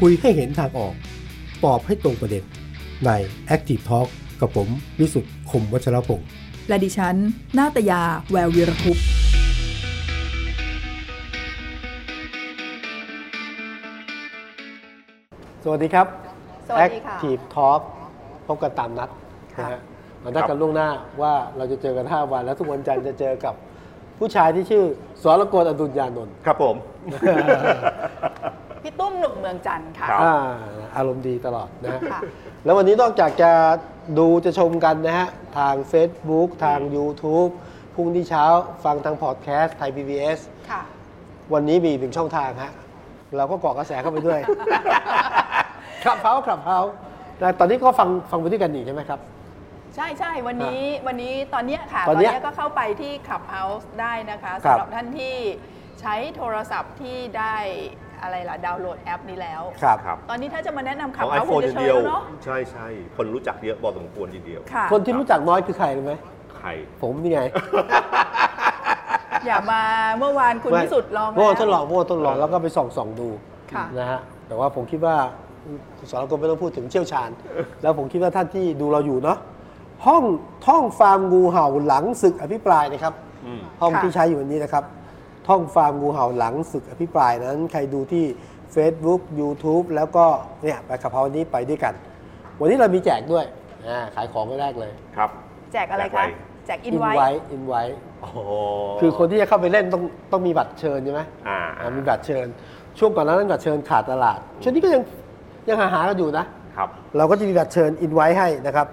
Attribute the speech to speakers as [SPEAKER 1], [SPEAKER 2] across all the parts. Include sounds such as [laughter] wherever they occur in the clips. [SPEAKER 1] คุยให้เห็นทางออก ตอบให้ตรงประเด็น ใน Active Talk กับผมวิสุทธ์คมวัชรพงศ์
[SPEAKER 2] และดิฉัน นาตยา แวววีรคุปต์
[SPEAKER 1] สวัสดีครับ
[SPEAKER 3] สวัสดีค่ะ
[SPEAKER 1] Active Talk พบกันตามนัดนะฮะเรานัดกันล่วงหน้าว่าเราจะเจอกัน 5 วัน แล้วทุกวันจันทร์จะเจอกับผู้ชายที่ชื่อสรกลอดุลยานนท์
[SPEAKER 4] ครับผม
[SPEAKER 3] พี่ตุ้มหนุ่มเมืองจันทร์ค่ะ
[SPEAKER 4] ครับ
[SPEAKER 1] อ่าอารมณ์ดีตลอดนะฮะ
[SPEAKER 3] ค่ะ
[SPEAKER 1] แล้ววันนี้นอกจากจะดูจะชมกันนะฮะ ทาง Facebook ทาง YouTube พรุ่งนี้เช้าฟังทางพอดแคสต์ไทย PBS
[SPEAKER 3] ค่ะ
[SPEAKER 1] วันนี้มีอีกหนึ่งช่องทางฮะ เราก็เกาะกระแสเข้าไป
[SPEAKER 3] [laughs]
[SPEAKER 1] ด้วย ขับเฮาขับเฮาแต่ตอนนี้ก็ฟังฟังไปด้วยกันอีกใช่ไหมครับ
[SPEAKER 3] ใช่ใช่วันนี้วันนี้ตอนเนี้ยค่ะ
[SPEAKER 1] ต
[SPEAKER 3] ต
[SPEAKER 1] อ
[SPEAKER 3] อน น
[SPEAKER 1] เนี้ย
[SPEAKER 3] เนี้ยก็เข้าไปที่ขับเฮาส์ได้นะคะ
[SPEAKER 1] ครับ
[SPEAKER 3] สำหรับท่านที่ใช้โทรศัพท์ที่ได้อะไรล่ะ ดาวน์โหลดแอปนี้แล้ว
[SPEAKER 1] ครับ
[SPEAKER 4] ครับ
[SPEAKER 3] ตอนนี้ถ้าจะมาแนะนำ
[SPEAKER 4] ข
[SPEAKER 3] ขับ
[SPEAKER 4] อง
[SPEAKER 3] เฮาส์คง
[SPEAKER 4] iPhone อ
[SPEAKER 3] จะ
[SPEAKER 4] ย่าง
[SPEAKER 3] เชิ
[SPEAKER 4] เดียว
[SPEAKER 3] ญเนาะ
[SPEAKER 4] ใช่ใช่คนรู้จักเยอะพอสมควรทีเดียว
[SPEAKER 3] ค่ะ
[SPEAKER 1] คนที่รู้จักน้อยคือใครรู้ไหม
[SPEAKER 4] ใคร
[SPEAKER 1] ผมนี่ไง
[SPEAKER 3] อย่ามาเมื่อวานคุณพิสุทธิ์ลอง
[SPEAKER 1] โม่ทดล
[SPEAKER 3] แว
[SPEAKER 1] องโม่ทดลองแล้วก็ไปส่องส่องดู
[SPEAKER 3] ค่ะ
[SPEAKER 1] นะฮะ แต่ว่าผมคิดว่าคุณสารกลไม่ต้องพูดถึงเชี่ยว
[SPEAKER 3] [laughs]
[SPEAKER 1] ชาญ แล้วผมคิดว่าท่านที่ดูเราอยู่เนาะ ห้องท่องฟาร์มงูเห่าหลังศึกอภิปรายนะครับ
[SPEAKER 4] อืม
[SPEAKER 1] ห้อง
[SPEAKER 3] ค่ะ
[SPEAKER 1] ที่ใช้อยู่วันนี้นะครับ ท่องฟาร์มงูเห่าหลังศึกอภิปรายนั้น ใครดูที่ Facebook YouTube แล้วก็เนี่ยไปขับเพาวันนี้ไปด้วยกัน วันนี้เรามีแจกด้วยอ่าขายของก็แรกเลย
[SPEAKER 4] ครับ
[SPEAKER 3] แจกอะไร
[SPEAKER 4] แจกอะไร
[SPEAKER 3] คะแจกอินไว้
[SPEAKER 1] อินไว้
[SPEAKER 4] อ๋อ
[SPEAKER 1] คือคนที่จะเข้าไปเล่นต้องต้องมีบัตรเชิญใช่ไหม
[SPEAKER 4] อ่า
[SPEAKER 1] อ่ามีบัตรเชิญ ช่วงก่อนหน้านั้นบัตรเชิญขาดตลาดช่วงนี้ก็ยังยังหาหากันอยู่นะ
[SPEAKER 4] ครับ
[SPEAKER 1] เราก็จะมีบัตรเชิญอินไว้ให้นะครับ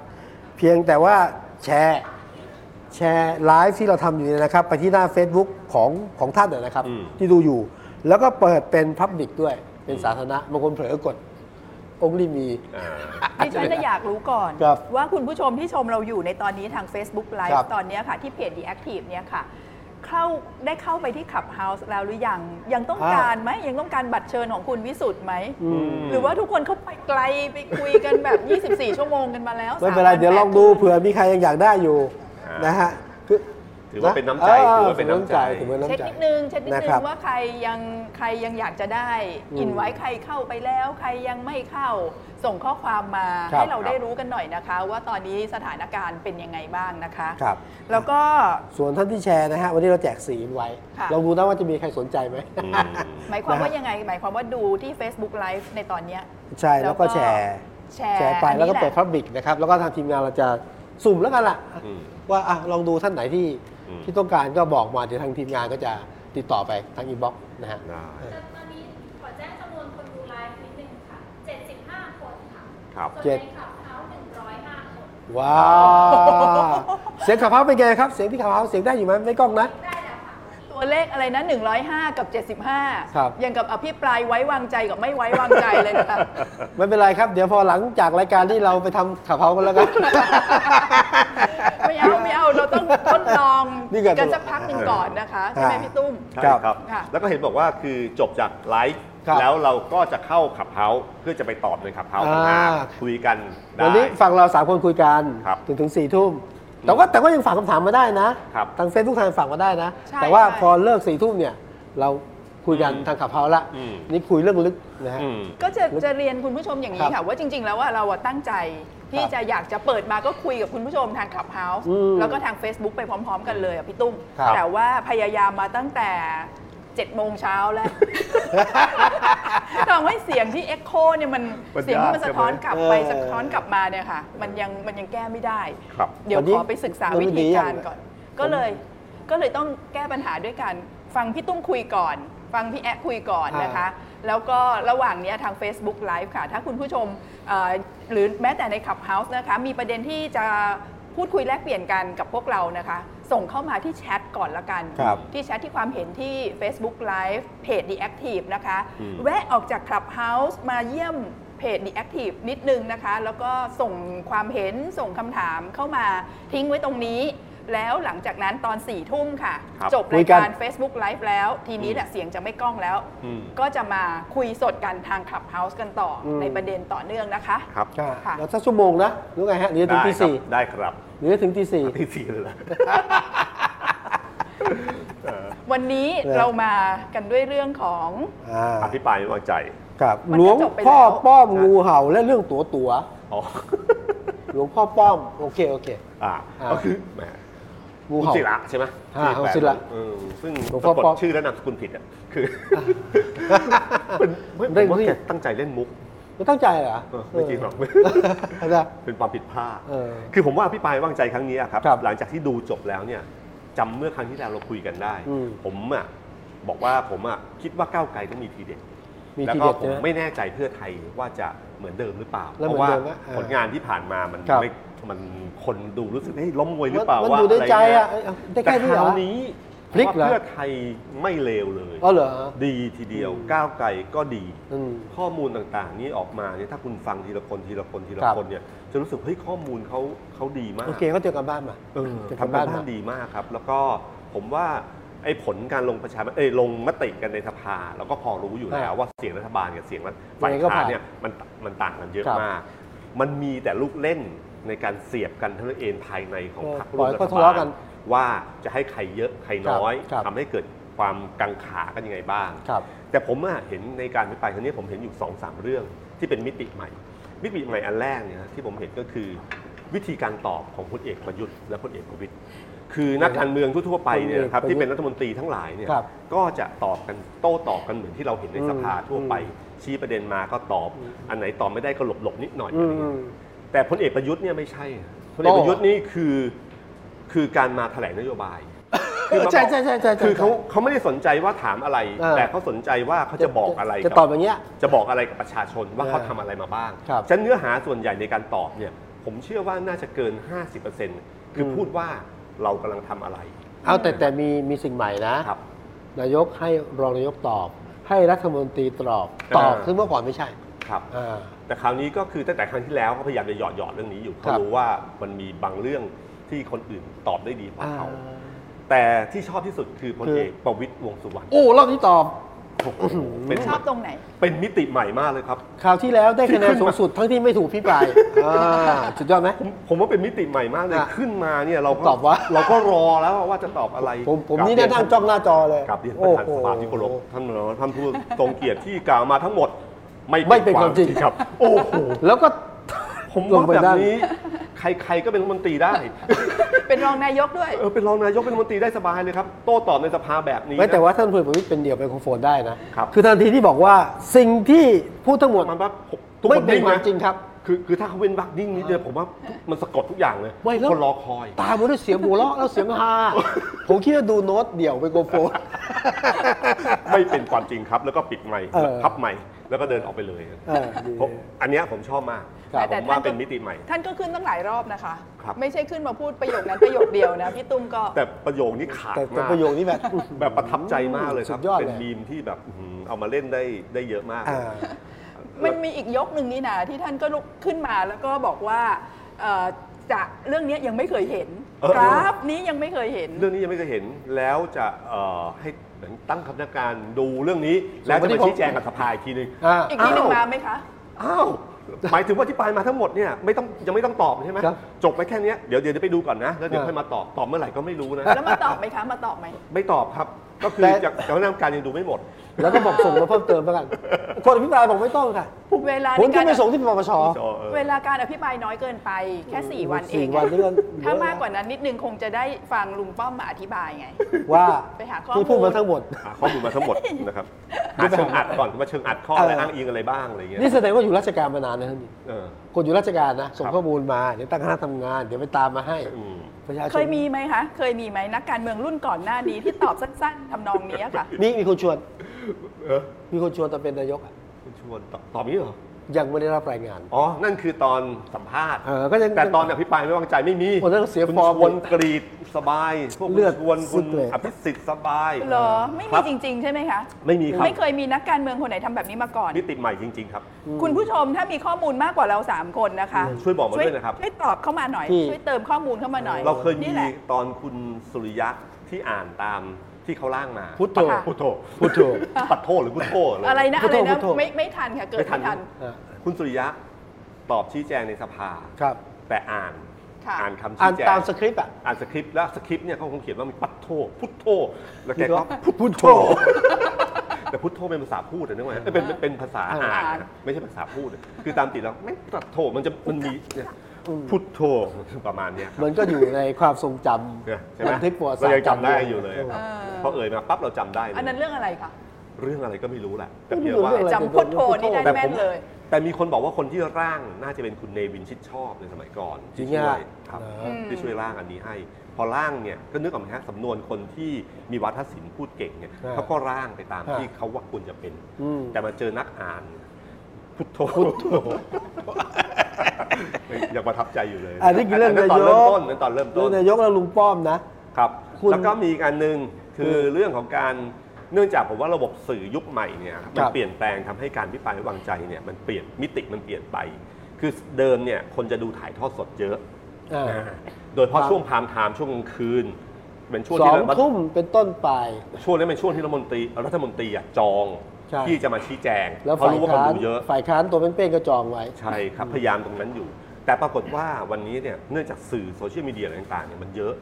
[SPEAKER 1] เพียงแต่ว่าแชร์แชร์ไลฟ์ที่เราทำอยู่เนี่ยนะครับ ไปที่หน้า Facebook ของของท่านนะนะครับ
[SPEAKER 4] อืม
[SPEAKER 1] ที่ดูอยู่ แล้วก็เปิดเป็นพับ l ิ c ด้วยเป็นสาธารณะบางคนเผลอกดองลีมี
[SPEAKER 4] อ่า
[SPEAKER 3] ดิฉันจะอยากรู้ก่อน
[SPEAKER 1] ครับ
[SPEAKER 3] ว่าคุณผู้ชมที่ชมเราอยู่ในตอนนี้ทาง Facebook
[SPEAKER 1] ครั
[SPEAKER 3] Live
[SPEAKER 1] บ
[SPEAKER 3] ตอนเนี้ยค่ะ ที่เพจ The Active เนี่ยค่ะ เข้าได้เข้าไปที่ Clubhouse แล้วหรือยัง ยังต้องการไหมยังต้องการบัตรเชิญของคุณวิสุทธ์ไหม
[SPEAKER 1] อืม
[SPEAKER 3] หรือว่าทุกคนเขาไปไกลไปคุยกันแบบ [laughs] 24 ชั่วโมงกันมาแล้ว
[SPEAKER 1] ไม่เป็นไร
[SPEAKER 3] สาวั
[SPEAKER 1] เดี๋ยวลองดูเผื่อมีใครยังอยากได้อยู่
[SPEAKER 4] อ่าน
[SPEAKER 1] นะฮะคือ
[SPEAKER 4] ถือว่าเป็นน้ำใจ
[SPEAKER 1] ออ
[SPEAKER 4] ถือว่าเป็นน้ำใจ
[SPEAKER 1] ถือว่าเป็น
[SPEAKER 3] เช็ค
[SPEAKER 1] น้ำใจ
[SPEAKER 3] นิดนึงเช็คนิดนึ
[SPEAKER 1] นะครับ
[SPEAKER 3] งว่าใครยังใครยังอยากจะได้
[SPEAKER 1] อืม
[SPEAKER 3] อินไว้ใครเข้าไปแล้ว ใครยังไม่เข้า ส่งข้อความมา
[SPEAKER 1] ครับ
[SPEAKER 3] ให้เราได้รู้กันหน่อยนะคะ ว่าตอนนี้สถานการณ์เป็นยังไงบ้างนะคะ
[SPEAKER 1] ครับ
[SPEAKER 3] แล้วก็
[SPEAKER 1] ส่วนท่านที่แชร์นะฮะวันนี้เราแจกสีอินไว้
[SPEAKER 3] ค่ะ
[SPEAKER 1] ลองดูนะว่าจะมีใครสนใจ
[SPEAKER 3] [laughs]
[SPEAKER 1] ไหม
[SPEAKER 4] อืม
[SPEAKER 3] หมายความ
[SPEAKER 1] นะฮะ
[SPEAKER 3] ว่ายังไง หมายความว่าดูที่ Facebook Live ในตอนเนี้ย
[SPEAKER 1] ใช่แล้วก็แชร์
[SPEAKER 3] แชร์
[SPEAKER 1] แชร์ไปแล้วก็เปิด
[SPEAKER 3] อันนี้แหละ
[SPEAKER 1] พับบิกนะครับ แล้วก็ทางทีมงานเราจะสุ่มแล้วกันล่ะ
[SPEAKER 4] อืม
[SPEAKER 1] ว่าอ่ะลองดูท่านไหนที่
[SPEAKER 4] อืม
[SPEAKER 1] ที่ต้องการก็บอกมาเดี๋ยวทางทีมงานก็จะติดต่อไปทางอินบ็อกซ์นะฮะ
[SPEAKER 4] ได้
[SPEAKER 5] แต่ตอนนี้ขอแจ้งจำนวนคนดูไลฟ์นิดนึงค่ะ 75 คนค่ะ
[SPEAKER 4] ครับ
[SPEAKER 5] ส่วน
[SPEAKER 1] เจ็ด
[SPEAKER 5] ในคลับเฮาส์105 คน
[SPEAKER 1] ว้าว เสียงขับเฮาเป็นไงครับ เสียงที่ขับเฮาเสียงได้อยู่ไหมไม่กล้องนะ
[SPEAKER 5] ได้แล้วค่ะ
[SPEAKER 3] ตัวเลขอะไรนะ 105 กับ 75
[SPEAKER 1] ครับ
[SPEAKER 3] ยังกับอภิปรายไว้วางใจกับไม่ไว้วางใจเลยนะคะ
[SPEAKER 1] ไม่เป็นไรครับ เดี๋ยวพอหลังจากรายการที่เราไปทำขับเฮากันแล้ว [laughs] กัน
[SPEAKER 3] ไม่เอาไม่เอาเราต้องทดลอง
[SPEAKER 1] นี่ก็
[SPEAKER 3] กันสักพักหนึ่งก่อนนะคะ ใช่ไหม
[SPEAKER 1] อ่า
[SPEAKER 3] พี่ตุ้ม
[SPEAKER 4] ใช่
[SPEAKER 1] ครับ
[SPEAKER 4] ครับ
[SPEAKER 3] ค่ะ
[SPEAKER 4] แล้วก็เห็นบอกว่าคือจบจากไลฟ์
[SPEAKER 1] ครับ
[SPEAKER 4] แล้วเราก็จะเข้าขับเฮาส์เพื่อจะไปตอบในขับเฮาส์
[SPEAKER 1] อ่า
[SPEAKER 4] ต่างหากคุยกันได้
[SPEAKER 1] วันนี้ฝั่งเราสามคนคุยกัน
[SPEAKER 4] ครับ
[SPEAKER 1] ถึงถึงสี่ทุ่มแต่ว่าแต่ก็ยังฝากคำถามมาได้นะครับ ทางเฟซบุ๊กทางฝากมาได้นะ
[SPEAKER 3] ใช่
[SPEAKER 1] แต่ว่า
[SPEAKER 3] ใช่
[SPEAKER 1] พอเลิกสี่ทุ่มเนี่ย เราคุยกัน
[SPEAKER 4] อืม
[SPEAKER 1] ทางขับเฮาละ
[SPEAKER 4] อืม
[SPEAKER 1] นี่คุยเรื่องลึกนะฮะ
[SPEAKER 4] อืม
[SPEAKER 3] ก็จะจะเรียนคุณผู้ชมอย่าง
[SPEAKER 1] ครั
[SPEAKER 3] นี้
[SPEAKER 1] บ
[SPEAKER 3] ค่ะ ว่าจริง ๆ แล้วว่าเราอะตั้งใจที่
[SPEAKER 1] ครับ
[SPEAKER 3] จะอยากจะเปิดมาก็คุยกับคุณผู้ชมทางขับเฮาส์
[SPEAKER 1] อืม
[SPEAKER 3] แล้วก็ทาง Facebook ไปพร้อม ๆ กันเลยอะพี่ตุ้ม
[SPEAKER 1] ครับ
[SPEAKER 3] แต่ว่าพยายามมาตั้งแต่7โมงเช้าแล้ว ทำให้เสียงที่เอ็กโคเนี่ยมัน
[SPEAKER 4] มัน
[SPEAKER 3] เสียงที่มัน
[SPEAKER 4] ยากใช่
[SPEAKER 3] สะ
[SPEAKER 4] ไหม
[SPEAKER 3] ท้อนกลับไป
[SPEAKER 1] เออ
[SPEAKER 3] สะท้อนกลับมาเนี่ยค่ะ มันยังมันยังแก้ไม่ได้
[SPEAKER 4] ครับ
[SPEAKER 3] เดี๋ยว
[SPEAKER 1] วันนี้
[SPEAKER 3] ขอไปศึกษาวิธีการก่อน ก็เลยก็เลยต้องแก้ปัญหาด้วยการฟังพี่ตุ้มคุยก่อน ฟังพี่แอะคุยก่อนนะคะ แล้วก็ระหว่างเนี้ยทาง Facebook Live ค่ะ ถ้าคุณผู้ชมเอ่อหรือแม้แต่ใน Clubhouse นะคะ มีประเด็นที่จะพูดคุยแลกเปลี่ยนกันกับพวกเรานะคะ ส่งเข้ามาที่แชทก่อนละกัน
[SPEAKER 1] ครับ
[SPEAKER 3] ที่แชทที่ความเห็นที่ Facebook Live เพจ The Active นะคะ
[SPEAKER 4] อืม
[SPEAKER 3] แวะออกจาก Clubhouse มาเยี่ยมเพจ The Active นิดนึงนะคะ แล้วก็ส่งความเห็นส่งคำถามเข้ามาทิ้งไว้ตรงนี้ แล้วหลังจากนั้นตอน4ี่ทุ่มค่ะ
[SPEAKER 4] ครับ
[SPEAKER 3] จบ
[SPEAKER 1] คุ
[SPEAKER 3] ราย ย
[SPEAKER 1] กัน
[SPEAKER 3] การ Facebook Live แล้ว ทีนี้แหละเสียงจะไม่กล้องแล้ว
[SPEAKER 4] อืม
[SPEAKER 3] ก็จะมาคุยสดกันทาง Clubhouse กันต่ออ
[SPEAKER 1] ม
[SPEAKER 3] ในประเด็นต่อเนื่องนะคะ
[SPEAKER 4] ครับ
[SPEAKER 1] ใช่
[SPEAKER 3] ค่ะ
[SPEAKER 1] แล้วสักชั่วโมงนะหรู้ไงฮะหรือถึงตี
[SPEAKER 4] ได้ครั
[SPEAKER 1] สี่
[SPEAKER 4] ได้ครับ
[SPEAKER 1] หรือถึงตีสี่
[SPEAKER 4] ตีสี่เลยเหรอ
[SPEAKER 3] วันนี้
[SPEAKER 1] ครับ
[SPEAKER 3] เรามากันด้วยเรื่องของ
[SPEAKER 1] อ่า
[SPEAKER 4] อภิปรายไม่ไว้วางใจ
[SPEAKER 1] ครับ
[SPEAKER 3] มัน
[SPEAKER 1] หล
[SPEAKER 3] ก็
[SPEAKER 1] วง
[SPEAKER 3] จบไปแล้ว
[SPEAKER 1] พ่อป้อมงูเห่าและเรื่องตัวตัว
[SPEAKER 4] อ๋อ
[SPEAKER 1] หลวงพ่อป้อมโอเคโอเค
[SPEAKER 4] อ่า
[SPEAKER 1] อ่า
[SPEAKER 4] ก็คือแหม
[SPEAKER 1] งู
[SPEAKER 4] คุณ
[SPEAKER 1] เห่า
[SPEAKER 4] ศิระใช่ไหม
[SPEAKER 1] อ่า
[SPEAKER 4] ที่แป
[SPEAKER 1] คุณ
[SPEAKER 4] ด
[SPEAKER 1] ศิระ
[SPEAKER 4] อืมซึ่ง
[SPEAKER 1] หลวง
[SPEAKER 4] ป
[SPEAKER 1] พ่อ
[SPEAKER 4] รากฏ
[SPEAKER 1] ป๊อป
[SPEAKER 4] ชื่อและนามสกุลผิดอ่ะคือเป็นไม่
[SPEAKER 1] เร่ง
[SPEAKER 4] ผมว่า
[SPEAKER 1] รีบ
[SPEAKER 4] แกตั้งใจเล่นมุก
[SPEAKER 1] ไม่ตั้งใจเหรอ
[SPEAKER 4] เออไม่จริงหร
[SPEAKER 1] [laughs]
[SPEAKER 4] อก
[SPEAKER 1] เออนะ
[SPEAKER 4] เป็นความผิดพลาด
[SPEAKER 1] เออ
[SPEAKER 4] คือผมว่าอภิปรายไม่วางใจครั้งนี้อะครับ
[SPEAKER 1] ครับ
[SPEAKER 4] หลังจากที่ดูจบแล้วเนี่ยจำเมื่อครั้งที่แล้วเราคุยกันได้
[SPEAKER 1] อืม
[SPEAKER 4] ผมอ่ะบอกว่าผมอ่ะคิดว่าก้าวไกลต้องมีทีเด็ด
[SPEAKER 1] มี
[SPEAKER 4] แล้ว
[SPEAKER 1] ที
[SPEAKER 4] ก็
[SPEAKER 1] เด็ด
[SPEAKER 4] ผ
[SPEAKER 1] ใช่
[SPEAKER 4] ม
[SPEAKER 1] ไหม
[SPEAKER 4] ไม่แน่ใจเพื่อไทยว่าจะเหมือนเดิมหรือเปล่า
[SPEAKER 1] แล้ว
[SPEAKER 4] เพ
[SPEAKER 1] เหมือน
[SPEAKER 4] ราะว่า
[SPEAKER 1] เดิมไหมอ่า
[SPEAKER 4] ผลงานที่ผ่านมามัน
[SPEAKER 1] ครับ
[SPEAKER 4] ไม่ มันคนดูรู้สึกเฮ้ยล้มมวยหรือเปล่า
[SPEAKER 1] มัน
[SPEAKER 4] ว่า
[SPEAKER 1] อยู่ในใจอ่ะ
[SPEAKER 4] ไรเงี้ย
[SPEAKER 1] เอ้ยได้แค่นี้เหร
[SPEAKER 4] ต่
[SPEAKER 1] อ
[SPEAKER 4] ราวนี้
[SPEAKER 1] พลิกเหรอ
[SPEAKER 4] ว่าเพื่อไทยไม่เลวเลย
[SPEAKER 1] อ๋อเหรอ
[SPEAKER 4] ดีทีเดียว
[SPEAKER 1] อืม
[SPEAKER 4] ก้าวไกลก็ดี
[SPEAKER 1] อืม
[SPEAKER 4] ข้อมูลต่างๆ นี้ออกมาเนี่ยถ้าคุณฟังทีละคนทีละคนทีละ
[SPEAKER 1] ครับ
[SPEAKER 4] คนเนี่ยจะรู้สึกเฮ้ยข้อมูลเขาเขาดีมาก
[SPEAKER 1] โอเคก็เจอกันบ้านมา
[SPEAKER 4] เออ
[SPEAKER 1] เจอกั
[SPEAKER 4] ทำ
[SPEAKER 1] บ้า
[SPEAKER 4] กาน รบ้าน
[SPEAKER 1] มา
[SPEAKER 4] นดีมากครับ แล้วก็ผมว่าไอ้ผลการลงประชามเอ้ยลงมติกันในสภาเราก็พอรู้อยู่แล้
[SPEAKER 1] ครั
[SPEAKER 4] ว
[SPEAKER 1] บ
[SPEAKER 4] ว่าเสียงรัฐบาลกับเสียงรัฐ
[SPEAKER 1] ยังไง
[SPEAKER 4] ฝ่าย
[SPEAKER 1] ก็
[SPEAKER 4] ค้า
[SPEAKER 1] ผ่าน
[SPEAKER 4] นเนี่ยมันมันต่างกันเยอะ
[SPEAKER 1] ครับ
[SPEAKER 4] มาก มันมีแต่ลูกเล่นในการเสียบกันเท่านั้นเองภายในของ
[SPEAKER 1] เออ
[SPEAKER 4] พรรค
[SPEAKER 1] ปล่
[SPEAKER 4] ร่
[SPEAKER 1] อย
[SPEAKER 4] วม
[SPEAKER 1] ให้
[SPEAKER 4] รั
[SPEAKER 1] เขา
[SPEAKER 4] ฐ
[SPEAKER 1] ทะเลาะ
[SPEAKER 4] บา
[SPEAKER 1] กั
[SPEAKER 4] ล
[SPEAKER 1] น
[SPEAKER 4] ว่าจะให้ใครเยอะใครน้อย
[SPEAKER 1] ครับครับ
[SPEAKER 4] ทำให้เกิดความกังขากันยังไงบ้าง
[SPEAKER 1] ครับ
[SPEAKER 4] แต่ผมอะเห็นในการอภิปรายครั้งนี้ผมเห็นอยู่2อสามเรื่องที่เป็นมิติใหม่ มิติใหม่อันแรกเนี่ยนะที่ผมเห็นก็คือ วิธีการตอบของพลเอกประยุทธ์และพลเอกประวิตยคือนักการเมืองทั่วๆไปเนี่ยนะครับ
[SPEAKER 1] พลเอกประยุทธ์
[SPEAKER 4] ที่เป็นรัฐมนตรีทั้งหลายเนี่ย
[SPEAKER 1] ครับ
[SPEAKER 4] ก็จะตอบกันโต้ตอบกันเหมือนที่เราเห็นในสภา
[SPEAKER 1] อืม
[SPEAKER 4] ทั่วไป ชี้ประเด็นมาก็ตอบ อันไหนตอบไม่ได้ก็หลบๆนิดหน่อยอะไรเงี้ยแต่พลเอกประยุทธ์เนี่ยไม่ใช่นะพลเอกประยุทธ์นี่คือคือการมาแถลงนโยบายคือมาบอก
[SPEAKER 1] ใช่ใช่ใช่ใช่ใช่
[SPEAKER 4] คือเขาเขาไม่ได้สนใจว่าถามอะไร
[SPEAKER 1] เออ
[SPEAKER 4] แต่เขาสนใจว่าเขาจะบอกอะไร
[SPEAKER 1] จะ
[SPEAKER 4] กับ
[SPEAKER 1] ตอบอย่างเงี้ย
[SPEAKER 4] จะบอกอะไรกับประชาชนว่า
[SPEAKER 1] เออ
[SPEAKER 4] เขาทำอะไรมาบ้าง
[SPEAKER 1] ครับ
[SPEAKER 4] ฉะนันเนื้อหาส่วนใหญ่ในการตอบเนี่ยผมเชื่อว่าน่าจะเกิน 50%คืออ
[SPEAKER 1] ม
[SPEAKER 4] พูดว่าเรากำลังทำอะไร
[SPEAKER 1] เอาแต่แต่มีมีสิ่งใหม่นะ
[SPEAKER 4] ครับ
[SPEAKER 1] นายกให้รองนายกตอบ ให้รัฐมนตรีตอบต
[SPEAKER 4] อ่า
[SPEAKER 1] อบซึ่งเมื่อก่อนไม่ใช่
[SPEAKER 4] ครับ
[SPEAKER 1] อ่า
[SPEAKER 4] แต่คราวนี้ก็คือตั้งแต่ครั้งที่แล้วเขาพยายามจะหยอดหยอดๆเรื่องนี้อยู่
[SPEAKER 1] ค
[SPEAKER 4] เขา
[SPEAKER 1] รับ
[SPEAKER 4] รู้ว่ามันมีบางเรื่องที่คนอื่นตอบได้ดีกว่า
[SPEAKER 1] อ่า
[SPEAKER 4] เขาแต่ที่ชอบที่สุดคือพล
[SPEAKER 1] คือ
[SPEAKER 4] เอกประวิตยวงษ์สุวรรณ
[SPEAKER 1] โอ้รอบนี้ตอบ
[SPEAKER 4] โอ้โหเป็น
[SPEAKER 3] ชอบตรงไหน
[SPEAKER 4] เป็นมิติใหม่มากเลยครับ
[SPEAKER 1] คราวที่แล้วได้คะแนนสูง
[SPEAKER 4] [laughs]
[SPEAKER 1] สุดทั้งที่ไม่ถูกพี่ปลายอ่าสุดยอดไหม
[SPEAKER 4] ผมผมว่าเป็นมิติใหม่มากเลย
[SPEAKER 1] อ่ะ
[SPEAKER 4] ขึ้นมาเนี่ยเราก็
[SPEAKER 1] ตอบว่า
[SPEAKER 4] เราก็รอแล้วว่าจะตอบอะไร
[SPEAKER 1] ผมผม
[SPEAKER 4] กราบ
[SPEAKER 1] นี่
[SPEAKER 4] เรี
[SPEAKER 1] ได้
[SPEAKER 4] ย
[SPEAKER 1] นั่งจ้องหน้าจอเลย
[SPEAKER 4] กับเรียนประธานสภาที่เคารพ
[SPEAKER 1] โอ้โห
[SPEAKER 4] ท่านรองท่านผู้ทรงเกียรติที่กล่าวมาทั้งหมด
[SPEAKER 1] ไม่เป็นความจริง
[SPEAKER 4] ครับ โอ้โห
[SPEAKER 1] แล้วก็
[SPEAKER 4] ผม
[SPEAKER 1] ลง
[SPEAKER 4] ว่า
[SPEAKER 1] ไป
[SPEAKER 4] แบบ
[SPEAKER 1] ด้าน
[SPEAKER 4] นี้ ใครๆก็เป็นรัฐมนตรีได้
[SPEAKER 3] เป็นรองนายกด้วย
[SPEAKER 4] เออเป็นรองนายกเป็นรัฐมนตรีได้สบายเลยครับ โต้ตอบในสภาแบบนี้
[SPEAKER 1] ไม่แต่ว่าท่านพลเอกประวิตยเป็นเดี่ยวไมโครโฟนได้นะครับ อทันทีที่บอกว่าสิ่งที่พูดทั้งหมด
[SPEAKER 4] มันแบบทุก
[SPEAKER 1] ไม่
[SPEAKER 4] คน
[SPEAKER 1] เป็น
[SPEAKER 4] นิ่ง
[SPEAKER 1] ความ
[SPEAKER 4] นะ
[SPEAKER 1] จริงครับ
[SPEAKER 4] คือคือถ้าเขาเว้นวรรคนิ่งนิดเดียวผมว่ามันสะกดทุกอย่างเลย
[SPEAKER 1] ไม่แล้ว
[SPEAKER 4] คนรอคอย
[SPEAKER 1] ตามมาด้วยเสียงหัวเราะแล้วเสียงฮา ผมคิดว่าดูโน้ตเดี่ยวไมโครโฟน
[SPEAKER 4] ไม่เป็นความจริงครับ แล้วก็ปิดไมค์
[SPEAKER 1] เออ
[SPEAKER 4] พับไมค์แล้วก็เดินออกไปเลย
[SPEAKER 1] [laughs] เออดี
[SPEAKER 4] ผมอันเนี้ยผมชอบมาก
[SPEAKER 1] ครับ
[SPEAKER 4] ผมว่าเป็นมิติใหม่
[SPEAKER 3] ท่านก็ขึ้นตั้งหลายรอบนะคะ
[SPEAKER 4] ครับ
[SPEAKER 3] ไม่ใช่ขึ้นมาพูดประโยคนั้นประโยคเดียวนะพี่ตุ้มก็
[SPEAKER 4] แต่ประโยคนี้ขาด
[SPEAKER 1] แต่แต่
[SPEAKER 4] มาก
[SPEAKER 1] ประโยคนี้แบบ
[SPEAKER 4] แบบประทับใจมากเลยค
[SPEAKER 1] สุ
[SPEAKER 4] รับ
[SPEAKER 1] ดยอด
[SPEAKER 4] เป็น
[SPEAKER 1] เลย
[SPEAKER 4] มีมที่แบบอื้อหือเอามาเล่นได้ได้เยอะมากเลย
[SPEAKER 1] อ่า
[SPEAKER 3] มันมีอีกยกหนึ่งนี่นะที่ท่านก็ลุกขึ้นมาแล้วก็บอกว่าเอ่อจะเรื่องเนี้ยยังไม่เคยเห็นกราฟนี้ยังไม่เคยเห็น
[SPEAKER 4] เรื่องนี้ยังไม่เคยเห็นแล้วจะเอ่อให้เหมือนตั้งคณะกรรมการดูเรื่องนี้ แล้วจะมาชี้แจงกับสภาอีกทีหนึง
[SPEAKER 1] อ่า
[SPEAKER 3] อีกทีหนึ่งมาไหมคะ
[SPEAKER 4] อ้าวหมายถึงว่าที่ปลายมาทั้งหมดเนี่ยไม่ต้องยังไม่ต้องตอบใช่ไหม
[SPEAKER 1] ครับ
[SPEAKER 4] จบไปแค่เนี้ยเดี๋ยวเดี๋ยวไปดูก่อนนะแล้วเดี๋ยว
[SPEAKER 1] อ่า
[SPEAKER 4] ค่อยมาตอบตอบเมื่อไหร่ก็ไม่รู้นะ
[SPEAKER 3] แล้วมาตอบไหมคะ มาตอบไหม
[SPEAKER 4] ไม่ตอบครับ ก็คือจากจากคณะกรรมการยังดูไม่หมด
[SPEAKER 1] แล้วก็บอกส่งมาเพิ่มเติมแล้วกัน คนอภิปรายบอกไม่ต้องค่ะ
[SPEAKER 3] เวลา
[SPEAKER 1] ผม
[SPEAKER 3] ใน
[SPEAKER 1] จะ
[SPEAKER 3] การ
[SPEAKER 1] ไปส่งที่ปปช
[SPEAKER 3] เวลาการอภิปรายน้อยเกินไปแค่ 4 วันเอ
[SPEAKER 1] สี่
[SPEAKER 3] ง
[SPEAKER 1] วันนี่ก็เยอะนะ
[SPEAKER 3] ถ้ามากกว่านั้นนิดนึงคงจะได้ฟังลุงป้อมมาอธิบายไง
[SPEAKER 1] ว่า
[SPEAKER 3] ไปหาข้อมูล
[SPEAKER 1] ที่พูดมาทั้งหมด
[SPEAKER 4] หาข้อมูลมาทั้ง
[SPEAKER 1] [laughs]
[SPEAKER 4] หมดนะครับหาเชิงอัดก่อนว่าเชิงอัดข้ออะไรอ้างอิงอะไรบ้างอะไรอย่างเงี้ย
[SPEAKER 1] นี่แสดงว่าอยู่ราชการมานานนะท่านนี่
[SPEAKER 4] เออ
[SPEAKER 1] คนอยู่ราชการนะ ส่ง
[SPEAKER 4] ครับ
[SPEAKER 1] ข้อมูลมา เดี๋ยวตั้งคณะทำงาน เดี๋ยวไปตามมาให้
[SPEAKER 4] อืม
[SPEAKER 1] ประชาชน
[SPEAKER 3] เคยมีไหมคะ เคยมีไหมนักการเมืองรุ่นก่อนหน้านี้ที่ตอบสั้นๆทำนองนี้ค่ะ
[SPEAKER 1] มีมีคนชวน
[SPEAKER 4] เออ
[SPEAKER 1] มีคนชวนตอนเป็นนายกอะ
[SPEAKER 4] คุณชวนตอบตอบนี้เหรอ
[SPEAKER 1] ยังไม่ได้รับรายงาน
[SPEAKER 4] อ๋อ นั่นคือตอนสัมภาษณ์
[SPEAKER 1] เออก็ยัง
[SPEAKER 4] แต่ตอนอภิปรายไม่วางใจไม่มี
[SPEAKER 1] โอ้นั่นก็เสีย
[SPEAKER 4] คุณ
[SPEAKER 1] ฟอร์ม
[SPEAKER 4] ชวนกรีดสบาย พวก
[SPEAKER 1] เลือด
[SPEAKER 4] คุณชวน
[SPEAKER 1] สุ
[SPEAKER 4] คุ
[SPEAKER 1] ด
[SPEAKER 4] ณ
[SPEAKER 1] เลย
[SPEAKER 4] อภิสิทธิ์สบาย
[SPEAKER 3] เหรอ ไม่
[SPEAKER 4] ครั
[SPEAKER 3] มี
[SPEAKER 4] บ
[SPEAKER 3] จริง ๆ ใช่ไหมคะ
[SPEAKER 4] ไม่มีครับ
[SPEAKER 3] ไม่เคยมีนักการเมืองคนไหนทำแบบนี้มาก่อน
[SPEAKER 4] มิติใหม่จริง ๆ ครับ
[SPEAKER 3] คุณผู้ชมถ้ามีข้อมูลมากกว่าเรา 3 คนนะคะ
[SPEAKER 4] ช่วยบอกมาด้วยนะครับ
[SPEAKER 3] ช่วยตอบเข้ามาหน่อย
[SPEAKER 1] ที่
[SPEAKER 3] ช่วยเติมข้อมูลเข้ามาหน่อย
[SPEAKER 4] เราเคยมี
[SPEAKER 3] นี่แหละ
[SPEAKER 4] ตอนคุณสุริยะที่อ่านตามที่เขาร่างมา
[SPEAKER 1] พุทโธ
[SPEAKER 3] ค่ะ
[SPEAKER 4] พุทโธ
[SPEAKER 1] พุทโธ
[SPEAKER 4] ปัดโทหรือพุทโธเลย
[SPEAKER 3] อะไรนะ
[SPEAKER 1] พุท
[SPEAKER 3] อะ
[SPEAKER 1] โธ
[SPEAKER 3] ไรนะ
[SPEAKER 1] พุทโธ
[SPEAKER 3] ไม่ไม่ทันค่ะเกิด
[SPEAKER 4] ไม่ทั
[SPEAKER 3] ไม่
[SPEAKER 4] น
[SPEAKER 3] ทัน
[SPEAKER 1] อ่ะ
[SPEAKER 4] คุณสุริยะตอบชี้แจงในสภา
[SPEAKER 1] ครับ
[SPEAKER 4] แต่อ่าน
[SPEAKER 3] ค่ะ
[SPEAKER 4] อ่านคำ
[SPEAKER 1] อ่า
[SPEAKER 4] ชี้
[SPEAKER 1] น
[SPEAKER 4] แจง
[SPEAKER 1] ตามสคริปต์อ่ะ
[SPEAKER 4] อ่านสคริปต์แล้วสคริปต์เนี่ยเขาคงเขียนว่ามีปัตโทพุทโธแล้วแกก็
[SPEAKER 1] พุทพุทโธ
[SPEAKER 4] [laughs] แต่พุทโธเป็นภาษาพูดนะนึกว่าเอ้ยเป็นเป็นเป็นภาษาอ่านนะไม่ใช่ภาษาพูดนะคือตามติดแล้วไม่งปัตโธมันจะมันมีเนี่ยพุทโธประมาณเนี้ย
[SPEAKER 1] มันก็อยู่ในความทรงจ
[SPEAKER 4] เนี่ย
[SPEAKER 1] ำ
[SPEAKER 4] ใช่ไหม
[SPEAKER 1] บันทึกประวัติศาสต
[SPEAKER 4] เรา
[SPEAKER 1] ร์
[SPEAKER 4] ยังจำได้อยู่เลยอะ
[SPEAKER 1] ครับ
[SPEAKER 4] พอเอ่ยมาปั๊บเราจำได้เลย
[SPEAKER 3] อันนั้นเรื่องอะไรคะ
[SPEAKER 4] เรื่องอะไรก็ไม่รู้แหละแต่
[SPEAKER 1] ไม่
[SPEAKER 4] เพีย
[SPEAKER 1] รู้
[SPEAKER 4] งว่า
[SPEAKER 1] เรื่องอะไร
[SPEAKER 3] จำพุทโธนี่ได้
[SPEAKER 4] แต่ผ
[SPEAKER 3] แม่
[SPEAKER 4] ม
[SPEAKER 3] นเลย
[SPEAKER 4] แต่มีคนบอกว่าคนที่ร่างน่าจะเป็นคุณเนวินชิดชอบในสมัยก่อน
[SPEAKER 1] จริ
[SPEAKER 4] ที่
[SPEAKER 1] ง
[SPEAKER 4] ช่ว
[SPEAKER 1] อ่ะ
[SPEAKER 4] ยครับ
[SPEAKER 1] เหรอ
[SPEAKER 3] อืม
[SPEAKER 4] ที่ช่วยร่างอันนี้ให้ พอร่างเนี่ยก็นึกออกไหมฮะสำนวนคนที่มีวัฒนศิลป์พูดเก่งเนี่ย
[SPEAKER 1] อ่า
[SPEAKER 4] เขาก็ร่างไปตาม
[SPEAKER 1] อ่า
[SPEAKER 4] ที่เขาว่าควรจะเป็น
[SPEAKER 1] อืม
[SPEAKER 4] แต่มาเจอนักอ่านพุทโธ
[SPEAKER 1] พุทโธ
[SPEAKER 4] ยังประทับใจอยู่เลย
[SPEAKER 1] อันนี้คือเรื่อง
[SPEAKER 4] นตอน
[SPEAKER 1] นายก
[SPEAKER 4] เริ่มต้นนั่นตอนเริ่มต้
[SPEAKER 1] ดู
[SPEAKER 4] น
[SPEAKER 1] นายกแล้วลุงป้อมนะ
[SPEAKER 4] ครับ
[SPEAKER 1] คุณ
[SPEAKER 4] แล้วก็มีอีกอันหนึ่งคือเรื่องของการเนื่องจากผมว่าระบบสื่อยุคใหม่เนี่ยมัน
[SPEAKER 1] ครับ
[SPEAKER 4] เปลี่ยนแปลงทำให้การพิปรายไม่วางใจเนี่ยมันเปลี่ยนมิติมันเปลี่ยนไป คือเดิมเนี่ยคนจะดูถ่ายทอดสดเยอะ
[SPEAKER 1] อ่าน
[SPEAKER 4] ะโดยเฉพาะช่วงพามไทม์ช่วงกลางคืน เป็นช่วง
[SPEAKER 1] สอ
[SPEAKER 4] ที่
[SPEAKER 1] ง
[SPEAKER 4] รัฐ
[SPEAKER 1] ทุ่มเป็นต้นไป
[SPEAKER 4] ช่วงนี้เป็นช่วงที่รัฐมนตรีรัฐมนตรีอะจอง
[SPEAKER 1] ใช่
[SPEAKER 4] ที่จะมาชี้แจง
[SPEAKER 1] แล้ว
[SPEAKER 4] เพราะ
[SPEAKER 1] ฝ่าย
[SPEAKER 4] รู้ว่าคน
[SPEAKER 1] ค้าน
[SPEAKER 4] ดูเยอะ
[SPEAKER 1] ฝ่ายค้านตัวเป็นเป้งๆก็จองไว้
[SPEAKER 4] ใช่ครับ พยายามตรงนั้นอยู่ แต่ปรากฏว่าวันนี้เนี่ยเนื่องจากสื่อโซเชียลมีเดียอะไรต่างๆเนี่ยมันเยอะ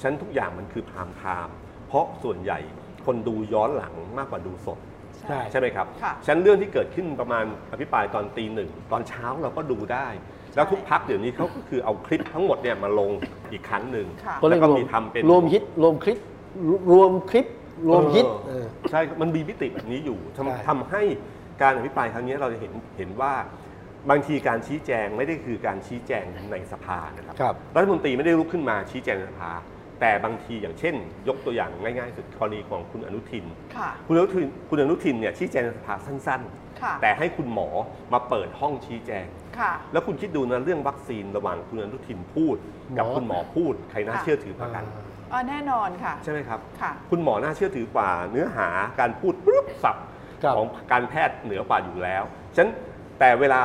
[SPEAKER 4] ฉะนันทุกอย่างมันคือพามไทม์เพราะส่วนใหญ่คนดูย้อนหลังมากกว่าดูสด
[SPEAKER 1] ใช่
[SPEAKER 4] ใช่ไหมครับ
[SPEAKER 3] ค่ะ
[SPEAKER 4] ฉะนันเรื่องที่เกิดขึ้นประมาณอภิปรายตอนตีหนึ่งตอนเช้าเราก็ดูได้ แล้วทุกพักเดี๋ยวนี้เขาก็คือเอาคลิปทั้งหมดเนี่ยมาลงอีกครั้งหนึ่ง
[SPEAKER 3] ค่ะ
[SPEAKER 1] เขาเรี
[SPEAKER 4] แล้
[SPEAKER 1] ยว
[SPEAKER 4] ก็มีทำเป็น
[SPEAKER 1] รวมฮิตรวมคลิปรวมคลิปรวมฮิต
[SPEAKER 4] เอ
[SPEAKER 1] เออ
[SPEAKER 4] อใช่ มันมีมิติแบบนี้อยู่
[SPEAKER 1] ใช่
[SPEAKER 4] ทำทำให้การอภิปรายครั้งนี้เราจะเห็นเห็นว่าบางทีการชี้แจงไม่ได้คือการชี้แจงในสภานะครับ
[SPEAKER 1] ครับ
[SPEAKER 4] รัฐมนตรีไม่ได้ลุกขึ้นมาชี้แจงในสภา แต่บางทีอย่างเช่น ยกตัวอย่างง่ายๆสุดกรณีของคุณอนุทิน
[SPEAKER 3] ค่ะ
[SPEAKER 4] คุณอนุทินคุณอนุทินเนี่ยชี้แจงในสภาสั้น
[SPEAKER 3] ค่ะ
[SPEAKER 4] ๆ แต่ให้คุณหมอมาเปิดห้องชี้แจง
[SPEAKER 3] ค่ะ
[SPEAKER 4] แล้วคุณคิดดูนะเรื่องวัคซีนระหว่างคุณอนุทินพูด กับ
[SPEAKER 1] หมอ
[SPEAKER 4] คุณหมอพูดใครน่า
[SPEAKER 3] ค่ะ
[SPEAKER 4] เชื่อถือกว่ากัน
[SPEAKER 3] อ๋อแน่นอนค่ะ
[SPEAKER 4] ใช่ไหมครับ
[SPEAKER 3] ค่ะ
[SPEAKER 4] คุณหมอน่าเชื่อถือกว่าเนื้อหาการพูดปุ๊บสับ
[SPEAKER 1] ครับ
[SPEAKER 4] ของการแพทย์เหนือกว่าอยู่แล้วฉะนั้นแต่เวลา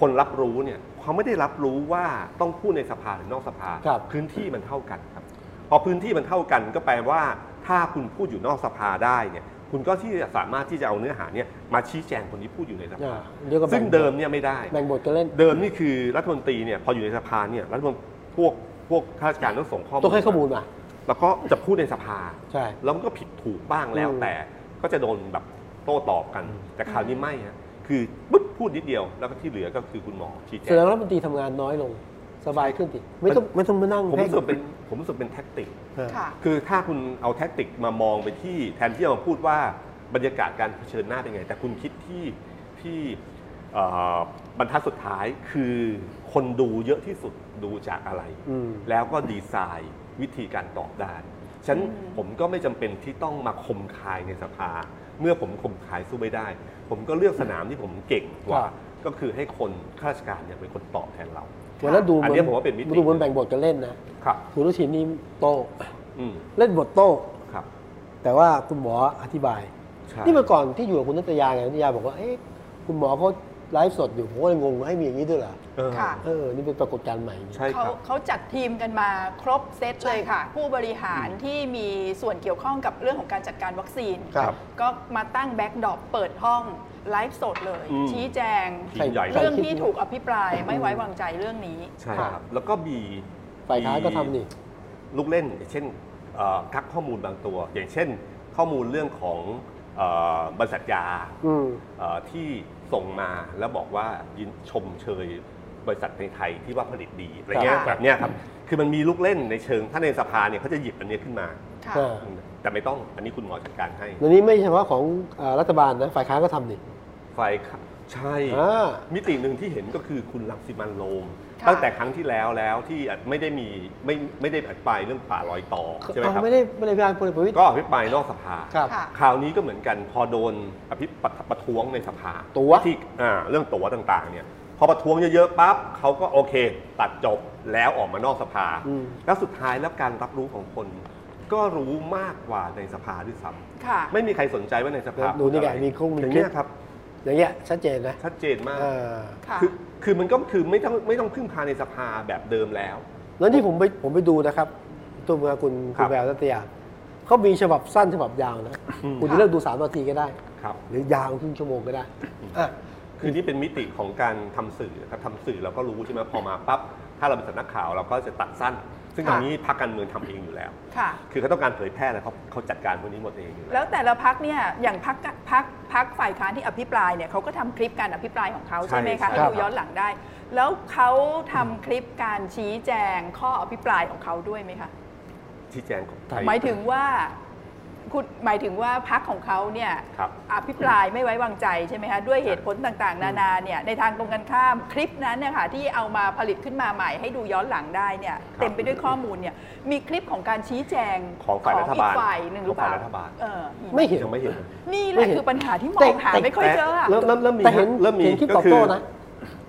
[SPEAKER 4] คนรับรู้เนี่ยเขาไม่ได้รับรู้ว่าต้องพูดในสภาหรือนอกสภา
[SPEAKER 1] ครับ
[SPEAKER 4] พื้นที่มันเท่ากันครับ พอพื้นที่มันเท่ากันก็แปลว่า ถ้าคุณพูดอยู่นอกสภาได้เนี่ยคุณก็ที่จะสามารถที่จะเอาเนื้อหาเนี่ยมาชี้แจงคนที่พูดอยู่ในส
[SPEAKER 1] อ่า
[SPEAKER 4] ภา
[SPEAKER 1] เดี๋ยวก็แบ่
[SPEAKER 4] ซึ่งเดิมเนี่ยไม่ได้
[SPEAKER 1] แบ่งบทกันเล่น
[SPEAKER 4] เดิมนี่คือรัฐมนตรีเนี่ยพออยู่ในสภาเนี่ยรัฐมนตรีพวกพวกข้าราชการต้องส่งข้อมูล
[SPEAKER 1] ต้องให้ข้อมูลมา
[SPEAKER 4] แล้วก็จะพูดในสภา
[SPEAKER 1] ใช่
[SPEAKER 4] แล้วมันก็ผิดถูกบ้างแล้ว
[SPEAKER 1] อืม
[SPEAKER 4] แต่ก็จะโดนแบบโต้ตอบกัน แต่คราวนี้ไม่ฮะคือปุ๊บพูดนิดเดียวแล้วก็ที่เหลือก็คือคุณหมอชี้แจ
[SPEAKER 1] แสดง
[SPEAKER 4] ง
[SPEAKER 1] ว่ารัฐมนตรีทำงานน้อยลง สบายขึ้นติไม่ต้องไม่ต้องมานั่ง
[SPEAKER 4] ผม
[SPEAKER 1] พ่ง
[SPEAKER 4] รู้สึกเป็นผมรู้สึกเป็นแท็กติก
[SPEAKER 1] เออ
[SPEAKER 3] ค่ะ
[SPEAKER 4] คือถ้าคุณเอาแท็กติกมามองไปที่แทนที่จะมาพูดว่าบรรยากาศการเผชิญหน้าเป็นไง แต่คุณคิดที่ที่เอ่อบรรทัดสุดท้ายคือคนดูเยอะที่สุดดูจากอะไร
[SPEAKER 1] อืม
[SPEAKER 4] แล้วก็ดีไซน์วิธีการตอบได้ฉะนันผมก็ไม่จำเป็นที่ต้องมาคมคายในสภา เมื่อผมคมคายสู้ไม่ได้ ผมก็เลือกสนามที่ผมเก่งกว่า ก็คือให้คนข้าราชการเนี่ยเป็นคนตอบแทนเรา
[SPEAKER 1] วันนั้นดู
[SPEAKER 4] อันนี้ผมว่าเป็นมิติ
[SPEAKER 1] ดูเหมือนแบ่งบทกันเล่นนะครับ คุณรุชินนี่โต้
[SPEAKER 4] อืม
[SPEAKER 1] เล่นบทโต้
[SPEAKER 4] ครับ
[SPEAKER 1] แต่ว่าคุณหมออธิบาย
[SPEAKER 4] ใช่
[SPEAKER 1] นี่เมื่อก่อนที่อยู่กับคุณนัตยาไงนัตยาบอกว่าเอ๊ะคุณหมอเขาไลฟ์สดอยู่ผมก็เลยงงว่าให้มีอย่างนี้ด้วยเหรอ
[SPEAKER 4] เออ
[SPEAKER 3] ค่ะ
[SPEAKER 1] เออนี่เป็นปรากฏการณ์ใหม่
[SPEAKER 4] ใช่ค
[SPEAKER 3] เขา
[SPEAKER 4] รับ
[SPEAKER 3] เขาจัดทีมกันมาครบเซตเลยค่ะ ผู้บริหารที่มีส่วนเกี่ยวข้องกับเรื่องของการจัดการวัคซีน
[SPEAKER 1] ครับ
[SPEAKER 3] ก็มาตั้งแบ็กดอปเปิดห้องไลฟ์สดเลย
[SPEAKER 4] อืม
[SPEAKER 3] ชี้แจง
[SPEAKER 4] ทีมใหญ่
[SPEAKER 1] ไ
[SPEAKER 3] เรื่องที่ถูกอภิปรายไม่ไว้วางใจเรื่องนี้
[SPEAKER 4] ใช่ครับ แล้วก็มี
[SPEAKER 1] ฝ่ายค้านก็ทำนี่
[SPEAKER 4] ลูกเล่นอย่างเช่นเอ่อกักข้อมูลบางตัว อย่างเช่น ข้อมูลเรื่องของเอ่อบริษัทยา
[SPEAKER 1] อืม
[SPEAKER 4] เอ่อที่ส่งมาแล้วบอกว่ายินชมเชยบริษัทในไทยที่ว่าผลิตดีอะไรเงี้ย
[SPEAKER 3] ค่ะ
[SPEAKER 4] แบบเนี้ยครับคือมันมีลูกเล่นในเชิงถ้าในสภาเนี่ยเขาจะหยิบอันเนี้ยขึ้นมา
[SPEAKER 3] ค่ะ
[SPEAKER 1] เออ
[SPEAKER 4] แต่ไม่ต้องอันนี้คุณหมอจัดการให้
[SPEAKER 1] เดี๋ยวนี้ไม่เฉพาะของเอ่อรัฐบาลนะฝ่ายค้านก็ทำนี่
[SPEAKER 4] ฝ่ายค้านใช่
[SPEAKER 1] อ่า
[SPEAKER 4] มิติหนึ่งที่เห็นก็คือคุณลังสิมันต์โรม
[SPEAKER 3] ค่ะ
[SPEAKER 4] ตั้งแต่ครั้งที่แล้วแล้วที่ไม่ได้มีไม่ไม่ได้อภิปรายเรื่องป่าลอยต่อใช่ไหมครับ
[SPEAKER 1] เอาไม่ได้ไม่ได้พยานพลเอกประวิตย
[SPEAKER 4] ก็อภิปรายนอกสภา
[SPEAKER 1] ครับ
[SPEAKER 3] ค่ะ
[SPEAKER 4] คราวนี้ก็เหมือนกันพอโดนอภิปรประท้วงในสภา
[SPEAKER 1] ตั๋ว
[SPEAKER 4] ที่อ่าเรื่องตั๋วต่างๆเนี่ยพอประท้วงเยอะๆปั๊บเขาก็โอเค ตัดจบแล้วออกมานอกสภา
[SPEAKER 1] อืม
[SPEAKER 4] แล้วสุดท้ายแล้วการรับรู้ของคน ก็รู้มากกว่าในสภาด้วยซ้
[SPEAKER 3] ค่ะ
[SPEAKER 4] ำไม่มีใครสนใจว่าในสภา
[SPEAKER 1] ดูนี่ไง
[SPEAKER 4] พูดอะไร
[SPEAKER 1] มีคงมี
[SPEAKER 4] อย่าง
[SPEAKER 1] คลิ
[SPEAKER 4] เงี้
[SPEAKER 1] ป
[SPEAKER 4] ยครับ
[SPEAKER 1] อย่างเงี้ยชัดเจนนะ
[SPEAKER 4] ชัดเจนมาก
[SPEAKER 1] เออ
[SPEAKER 3] ค่ะ
[SPEAKER 4] คือคือมันก็คือไม่ต้องไม่ต้องพึ่งพาในสภาแบบเดิมแล้ว
[SPEAKER 1] แล้วที่ผมไปผมไปดูนะครับตัวเมืองคุณ
[SPEAKER 4] ครั
[SPEAKER 1] คุณ
[SPEAKER 4] บ
[SPEAKER 1] แววนัตยาเขามีฉบับสั้นฉบับยาวนะ
[SPEAKER 4] อืม
[SPEAKER 1] คุณจะเลือกดู3นาทีก็ได้
[SPEAKER 4] ครับ
[SPEAKER 1] หรือยาวครึ่งชั่วโมงก็ได้อ่ะ
[SPEAKER 4] คือนี่เป็นมิติของการทำสื่อนะครับทำสื่อเราก็รู้ใช่ไหมพอมาปั๊บ ถ้าเราเป็นสำนักข่าวเราก็จะตัดสั้น ซึ่งตรงนี้พรรคการเมืองทำเองอยู่แล้ว
[SPEAKER 3] ค่ะ
[SPEAKER 4] คือเขาต้องการเผยแพร่แล้วเขาเขาจัดการพวกนี้หมดเองอยู่แล้ว
[SPEAKER 3] แล้วแต่ละพักเนี่ยอย่างพักพักพักฝ่ายค้านที่อภิปรายเนี่ยเขาก็ทำคลิปการอภิปรายของเขา
[SPEAKER 4] ใช่
[SPEAKER 3] ใช่ไหม
[SPEAKER 4] ครั
[SPEAKER 3] คะ
[SPEAKER 4] บ
[SPEAKER 3] ให้ดูย้อนหลังได้ แล้วเขาทำคลิปการชี้แจงข้ออภิปรายของเขาด้วยไหมคะ
[SPEAKER 4] ชี้แจงของไทย
[SPEAKER 3] หมายถึงว่าคุณหมายถึงว่าพักของเขาเนี่ย
[SPEAKER 4] ครับ
[SPEAKER 3] อภิปรายไม่ไว้วางใจใช่ไหมคะด้วยเหตุผลต่างๆ นานาเนี่ยในทางตรงกันข้ามคลิปนั้นเนี่ยค่ะที่เอามาผลิตขึ้นมาใหม่ให้ดูย้อนหลังได้เนี่ยเต็มไปด้วยข้อมูลเนี่ยมีคลิปของการชี้แจง
[SPEAKER 4] ของฝ่ายรัฐบาล
[SPEAKER 3] อีกฝ่ายหนึ่งหรือเป
[SPEAKER 4] ข
[SPEAKER 3] ล่า
[SPEAKER 4] ฝ่ยรัฐบาล
[SPEAKER 3] เออ
[SPEAKER 1] ไม่เห็น
[SPEAKER 4] ยังไม่เห็น
[SPEAKER 3] นี่แห
[SPEAKER 1] ไม่
[SPEAKER 3] ละ
[SPEAKER 1] เห็น
[SPEAKER 3] คือปัญหาที่ม
[SPEAKER 1] แต่
[SPEAKER 3] องหา
[SPEAKER 1] แต่
[SPEAKER 3] ไม่ค่อยเจออะ
[SPEAKER 4] เริ่มเริ่มเริ่มมี
[SPEAKER 1] แต่เห็น
[SPEAKER 4] ครับเริ่มมี
[SPEAKER 1] เห็นคลิป
[SPEAKER 4] ก็
[SPEAKER 1] ตอ
[SPEAKER 4] คื
[SPEAKER 1] บโต้นะ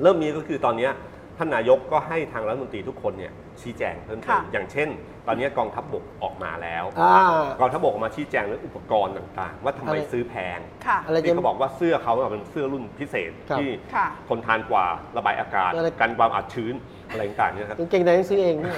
[SPEAKER 4] เริ่มมีก็คือตอนเนี้ยท่านนายกก็ให้ทางรัฐมนตรีทุกคนเนี่ยชี้แจงเพิ่มเติมอย่างเช่น ตอนเนี้ยกองทัพบกออกมาแล้ว
[SPEAKER 1] อ่า
[SPEAKER 4] กองทัพบกออกมาชี้แจงเรื่องอุปกรณ์ต่างๆ ว่าทำไม
[SPEAKER 1] อะไร
[SPEAKER 4] ซื้อแพง
[SPEAKER 3] ค่ะ
[SPEAKER 1] อะไร
[SPEAKER 4] ที่เขาบอกว่าเสื้อเขาอะเป็นเสื้อรุ่นพิเศษ
[SPEAKER 1] ครับ
[SPEAKER 4] ที่
[SPEAKER 3] ค่ะ
[SPEAKER 4] ทนทานกว่าระบายอากาศ
[SPEAKER 1] อะไร
[SPEAKER 4] กันความอับชื้นอะไรต่างๆเนี่ยครับ
[SPEAKER 1] กางเกงในต้องซื้อเอง
[SPEAKER 4] [laughs]
[SPEAKER 1] เนี่ย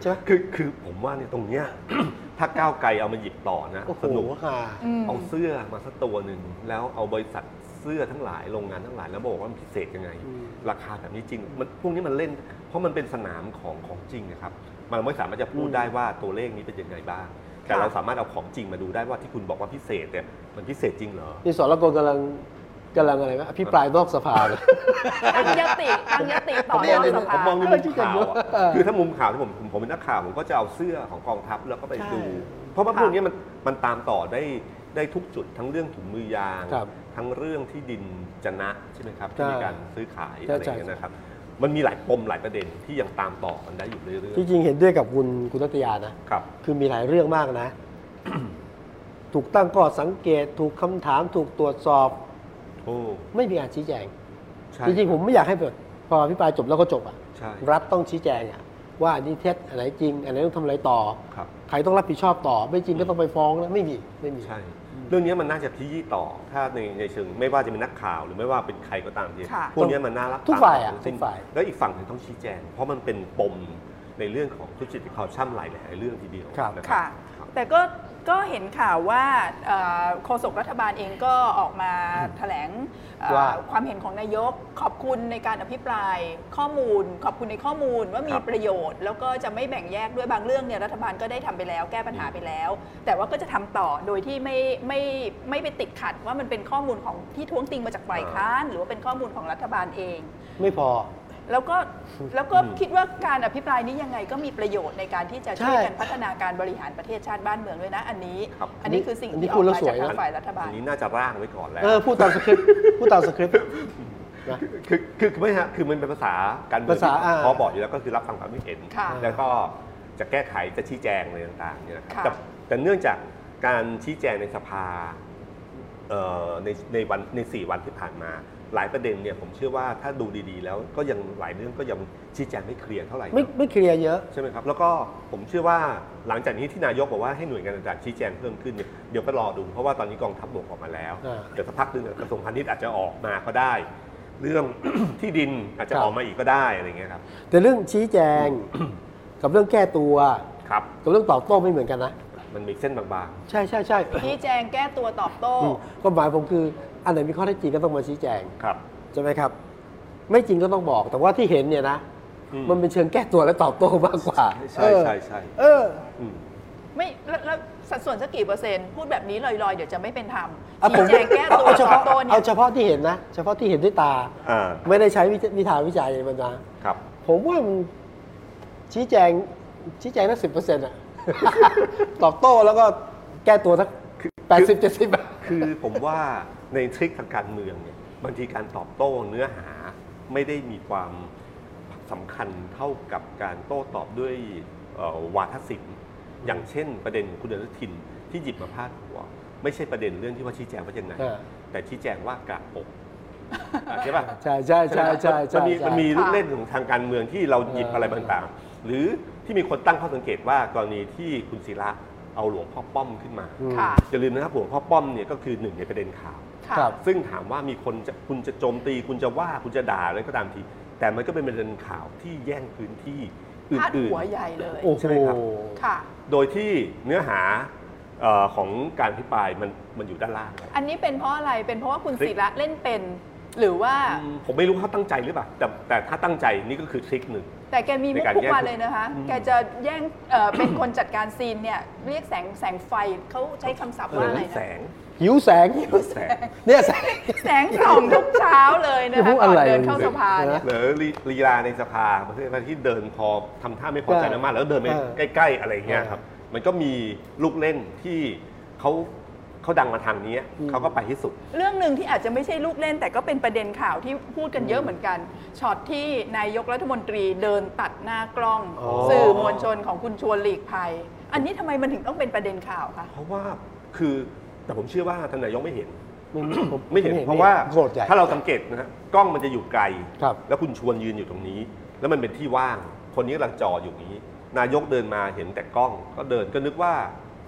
[SPEAKER 1] ใช่ไหม
[SPEAKER 4] คือคือผมว่าเนี่ยตรงเนี้ย [coughs] ถ้าก้าวไกลเอามาหยิบต่อนะ
[SPEAKER 1] โอ้โห
[SPEAKER 4] สนุก
[SPEAKER 1] ห่า
[SPEAKER 3] อืม
[SPEAKER 4] เอาเสื้อมาสักตัวหนึ่งแล้วเอาบริษัทเสื้อทั้งหลายโรงงานทั้งหลายแล้วบอกว่ามันพิเศษยังไง
[SPEAKER 1] อืม
[SPEAKER 4] ราคาแบบนี้จริงมันพวกนี้มันเล่น เพราะมันเป็นสนามของของจริงนะครับ มันไม่สามารถจะพูดได้ว่าตัวเลขนี้เป็นยังไงบ้าง แต่
[SPEAKER 3] ค่ะ
[SPEAKER 4] เราสามารถเอาของจริงมาดูได้ว่าที่คุณบอกว่าพิเศษเนี่ยมันพิเศษจริงเหรอ
[SPEAKER 1] นี่สอนรกลกำลังกำลังอะไรนะอภิปรายนอกสภาเลย
[SPEAKER 4] [laughs]
[SPEAKER 3] ตั้งยติตั้งยติต่อ
[SPEAKER 1] ผม
[SPEAKER 3] รอบ
[SPEAKER 1] เนี่ย
[SPEAKER 3] ส
[SPEAKER 4] ผม
[SPEAKER 3] ภาม
[SPEAKER 4] องในมุมข่าวอะ
[SPEAKER 1] เออ
[SPEAKER 4] คือถ้ามุมข่าวที่ผมผมผมเป็นนักข่าวผมก็จะเอาเสื้อของกองทัพแล้วก็ไป
[SPEAKER 1] ใช่
[SPEAKER 4] ดู เพราะว่าพวกนี้มันมันตามต่อได้ได้ทุกจุดทั้งเรื่องถุงมือยาง
[SPEAKER 1] ครับ
[SPEAKER 4] ทั้งเรื่องที่ดินจนะใช่ไหมครับ
[SPEAKER 1] ใช่
[SPEAKER 4] ที่มีการซื้อขาย
[SPEAKER 1] ใช่
[SPEAKER 4] อะไรอ
[SPEAKER 1] ใช่
[SPEAKER 4] ย่างเงี้ยนะครับ มันมีหลายปมหลายประเด็นที่ยังตามต่อกันได้อยู่เรื่อย
[SPEAKER 1] ที่จริงเห็นด้วยกับคุณคุณนัตยานะ
[SPEAKER 4] ๆครับ
[SPEAKER 1] คือมีหลายเรื่องมาก
[SPEAKER 4] [coughs]
[SPEAKER 1] นะ ถูกตั้งข้อสังเกตถูกคำถามถูกตรวจสอบ
[SPEAKER 4] โอ้
[SPEAKER 1] ไม่มีการชี้แจง
[SPEAKER 4] ใช่
[SPEAKER 1] จริงๆ ผมไม่อยากให้แบบพออภิปรายจบแล้วก็จบอ่ะ
[SPEAKER 4] ใช่
[SPEAKER 1] รัฐต้องชี้แจงอ่ะ ว่าอันนี้เท็จอันไหนจริง อันไหนต้องทำอะไรต่อ
[SPEAKER 4] ครับ
[SPEAKER 1] ใครต้องรับผิดชอบต่อ ไม่จริงก็ต้องไปฟ้องนะไม่มีไม่มี
[SPEAKER 4] ใช่ เรื่องนี้มันน่าจะพิยี่ต่อ ถ้าในในเชิงไม่ว่าจะเป็นนักข่าวหรือไม่ว่าเป็นใครก็ตามที
[SPEAKER 3] ค่ะ
[SPEAKER 4] พวกนี้มันน่ารัก
[SPEAKER 1] ทุกฝ่ายอะ
[SPEAKER 4] ตมมทั้ง
[SPEAKER 1] ทุกฝ่าย
[SPEAKER 4] แล้วอีกฝั่งหนึ่งต้องชี้แจง เพราะมันเป็นปมในเรื่องของทุจริตคอร์รัปชันหลายหลายๆเรื่องทีเดียวนะ
[SPEAKER 3] ค่ะ
[SPEAKER 4] ครับ
[SPEAKER 3] แต่ก็ก็เห็นข่าวว่าเอ่อโฆษกรัฐบาลเองก็ออกมาแถลงเอ่อ
[SPEAKER 1] ว่า
[SPEAKER 3] ความเห็นของนายกขอบคุณในการอภิปรายข้อมูล ขอบคุณในข้อมูลว่ามี
[SPEAKER 4] ครับ
[SPEAKER 3] ประโยชน์ แล้วก็จะไม่แบ่งแยกด้วยบางเรื่องเนี่ยรัฐบาลก็ได้ทำไปแล้วแก้ปัญหาไปแล้ว แต่ว่าก็จะทำต่อโดยที่ไม่ไม่ไม่ไปติดขัดว่ามันเป็นข้อมูลของที่ท้วงติงมาจากฝ่ายค้าน หรือว่าเป็นข้อมูลของรัฐบาลเอง
[SPEAKER 1] ไม่พอ
[SPEAKER 3] แล้วก็แล้วก็
[SPEAKER 4] อืม
[SPEAKER 3] คิดว่าการอภิปรายนี้ยังไงก็มีประโยชน์ในการที่จะช่วยกัน
[SPEAKER 1] ใช่
[SPEAKER 3] พัฒนาการบริหารประเทศชาติบ้านเมืองด้วยนะ อันนี้
[SPEAKER 4] ครับ
[SPEAKER 3] อันนี้คือสิ่ง
[SPEAKER 1] อันนี้
[SPEAKER 3] ที่อ
[SPEAKER 1] พู
[SPEAKER 3] อ
[SPEAKER 1] ด
[SPEAKER 3] ก
[SPEAKER 1] แล้วสวย
[SPEAKER 3] มาจาก
[SPEAKER 1] นะ
[SPEAKER 3] ทางฝ่ายรัฐบาล
[SPEAKER 4] อันนี้น่าจะร่างไว้ก่อนแล้ว
[SPEAKER 1] เออพูดตามสค
[SPEAKER 4] [laughs]
[SPEAKER 1] ริปต์พูดตามสคริปต์นะ
[SPEAKER 4] คือคือคือไม่ฮะคือมันเป็นภาษาการเมือง
[SPEAKER 1] ภาษาอ่า
[SPEAKER 4] พอบอกอยู่แล้วก็คือรับฟังความคิดเห็น
[SPEAKER 3] ค่ะ
[SPEAKER 4] แล้วก็จะแก้ไขจะชี้แจงอะไรต่างๆเนี่ยนะครับ
[SPEAKER 3] ค่ะ
[SPEAKER 4] แต่แต่เนื่องจากการชี้แจงในสภาเอ่อในในวันในสี่วันที่ผ่านมา หลายประเด็นเนี่ยผมเชื่อว่าถ้าดูดีๆ แล้วก็ยังหลายเรื่องก็ยังชี้แจงไม่เคลียร์เท่าไหร่
[SPEAKER 1] ไม่ไม่เคลียร์เยอะ
[SPEAKER 4] ใช่ไหมครับแล้วก็ผมเชื่อว่าหลังจากนี้ที่นายกบอกว่าให้หน่วยงานต่างๆชี้แจงเพิ่มขึ้นเนี่ยเดี๋ยวก็รอดูเพราะว่าตอนนี้กองทัพบกออกมาแล้ว
[SPEAKER 1] อ่า
[SPEAKER 4] เดี๋ยวสักพักหนึงกระทรวงพาณิชย์อาจจะออกมาก็ได้ เรื่อง [coughs] ที่ดินอาจจะ
[SPEAKER 1] ครับ
[SPEAKER 4] ออกมาอีกก็ได้อะไรอย่างเงี้ยครับ
[SPEAKER 1] แต่เรื่องชี้แจ
[SPEAKER 4] [coughs]
[SPEAKER 1] ง กับเรื่องแก้ตัว
[SPEAKER 4] ครับ
[SPEAKER 1] กับเรื่องตอบโต้ไม่เหมือนกันนะ
[SPEAKER 4] มันมีเส้นบางๆ
[SPEAKER 1] ใช่ใช่ใช่
[SPEAKER 3] ชี้แจงแก้ตัวตอบโต้
[SPEAKER 1] อืมความหมายผมคืออันไหนมีข้อเท็จจริงก็ต้องมาชี้แจง
[SPEAKER 4] ครับ
[SPEAKER 1] ใช่ไหมครับ ไม่จริงก็ต้องบอกแต่ว่าที่เห็นเนี่ยนะ
[SPEAKER 4] อืม
[SPEAKER 1] มันเป็นเชิงแก้ตัวและตอบโต้มากกว่า
[SPEAKER 4] ใช่
[SPEAKER 1] เออ
[SPEAKER 4] ใช่ใช่
[SPEAKER 1] เออ
[SPEAKER 4] อืม
[SPEAKER 3] ไม่แล้วแล้วสัดส่วนสักกี่เปอร์เซ็นต์ พูดแบบนี้ลอยๆ เดี๋ยวจะไม่เป็นธรรม
[SPEAKER 1] เอาผ
[SPEAKER 3] ชี้
[SPEAKER 1] ม
[SPEAKER 3] แจงแก้ตัว
[SPEAKER 1] เอาเฉ
[SPEAKER 3] ตอ
[SPEAKER 1] พาะ
[SPEAKER 3] บโต้เนี่
[SPEAKER 1] เอา
[SPEAKER 3] ย
[SPEAKER 1] เฉพาะที่เห็นนะ เฉพาะที่เห็นด้วยตา
[SPEAKER 4] อ่า
[SPEAKER 1] ไม่ได้ใช้วิจวิธาวิจัยมันนะ
[SPEAKER 4] ครับ
[SPEAKER 1] ผมว่ามันชี้แจงชี้แจงทั้งสิบเปอร์เซ็นต์อะ [laughs] ตอบโต้แล้วก็แก้ตัวทั้งแปดสิบเจ็ดสิบ
[SPEAKER 4] คือผมว่าในทริคทางการเมืองเนี่ยบางทีการตอบโต้เนื้อหาไม่ได้มีความสำคัญเท่ากับการโต้ตอบด้วยเอ่อวาทศิลป์ อย่างเช่น ประเด็นของคุณอนุทินที่หยิบมาพาดหัวไม่ใช่ประเด็นเรื่องที่ว่าชี้แจงว่ายังไง
[SPEAKER 1] อ่า
[SPEAKER 4] แต่ชี้แจงว่ากาก
[SPEAKER 1] [laughs]
[SPEAKER 4] อกอ่ะใช่ป่ะ
[SPEAKER 1] ใช่ใช่ใช่ใช่ใช่
[SPEAKER 4] มันมี
[SPEAKER 1] ใช่
[SPEAKER 4] มันมีลูกเล่นของทางการเมืองที่เราหยิบอะไรต่างๆ หรือที่มีคนตั้งข้อสังเกตว่ากรณีที่คุณศิระเอาหลวงพ่อป้อมขึ้นมา
[SPEAKER 1] อืม
[SPEAKER 3] ค่ะ
[SPEAKER 4] อย่าลืมนะครับหลวงพ่อป้อมเนี่ยก็คือหนึ่งในประเด็นข่าว
[SPEAKER 3] ค่ะ
[SPEAKER 1] ครับ
[SPEAKER 4] ซึ่งถามว่ามีคนจะคุณจะโจมตี คุณจะว่าคุณจะด่าอะไรก็ตามที แต่มันก็เป็นประเด็นข่าวที่แย่งพื้นที่อ
[SPEAKER 3] พาดื่
[SPEAKER 4] น
[SPEAKER 3] หัวใหญ่เลย
[SPEAKER 1] โอ้
[SPEAKER 4] ใช่ไห
[SPEAKER 1] โห
[SPEAKER 4] มครับ
[SPEAKER 3] ค่ะ
[SPEAKER 4] โดยที่เนื้อหาเอ่อของการพิปรายมันมันอยู่ด้านล่าง
[SPEAKER 3] อันนี้เป็นเพราะอะไร เป็นเพราะว่าคุณศิระเล่นเป็น หรือว่า
[SPEAKER 4] อืมผมไม่รู้เขาตั้งใจหรือเปล่าแต่แต่ถ้าตั้งใจนี่ก็คือทริคหนึ่ง
[SPEAKER 3] แต่แกมีมุก
[SPEAKER 4] ในการ
[SPEAKER 3] ทุก
[SPEAKER 4] แย่ง
[SPEAKER 3] วันเลยนะคะ
[SPEAKER 4] อืม
[SPEAKER 3] แกจะแย่งเอ่อ เป็นคนจัดการซีนเนี่ยเรียกแสงแสงไฟเขาใช้คำศัพท์ว่าอะไร
[SPEAKER 4] แส
[SPEAKER 3] นะ
[SPEAKER 4] ง
[SPEAKER 1] หิวแสง
[SPEAKER 4] หรือแสง
[SPEAKER 1] เนี่ยแสง
[SPEAKER 3] แสงส่องทุกเช้าเลยนะ
[SPEAKER 1] อย่าพู
[SPEAKER 3] คะ
[SPEAKER 1] ด
[SPEAKER 3] ก่อน
[SPEAKER 1] อะไร
[SPEAKER 3] เดินเข้า
[SPEAKER 1] เลย
[SPEAKER 3] สภาเนี่ย
[SPEAKER 1] นะ
[SPEAKER 4] หรือลีลีลาในสภาประเภทที่เดินพอทำท่าไม่พอใจ
[SPEAKER 1] เออ
[SPEAKER 4] มากๆแล้วเดินไป
[SPEAKER 1] เออ
[SPEAKER 4] ใกล้ ๆ อะไรอย่างเงี้ย
[SPEAKER 1] เออ
[SPEAKER 4] ครับ มันก็มีลูกเล่นที่เขาเขาดังมาทางนี้
[SPEAKER 1] อืม
[SPEAKER 4] เขาก็ไปที่สุด
[SPEAKER 3] เรื่องหนึ่งที่อาจจะไม่ใช่ลูกเล่น แต่ก็เป็นประเด็นข่าวที่พูดกันเยอะเหมือนกันช็อตที่นายกรัฐมนตรีเดินตัดหน้ากล้อง
[SPEAKER 1] อ๋อ
[SPEAKER 3] สื่อมวลชนของคุณชวนหลีกภัย อันนี้ทำไมมันถึงต้องเป็นประเด็นข่าวคะ
[SPEAKER 4] เพราะว่าคือแต่ผมเชื่อว่าท่านนายกไม่เห็น
[SPEAKER 1] ไม่
[SPEAKER 4] ไม่เห็นเพราะว่า
[SPEAKER 1] โคตรใหญ่
[SPEAKER 4] ถ้าเราสังเกตนะฮะกล้องมันจะอยู่ไกล
[SPEAKER 1] ครับ
[SPEAKER 4] แล้วคุณชวนยืนอยู่ตรงนี้ แล้วมันเป็นที่ว่าง คนนี้กำลังจออยู่อย่างนี้ นายกเดินมาเห็นแต่กล้อง ก็เดินก็นึกว่า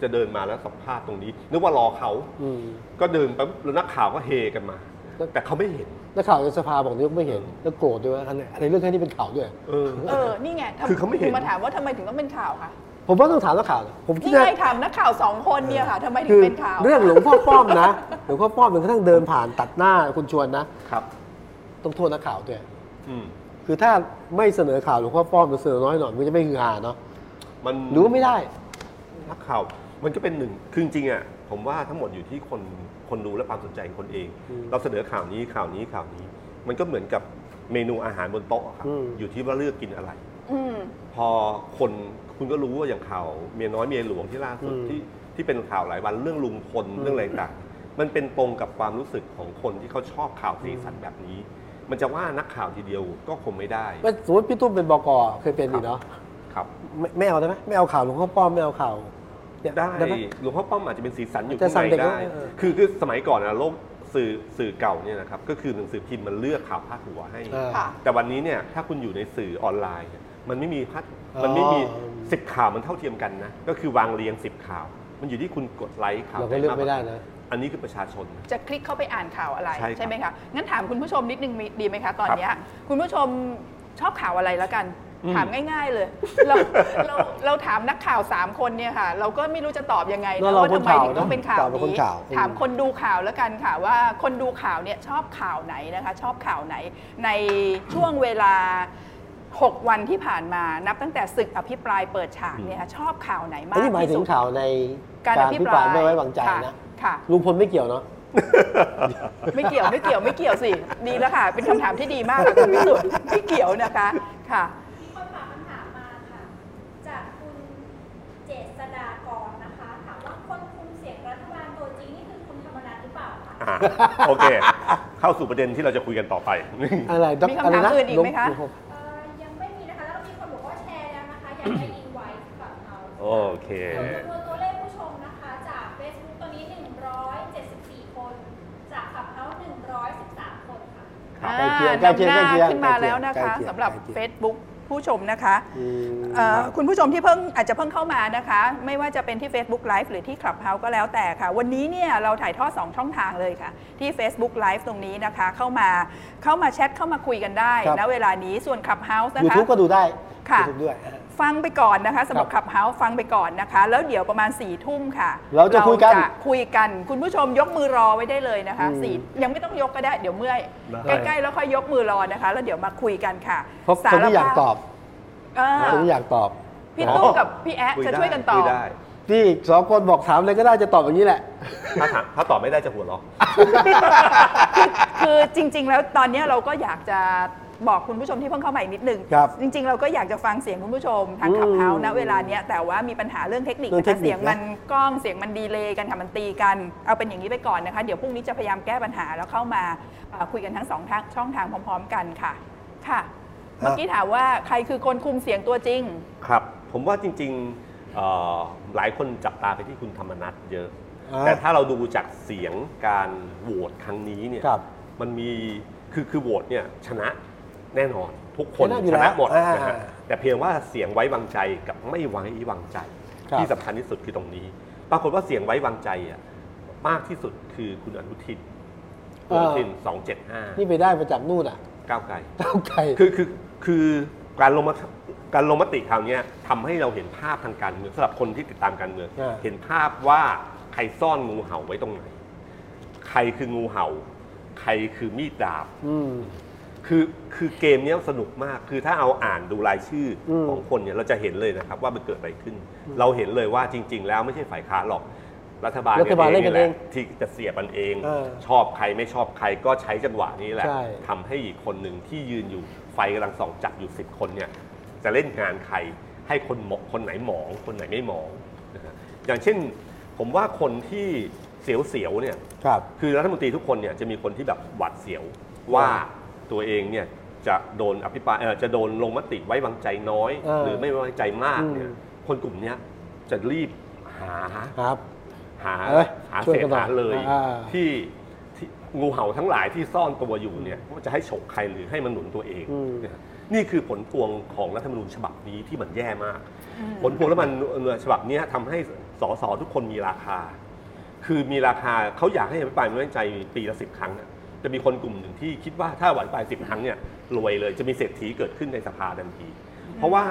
[SPEAKER 4] จะเดินมาแล้วสัมภาษณ์ตรงนี้ นึกว่ารอเขา
[SPEAKER 1] อืม
[SPEAKER 4] ก็เดินไปแล้วนักข่าวก็เฮกันมา
[SPEAKER 1] แล้ว
[SPEAKER 4] แต่เขาไม่เห็น
[SPEAKER 1] นักข่าวในสภาบอกนี่ไม่เห็นแล้วโกรธด้วยว่าอันไหนอะไรเรื่องแค่นี้เป็นข่าวด้วย
[SPEAKER 4] เออ
[SPEAKER 3] เออนี่ไงทำ
[SPEAKER 4] คือเขาไม่เห็น
[SPEAKER 3] ถึงมาถามว่าทำไมถึงต้องเป็นข่าวคะ
[SPEAKER 1] ผมว่าต้องถามนักข่าวนะผมคิด
[SPEAKER 3] นี่
[SPEAKER 1] ว่า
[SPEAKER 3] ไงถามนักข่าวสองคนเนี่ยค่ะทำไมถึ
[SPEAKER 1] คื
[SPEAKER 3] ง
[SPEAKER 1] อ
[SPEAKER 3] เป็นข่าว
[SPEAKER 1] เรื่องหลวงพ่อป้อมนะ [laughs] หลวงพ่อป้อมจนกระทั่งเดินผ่านตัดหน้าคุณชวนนะครับ ต้องโทษนักข่าวด้วย
[SPEAKER 4] อืม
[SPEAKER 1] คือถ้าไม่เสนอข่าวหลวงพ่อป้อมหรือเสนอน้อยหน่อยมันจะไม่คือหาเนาะ
[SPEAKER 4] มัน
[SPEAKER 1] หรือว่าไม่ได้
[SPEAKER 4] นักข่าว มันก็เป็นหนึ่ง คือจริงๆอ่ะ ผมว่าทั้งหมดอยู่ที่คน คนดูและความสนใจของคนเอง
[SPEAKER 1] อืม
[SPEAKER 4] เราเสนอข่าวนี้ข่าวนี้ข่าวนี้ มันก็เหมือนกับเมนูอาหารบนโต๊ะอะครับ
[SPEAKER 1] อืม
[SPEAKER 4] อยู่ที่ว่าเลือกกินอะไร
[SPEAKER 3] อืม
[SPEAKER 4] พอคนคุณก็รู้ว่าอย่างข่าวเมียน้อยเมียหลวงที่ล่าสุด
[SPEAKER 1] อืม
[SPEAKER 4] ที่ที่เป็นข่าวหลายวันเรื่องลุงพล
[SPEAKER 1] อืม
[SPEAKER 4] เรื่องอะไรต่างมันเป็นตรงกับความรู้สึกของคนที่เขาชอบข่าวสีสัน
[SPEAKER 1] อืม
[SPEAKER 4] แบบนี้ มันจะว่านักข่าวทีเดียวก็คงไม่ได้
[SPEAKER 1] ไม่สมมติพี่ตุ้มเป็นบกเคยเป็นอีกเนาะ
[SPEAKER 4] ครับ
[SPEAKER 1] ไม่ไม่เอาได้ไหมไม่เอาข่าวหลวงพ่อป้อมไม่เอาข่าวเนี่ย
[SPEAKER 4] ได้
[SPEAKER 1] หม
[SPEAKER 4] หลวงพ่อป้อมอาจจะเป็นสีสันอยู่
[SPEAKER 1] แต่
[SPEAKER 4] ข้าง
[SPEAKER 1] สั่งเด็ก
[SPEAKER 4] ในได้
[SPEAKER 1] ไว้เออ
[SPEAKER 4] คือคือสมัยก่อนนะโลกสื่อสื่อเก่าเนี่ยนะครับก็คือหนังสือพิมพ์มันเลือกข่าวพาดหัวให้
[SPEAKER 1] อ่า
[SPEAKER 3] ค่ะ
[SPEAKER 4] แต่วันนี้เนี่ยถ้าคุณอยู่ในสื่อออนไลน์เนี่ยมันไม่มีพัด
[SPEAKER 1] อ๋อ
[SPEAKER 4] มันไม่มีสิบข่าวมันเท่าเทียมกันนะ ก็คือวางเรียงสิบข่าว มันอยู่ที่คุณกดไลค์ข่าว
[SPEAKER 1] เราก็เลือก
[SPEAKER 4] ห
[SPEAKER 1] ไม่ได้นะ
[SPEAKER 4] อันนี้คือประชาชนนะ
[SPEAKER 3] จะคลิกเข้าไปอ่านข่าวอะไร
[SPEAKER 4] ใช่ครับ
[SPEAKER 3] ไหมคะ งั้นถามคุณผู้ชมนิดนึงมีดีไหมคะตอนเนี้ยคุณผู้ชมชอบข่าวอะไรแล้วกัน
[SPEAKER 4] อืม
[SPEAKER 3] ถามง่าย [laughs] ๆ เลย เราเราเราถามนักข่าว 3 คนเนี่ยค่ะ เราก็ไม่รู้จะตอบยังไง
[SPEAKER 1] แล้ว
[SPEAKER 3] นะ
[SPEAKER 1] เรา
[SPEAKER 3] ว่า
[SPEAKER 1] เป็น
[SPEAKER 3] ทำไม
[SPEAKER 1] ข่าว
[SPEAKER 3] ถึงต้องเป็นข่าว
[SPEAKER 1] เราเป็นคน
[SPEAKER 3] นี้
[SPEAKER 1] ข่าวอืม
[SPEAKER 3] ถามคนดูข่าวแล้วกันค่ะว่าคนดูข่าวเนี่ยชอบข่าวไหนนะคะ ชอบข่าวไหน ในช่วงเวลา 6 วันที่ผ่านมานับตั้งแต่ศึกอภิปรายเปิดฉากเนี่ยค่ะชอบข่าวไหนมา
[SPEAKER 1] อัน
[SPEAKER 3] ก
[SPEAKER 1] นี้หมาย
[SPEAKER 3] ที่
[SPEAKER 1] ถึ
[SPEAKER 3] สุ
[SPEAKER 1] ง
[SPEAKER 3] ด
[SPEAKER 1] ข่าวใน
[SPEAKER 3] การอภิปราย
[SPEAKER 1] ไม่ไว้วางใจ
[SPEAKER 3] ค่
[SPEAKER 1] นะ
[SPEAKER 3] ค่ะ
[SPEAKER 1] ลุงพลไม่เกี่ยวเนาะ
[SPEAKER 3] ไม่เกี่ยวไม่เกี่ยวไม่เกี่ยวสิ ดีแล้วค่ะ เป็นคำถามที่ดีมากค่ะคุณวิสุทธ์ไม่เกี่ยวนะคะค่ะ
[SPEAKER 5] มีคนฝากคำถามมาค่ะ จากคุณเจษดากรนะคะ ถามว่าคนคุมเสียงรัฐบาลตัวจริงนี่คือคุณธรรมนัฐหรือเปล่าคะ
[SPEAKER 4] อ่าโอเค เข้าสู่ประเด็นที่เราจะคุยกันต่อไป [laughs]
[SPEAKER 1] อะไรดอก
[SPEAKER 3] มีคำถาม
[SPEAKER 1] อะไรนะ
[SPEAKER 3] อื่นอีกไหมคะ
[SPEAKER 1] ลุงพล
[SPEAKER 5] เอ่อยังไม่มีนะคะ แล้วก็มีคนบอกว่าแชร์แล้วนะคะ อยากได้อินไว้กับเขา
[SPEAKER 4] โอเค
[SPEAKER 5] จำนวนตัวเลขผู้ชมนะคะ จาก Facebook ตัวนี้ 174 คน จากขับเขา113 คนค่ะ
[SPEAKER 1] ครับ
[SPEAKER 3] อ่า
[SPEAKER 1] ใกล้เคียงใกล้เคียง
[SPEAKER 3] นำห
[SPEAKER 1] ใกล้เคี
[SPEAKER 3] น้า
[SPEAKER 1] ยง
[SPEAKER 3] ขึ้นมาแล้วนะ
[SPEAKER 1] ใกล้
[SPEAKER 3] คะ
[SPEAKER 1] เคียง
[SPEAKER 3] สำหรับ
[SPEAKER 1] ใกล้เคียง
[SPEAKER 3] Facebook ผู้ชมนะคะ
[SPEAKER 1] อืม
[SPEAKER 3] เอ่อคุณผู้ชมที่เพิ่งอาจจะเพิ่งเข้ามานะคะ ไม่ว่าจะเป็นที่ Facebook Live หรือที่ Clubhouse ก็แล้วแต่ค่ะ วันนี้เนี่ยเราถ่ายทอด 2 ช่องทางเลยค่ะ ที่ Facebook Live ตรงนี้นะคะ เข้ามาเข้ามาแชทเข้ามาคุยกันได้
[SPEAKER 1] ครับ
[SPEAKER 3] ณเวลานี้ส่วน Clubhouse นะ
[SPEAKER 1] ยู
[SPEAKER 3] คะ
[SPEAKER 1] ทูบก็ดูได้
[SPEAKER 3] ค่ะ
[SPEAKER 1] ยูทูบด้วย
[SPEAKER 3] ฟังไปก่อนนะคะสำหรับ
[SPEAKER 1] ครับ
[SPEAKER 3] ขั
[SPEAKER 1] บ
[SPEAKER 3] เฮาฟังไปก่อนนะคะ แล้วเดี๋ยวประมาณ4ี่ทุ่มค่ะ
[SPEAKER 1] เราจะคุยกัน
[SPEAKER 3] เราจะคุยกัน คุณผู้ชมยกมือรอไว้ได้เลยนะคะ
[SPEAKER 1] อืม
[SPEAKER 3] สี่ยังไม่ต้องยกก็ได้เดี๋ยวเมื่อย
[SPEAKER 4] ได้
[SPEAKER 3] ใกล้ๆแล้วค่อยยกมือรอนะคะ แล้วเดี๋ยวมาคุยกันค่ะ
[SPEAKER 1] เพราะคนที่อยากตอบ
[SPEAKER 3] เออ
[SPEAKER 1] คนที่อยากตอบ
[SPEAKER 3] พี่ตุ้มกับพี่แอ๊ะจะช่วยกันตอ
[SPEAKER 4] คุ
[SPEAKER 3] บ
[SPEAKER 4] ยได้
[SPEAKER 1] ที่สองคนบอกถามอะไรก็ได้จะตอบอย่างนี้แหละ
[SPEAKER 4] ถ้าถามถ้าตอบไม่ได้จะหัวเราะ
[SPEAKER 3] คือจริง ๆ แล้วตอนเนี้ยเราก็อยากจะบอกคุณผู้ชมที่เพิ่งเข้ามาอีกนิดนึง
[SPEAKER 1] ครับ
[SPEAKER 3] จริง ๆ เราก็อยากจะฟังเสียงคุณผู้ชมทางขับเฮา
[SPEAKER 1] อืม
[SPEAKER 3] ณเวลาเนี้ยแต่ว่ามีปัญหาเรื่องเทคนิค
[SPEAKER 1] เรื่องเทค
[SPEAKER 3] นะ
[SPEAKER 1] นิคนะ
[SPEAKER 3] เสียงมัน กล้องเสียงมันดีเลย์กันค่ะมันตีกัน เอาเป็นอย่างนี้ไปก่อนนะคะ เดี๋ยวพรุ่งนี้จะพยายามแก้ปัญหาแล้วเข้ามาเอ่อคุยกันทั้งสองทางช่องทางพร้อม ๆ กันค่ะ ค่ะ เมื่อกี้ถามว่าใครคือคนคุมเสียงตัวจริง
[SPEAKER 4] ครับ ผมว่าจริงๆเอ่อหลายคนจับตาไปที่คุณธรรมนัฐเยอะ
[SPEAKER 1] อ่า
[SPEAKER 4] แต่ถ้าเราดูจากเสียงการโหวตครั้งนี้เนี่ย
[SPEAKER 1] ครับ
[SPEAKER 4] มันมีคือคือโหวตเนี่ยชนะแน่นอน ทุกคน
[SPEAKER 1] ชนะอยู่
[SPEAKER 4] ช
[SPEAKER 1] แล้ว
[SPEAKER 4] นะหมดนะฮะ
[SPEAKER 1] อ่า
[SPEAKER 4] แต่เพียงว่าเสียงไว้วางใจกับไม่ไว้วางใจ
[SPEAKER 1] ครับ
[SPEAKER 4] ที่สำคัญที่สุดคือตรงนี้ ปรากฏว่าเสียงไว้วางใจอ่ะมากที่สุดคือคุณอนุทินคุณอนุทินสองเจ็ดห้า
[SPEAKER 1] นี่ไปได้มาจากนู่นอ่ะ
[SPEAKER 4] ก้าวไกล
[SPEAKER 1] ก้าวไกล
[SPEAKER 4] คือคือคือการลงมติการลงมติคราวเนี้ยทำให้เราเห็นภาพทางการเมืองสำหรับคนที่ติดตามการเมือง
[SPEAKER 1] อ่า
[SPEAKER 4] เห็นภาพว่าใครซ่อนงูเห่าไว้ตรงไหน ใครคืองูเห่า ใครคือมีดดาบ
[SPEAKER 1] อืม
[SPEAKER 4] คือคือเกมเนี้ยสนุกมาก คือถ้าเอาอ่านดูรายชื่ออ
[SPEAKER 1] ม
[SPEAKER 4] ของคนเนี่ยเราจะเห็นเลยนะครับว่ามันเกิดอะไรขึ้น เราเห็นเลยว่าจริง ๆ แล้วไม่ใช่ฝ่ายค้านหรอก รัฐบาล
[SPEAKER 1] รัฐบาลเล่นกันเอง
[SPEAKER 4] ยแหะที่จะเสียบันเอง
[SPEAKER 1] เออ
[SPEAKER 4] ชอบใครไม่ชอบใครก็ใช้จังหวะนี้แหละ
[SPEAKER 1] ใช่
[SPEAKER 4] ทำให้อีกคนหนึ่งที่ยืนอยู่ไฟกำลังส่องจับอยู่ 10 คนเนี่ยจะเล่นงานใครให้คนเหมาะคนไหนหมองคนไหนไม่หมองนะฮะอย่างเช่น ผมว่าคนที่เสียวๆเนี่ย
[SPEAKER 1] ครับ
[SPEAKER 4] คือรัฐมนตรีทุกคนเนี่ยจะมีคนที่แบบหวาดเสียวว่าตัวเองเนี่ยจะโดนอภิปรายเอ่อจะโดนลงมติไว้วางใจน้อย
[SPEAKER 1] เออ
[SPEAKER 4] หรือไม่ไว้วางใจมากเนี่ย
[SPEAKER 1] อืม
[SPEAKER 4] คนกลุ่มเนี้ยจะรีบหา
[SPEAKER 1] ครับ
[SPEAKER 4] หา
[SPEAKER 1] เอ้ย
[SPEAKER 4] หา
[SPEAKER 1] ช่วย
[SPEAKER 4] เศษ
[SPEAKER 1] กันหน่อย
[SPEAKER 4] หาเลย
[SPEAKER 1] อ่า
[SPEAKER 4] ที่ที่งูเห่าทั้งหลายที่ซ่อนตัวอยู่เนี่ยว่าจะให้ฉกใครหรือให้มันหนุนตัวเองเนี่ยนี่คือผลพวงของรัฐธรรมนูญฉบับนี้ที่มันแย่มาก ผลพวงรัฐธรรมนูญฉบับเนี้ยทำให้สสทุกคนมีราคา คือมีราคาเขาอยากให้อภิปรายไม่ไว้วางใจปีละสิบครั้งน่ะจะมีคนกลุ่มหนึ่งที่คิดว่าถ้าอภิปรายสิบครั้งเนี่ยรวยเลยจะมีเศรษฐีเกิดขึ้นในสภาทันที เพราะว่า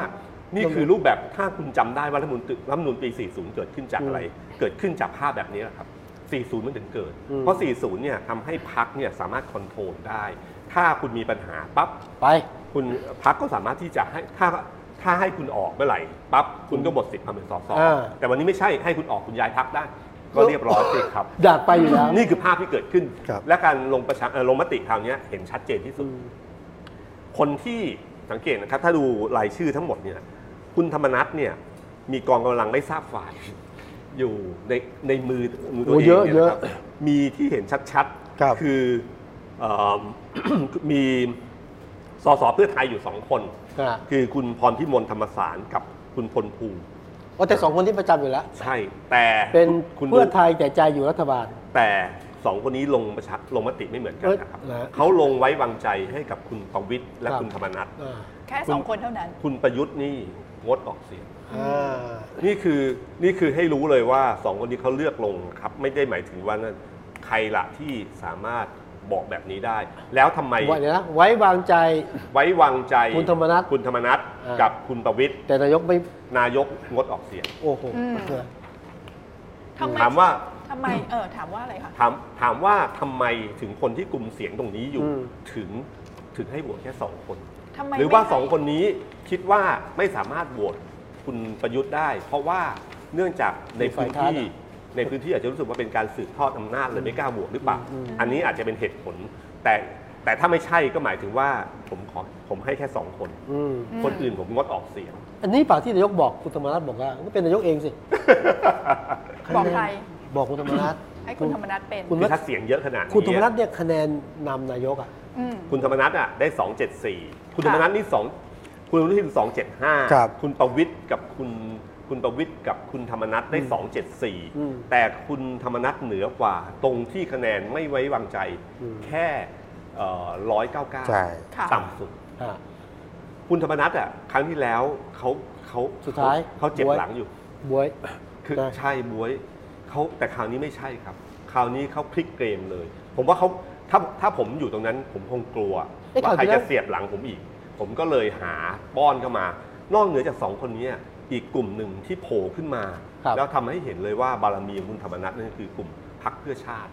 [SPEAKER 4] นี่คือรูปแบบถ้าคุณจำได้ว่ารัฐธรรมนูญรัฐธรรมนูญปี 40 เกิดขึ้นจากอะไร เกิดขึ้นจากภาพแบบนี้แหละครับ 40 มันถึงเกิด
[SPEAKER 1] อืม
[SPEAKER 4] เพราะ 40 เนี่ยทำให้พักเนี่ยสามารถคอนโทรลได้ ถ้าคุณมีปัญหาปั๊บ
[SPEAKER 1] ไป
[SPEAKER 4] คุณพักก็สามารถที่จะให้ถ้าถ้าให้คุณออกเมื่อไหร่ปั๊บคุณก็หมดสิทธิ์ความเป็นสส
[SPEAKER 1] อ่า
[SPEAKER 4] แต่วันนี้ไม่ใช่ให้คุณออกคุณย้ายพักได้ ก็เรียบร้อยสิครับ
[SPEAKER 1] อยากไปอยู่แล้ว
[SPEAKER 4] นี่คือภาพที่เกิดขึ้น
[SPEAKER 1] ครับ
[SPEAKER 4] และการลงประชาเอ่อลงมติคราวเนี้ยเห็นชัดเจนที่สุด คนที่สังเกตนะครับ ถ้าดูรายชื่อทั้งหมดเนี่ยคุณธรรมนัฐเนี่ยมีกองกำลังไม่ทราบฝ่าย อยู่ในในมือมือตัว
[SPEAKER 1] โอ้
[SPEAKER 4] เอง
[SPEAKER 1] เยอะ
[SPEAKER 4] เนี่ยนะครับ
[SPEAKER 1] เยอะ
[SPEAKER 4] มีที่เห็นชัด
[SPEAKER 1] ครับ
[SPEAKER 4] ๆคือเอ่อ [coughs] มีสสเพื่อไทยอยู่สองคน
[SPEAKER 1] อ่า
[SPEAKER 4] คือคุณพรพิมลธรรมสารกับคุณพลภูมิ
[SPEAKER 1] โอ้แต่สองคนที่ประจำอยู่แล้ว
[SPEAKER 4] ใช่ แต่
[SPEAKER 1] เป็น
[SPEAKER 4] คุณดู
[SPEAKER 1] เพื่อไทยแต่ใจอยู่รัฐบาล
[SPEAKER 4] แต่สองคนนี้ลงประชาลงมติไม่เหมือนกันนะครับ
[SPEAKER 1] เอ้ยนะ
[SPEAKER 4] เขาลงไว้วางใจให้กับคุณประวิตยและ
[SPEAKER 1] ครับ
[SPEAKER 4] คุณธรรมนัฐ
[SPEAKER 1] อ่า
[SPEAKER 3] แค่สองคนเท่านั้น
[SPEAKER 4] คุณประยุทธ์นี่งดออกเสียง
[SPEAKER 1] อ่า
[SPEAKER 4] นี่คือนี่คือให้รู้เลยว่าสองคนนี้เขาเลือกลงครับ ไม่ได้หมายถึงว่านั่นใครละที่สามารถบอกแบบนี้ได้ แล้วทำไม
[SPEAKER 1] ไว้เดี๋ยวนะไว้วางใจ
[SPEAKER 4] ไว้วางใจ
[SPEAKER 1] คุณธรรมนัส
[SPEAKER 4] คุณธรรมนัส
[SPEAKER 1] อ่ากั
[SPEAKER 4] กับคุณประวิตย
[SPEAKER 1] แต่นายกไม่
[SPEAKER 4] นายกงดออกเสียง
[SPEAKER 1] โอ้โห
[SPEAKER 3] อืม ทำไม
[SPEAKER 4] ถามว่า
[SPEAKER 3] ทำไมเออถามว่าอะไรคะ
[SPEAKER 4] ถามถามว่าทำไมถึงคนที่กลุ่มเสียงตรงนี้อยู่
[SPEAKER 1] อืม
[SPEAKER 4] ถึงถึงให้โหวตแค่สองคน
[SPEAKER 3] ทำไม
[SPEAKER 4] หรือว่า
[SPEAKER 3] ไม่ให้
[SPEAKER 4] สองคนนี้คิดว่าไม่สามารถโหวตคุณประยุทธ์ได้ เพราะว่าเนื่องจากในพื้น
[SPEAKER 1] ฝ่าย
[SPEAKER 4] ที่
[SPEAKER 1] ค้านอะ
[SPEAKER 4] ในพื้นที่อาจจะรู้สึกว่าเป็นการสืบทอดอำนาจเลยไม่กล้าโหวตหรือเปล่า
[SPEAKER 1] อืม
[SPEAKER 4] อันนี้อาจจะเป็นเหตุผล แต่แต่ถ้าไม่ใช่ก็หมายถึงว่าผมขอผมให้แค่สองคน
[SPEAKER 1] อืม
[SPEAKER 4] คนอื่นผมงดออกเสียง
[SPEAKER 1] อันนี้ป่าที่นายกบอกคุณธรรมนัฐบอกว่าก็เป็นนายกเองสิ
[SPEAKER 3] บอกใคร
[SPEAKER 1] บอกคุณธรรมนัฐ
[SPEAKER 3] ให้คุณธรรมนัฐเป็น
[SPEAKER 1] คุณ
[SPEAKER 4] คือถ้าเสียงเยอะขนาดนี้
[SPEAKER 1] คุณธรรมนัฐเนี่ยคะแนนนำนายกอ่ะ
[SPEAKER 3] อืม
[SPEAKER 4] คุณธรรมนัฐอ่ะได้ 274 คุณธรรมนัฐนี่2คุณอนุทิน275
[SPEAKER 1] ครับ
[SPEAKER 4] คุณประวิทย์กับคุณคุณประวิทย์กับคุณธรรมนัฐได้
[SPEAKER 1] อืม
[SPEAKER 4] 274 แต่คุณธรรมนัฐเหนือกว่า ตรงที่คะแนนไม่ไว้วางใจ
[SPEAKER 1] อืม
[SPEAKER 4] แค่ร้อยเก้าเก้า
[SPEAKER 1] ใช่
[SPEAKER 3] ค่ะ
[SPEAKER 4] ต่ำสุด
[SPEAKER 1] อ่า
[SPEAKER 4] คุณธรรมนัฐอ่ะครั้งที่แล้วเขาเขา
[SPEAKER 1] สุดท้าย
[SPEAKER 4] เขาเจ็บหลังอยู่
[SPEAKER 1] บวย
[SPEAKER 4] คือ
[SPEAKER 1] นะ
[SPEAKER 4] ใช่บวยเขาแต่คราวนี้ไม่ใช่ครับ คราวนี้เขาพลิกเกมเลย ผมว่าเขาถ้าถ้าผมอยู่ตรงนั้นผมคงกลัว
[SPEAKER 1] เอ๊ะ
[SPEAKER 4] ว่า
[SPEAKER 1] ค
[SPEAKER 4] ใคร
[SPEAKER 1] ราวที่แล้
[SPEAKER 4] จะ
[SPEAKER 1] ว
[SPEAKER 4] เสียบหลังผมอีก ผมก็เลยหาป้อนเข้ามา นอกเหนือจากสองคนนี้อีกกลุ่มหนึ่งที่โผล่ขึ้นมา
[SPEAKER 1] ครับ
[SPEAKER 4] แล้วทำให้เห็นเลยว่าบารมีของคุณธรรมนัฐนั่นคือกลุ่มพักเพื่อชาติ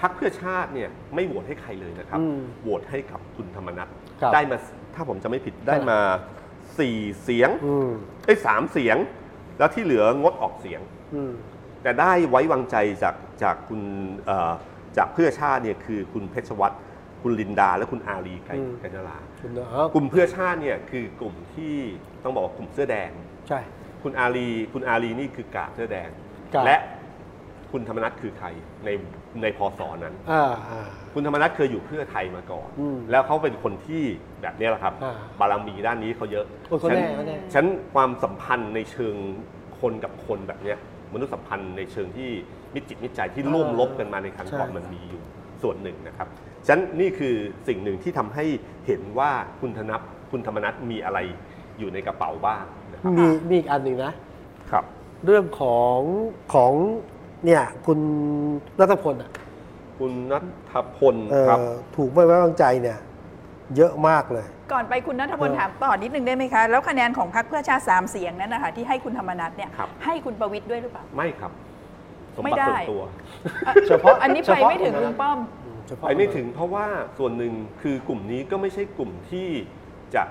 [SPEAKER 4] พักเพื่อชาติเนี่ยไม่โหวตให้ใครเลยนะครับ
[SPEAKER 1] อืม
[SPEAKER 4] โหวตให้กับคุณธรรมนัฐ
[SPEAKER 1] ครับ
[SPEAKER 4] ได้มาถ้าผมจะไม่ผิดได้มาสี่เสียง
[SPEAKER 1] อืม
[SPEAKER 4] ไอ้ยสามเสียง แล้วที่เหลืองดออกเสียง
[SPEAKER 1] อืม
[SPEAKER 4] แต่ได้ไว้วางใจจากจากคุณเอ่อจากเพื่อชาติเนี่ยคือคุณเพชรวัตรคุณลินดา และคุณอารีไกร
[SPEAKER 1] อืม
[SPEAKER 4] ไกรนลา
[SPEAKER 1] คุณเนอะอ้าว
[SPEAKER 4] กลุ่มเพื่อชาติเนี่ยคือกลุ่มที่ต้องบอกว่ากลุ่มเสื้อแดง
[SPEAKER 1] ใช่
[SPEAKER 4] คุณอารีคุณอารีนี่คือกาดเสื้อแดง
[SPEAKER 1] กาด
[SPEAKER 4] และคุณธรรมนัฐคือใครในในพศนั้น
[SPEAKER 1] อ่าอ่า
[SPEAKER 4] คุณธรรมนัฐเคยอยู่เพื่อไทยมาก่อน
[SPEAKER 1] อืม
[SPEAKER 4] แล้วเขาเป็นคนที่แบบเนี้ยแหละครับ
[SPEAKER 1] อ่า
[SPEAKER 4] บารมีด้านนี้เขาเยอะ
[SPEAKER 1] โอ้ยเขาแน่
[SPEAKER 4] ฉะ
[SPEAKER 1] เขาแน่
[SPEAKER 4] ฉะนันความสัมพันธ์ในเชิงคนกับคนแบบเนี้ยมนุษยสัมพันธ์ในเชิงที่มิตรจิตมิตรใจที่ร่วมรบกันมาในครั้งก่อนมันมีอยู่ส่วนหนึ่งนะครับ ฉะนันนี่คือสิ่งหนึ่งที่ทำให้เห็นว่าคุณธนับคุณธรรมนัฐมีอะไรอยู่ในกระเป๋าบ้างนะครับ
[SPEAKER 1] มีมีอีกอันหนึ่งนะ
[SPEAKER 4] ครับ
[SPEAKER 1] เรื่องของของเนี่ยคุณรัฐพลอ่ะ
[SPEAKER 4] คุณนัทพล
[SPEAKER 1] เอ่อ
[SPEAKER 4] ครับ
[SPEAKER 1] ถูกไม่ไว้วางใจเนี่ย เยอะมากเลย
[SPEAKER 3] ก่อนไปคุณนัทพล
[SPEAKER 1] เออ
[SPEAKER 3] ถามต่อนิดนึงได้ไหมคะ แล้วคะแนนของพรรคเพื่อชาติสามเสียงนั้นนะคะที่ให้คุณธรรมนัฐเนี่ย
[SPEAKER 4] ครับ
[SPEAKER 3] ให้คุณประวิตยด้วยหรือเปล่า
[SPEAKER 4] ไม่ครับ สม
[SPEAKER 3] ไม่
[SPEAKER 4] บัติ
[SPEAKER 3] ได้
[SPEAKER 4] ส่วนตัว
[SPEAKER 1] เฉพาะ
[SPEAKER 3] อันนี้
[SPEAKER 1] เฉ
[SPEAKER 3] ไป
[SPEAKER 1] พาะ
[SPEAKER 3] ไม่ถึง
[SPEAKER 1] คนนั้น
[SPEAKER 3] ลุงป้อม
[SPEAKER 1] อืมเฉ ฉพาะ
[SPEAKER 4] ไปไม่ถึงเพราะว่าส่วนหนึ่งคือกลุ่มนี้ก็ไม่ใช่กลุ่มที่จะ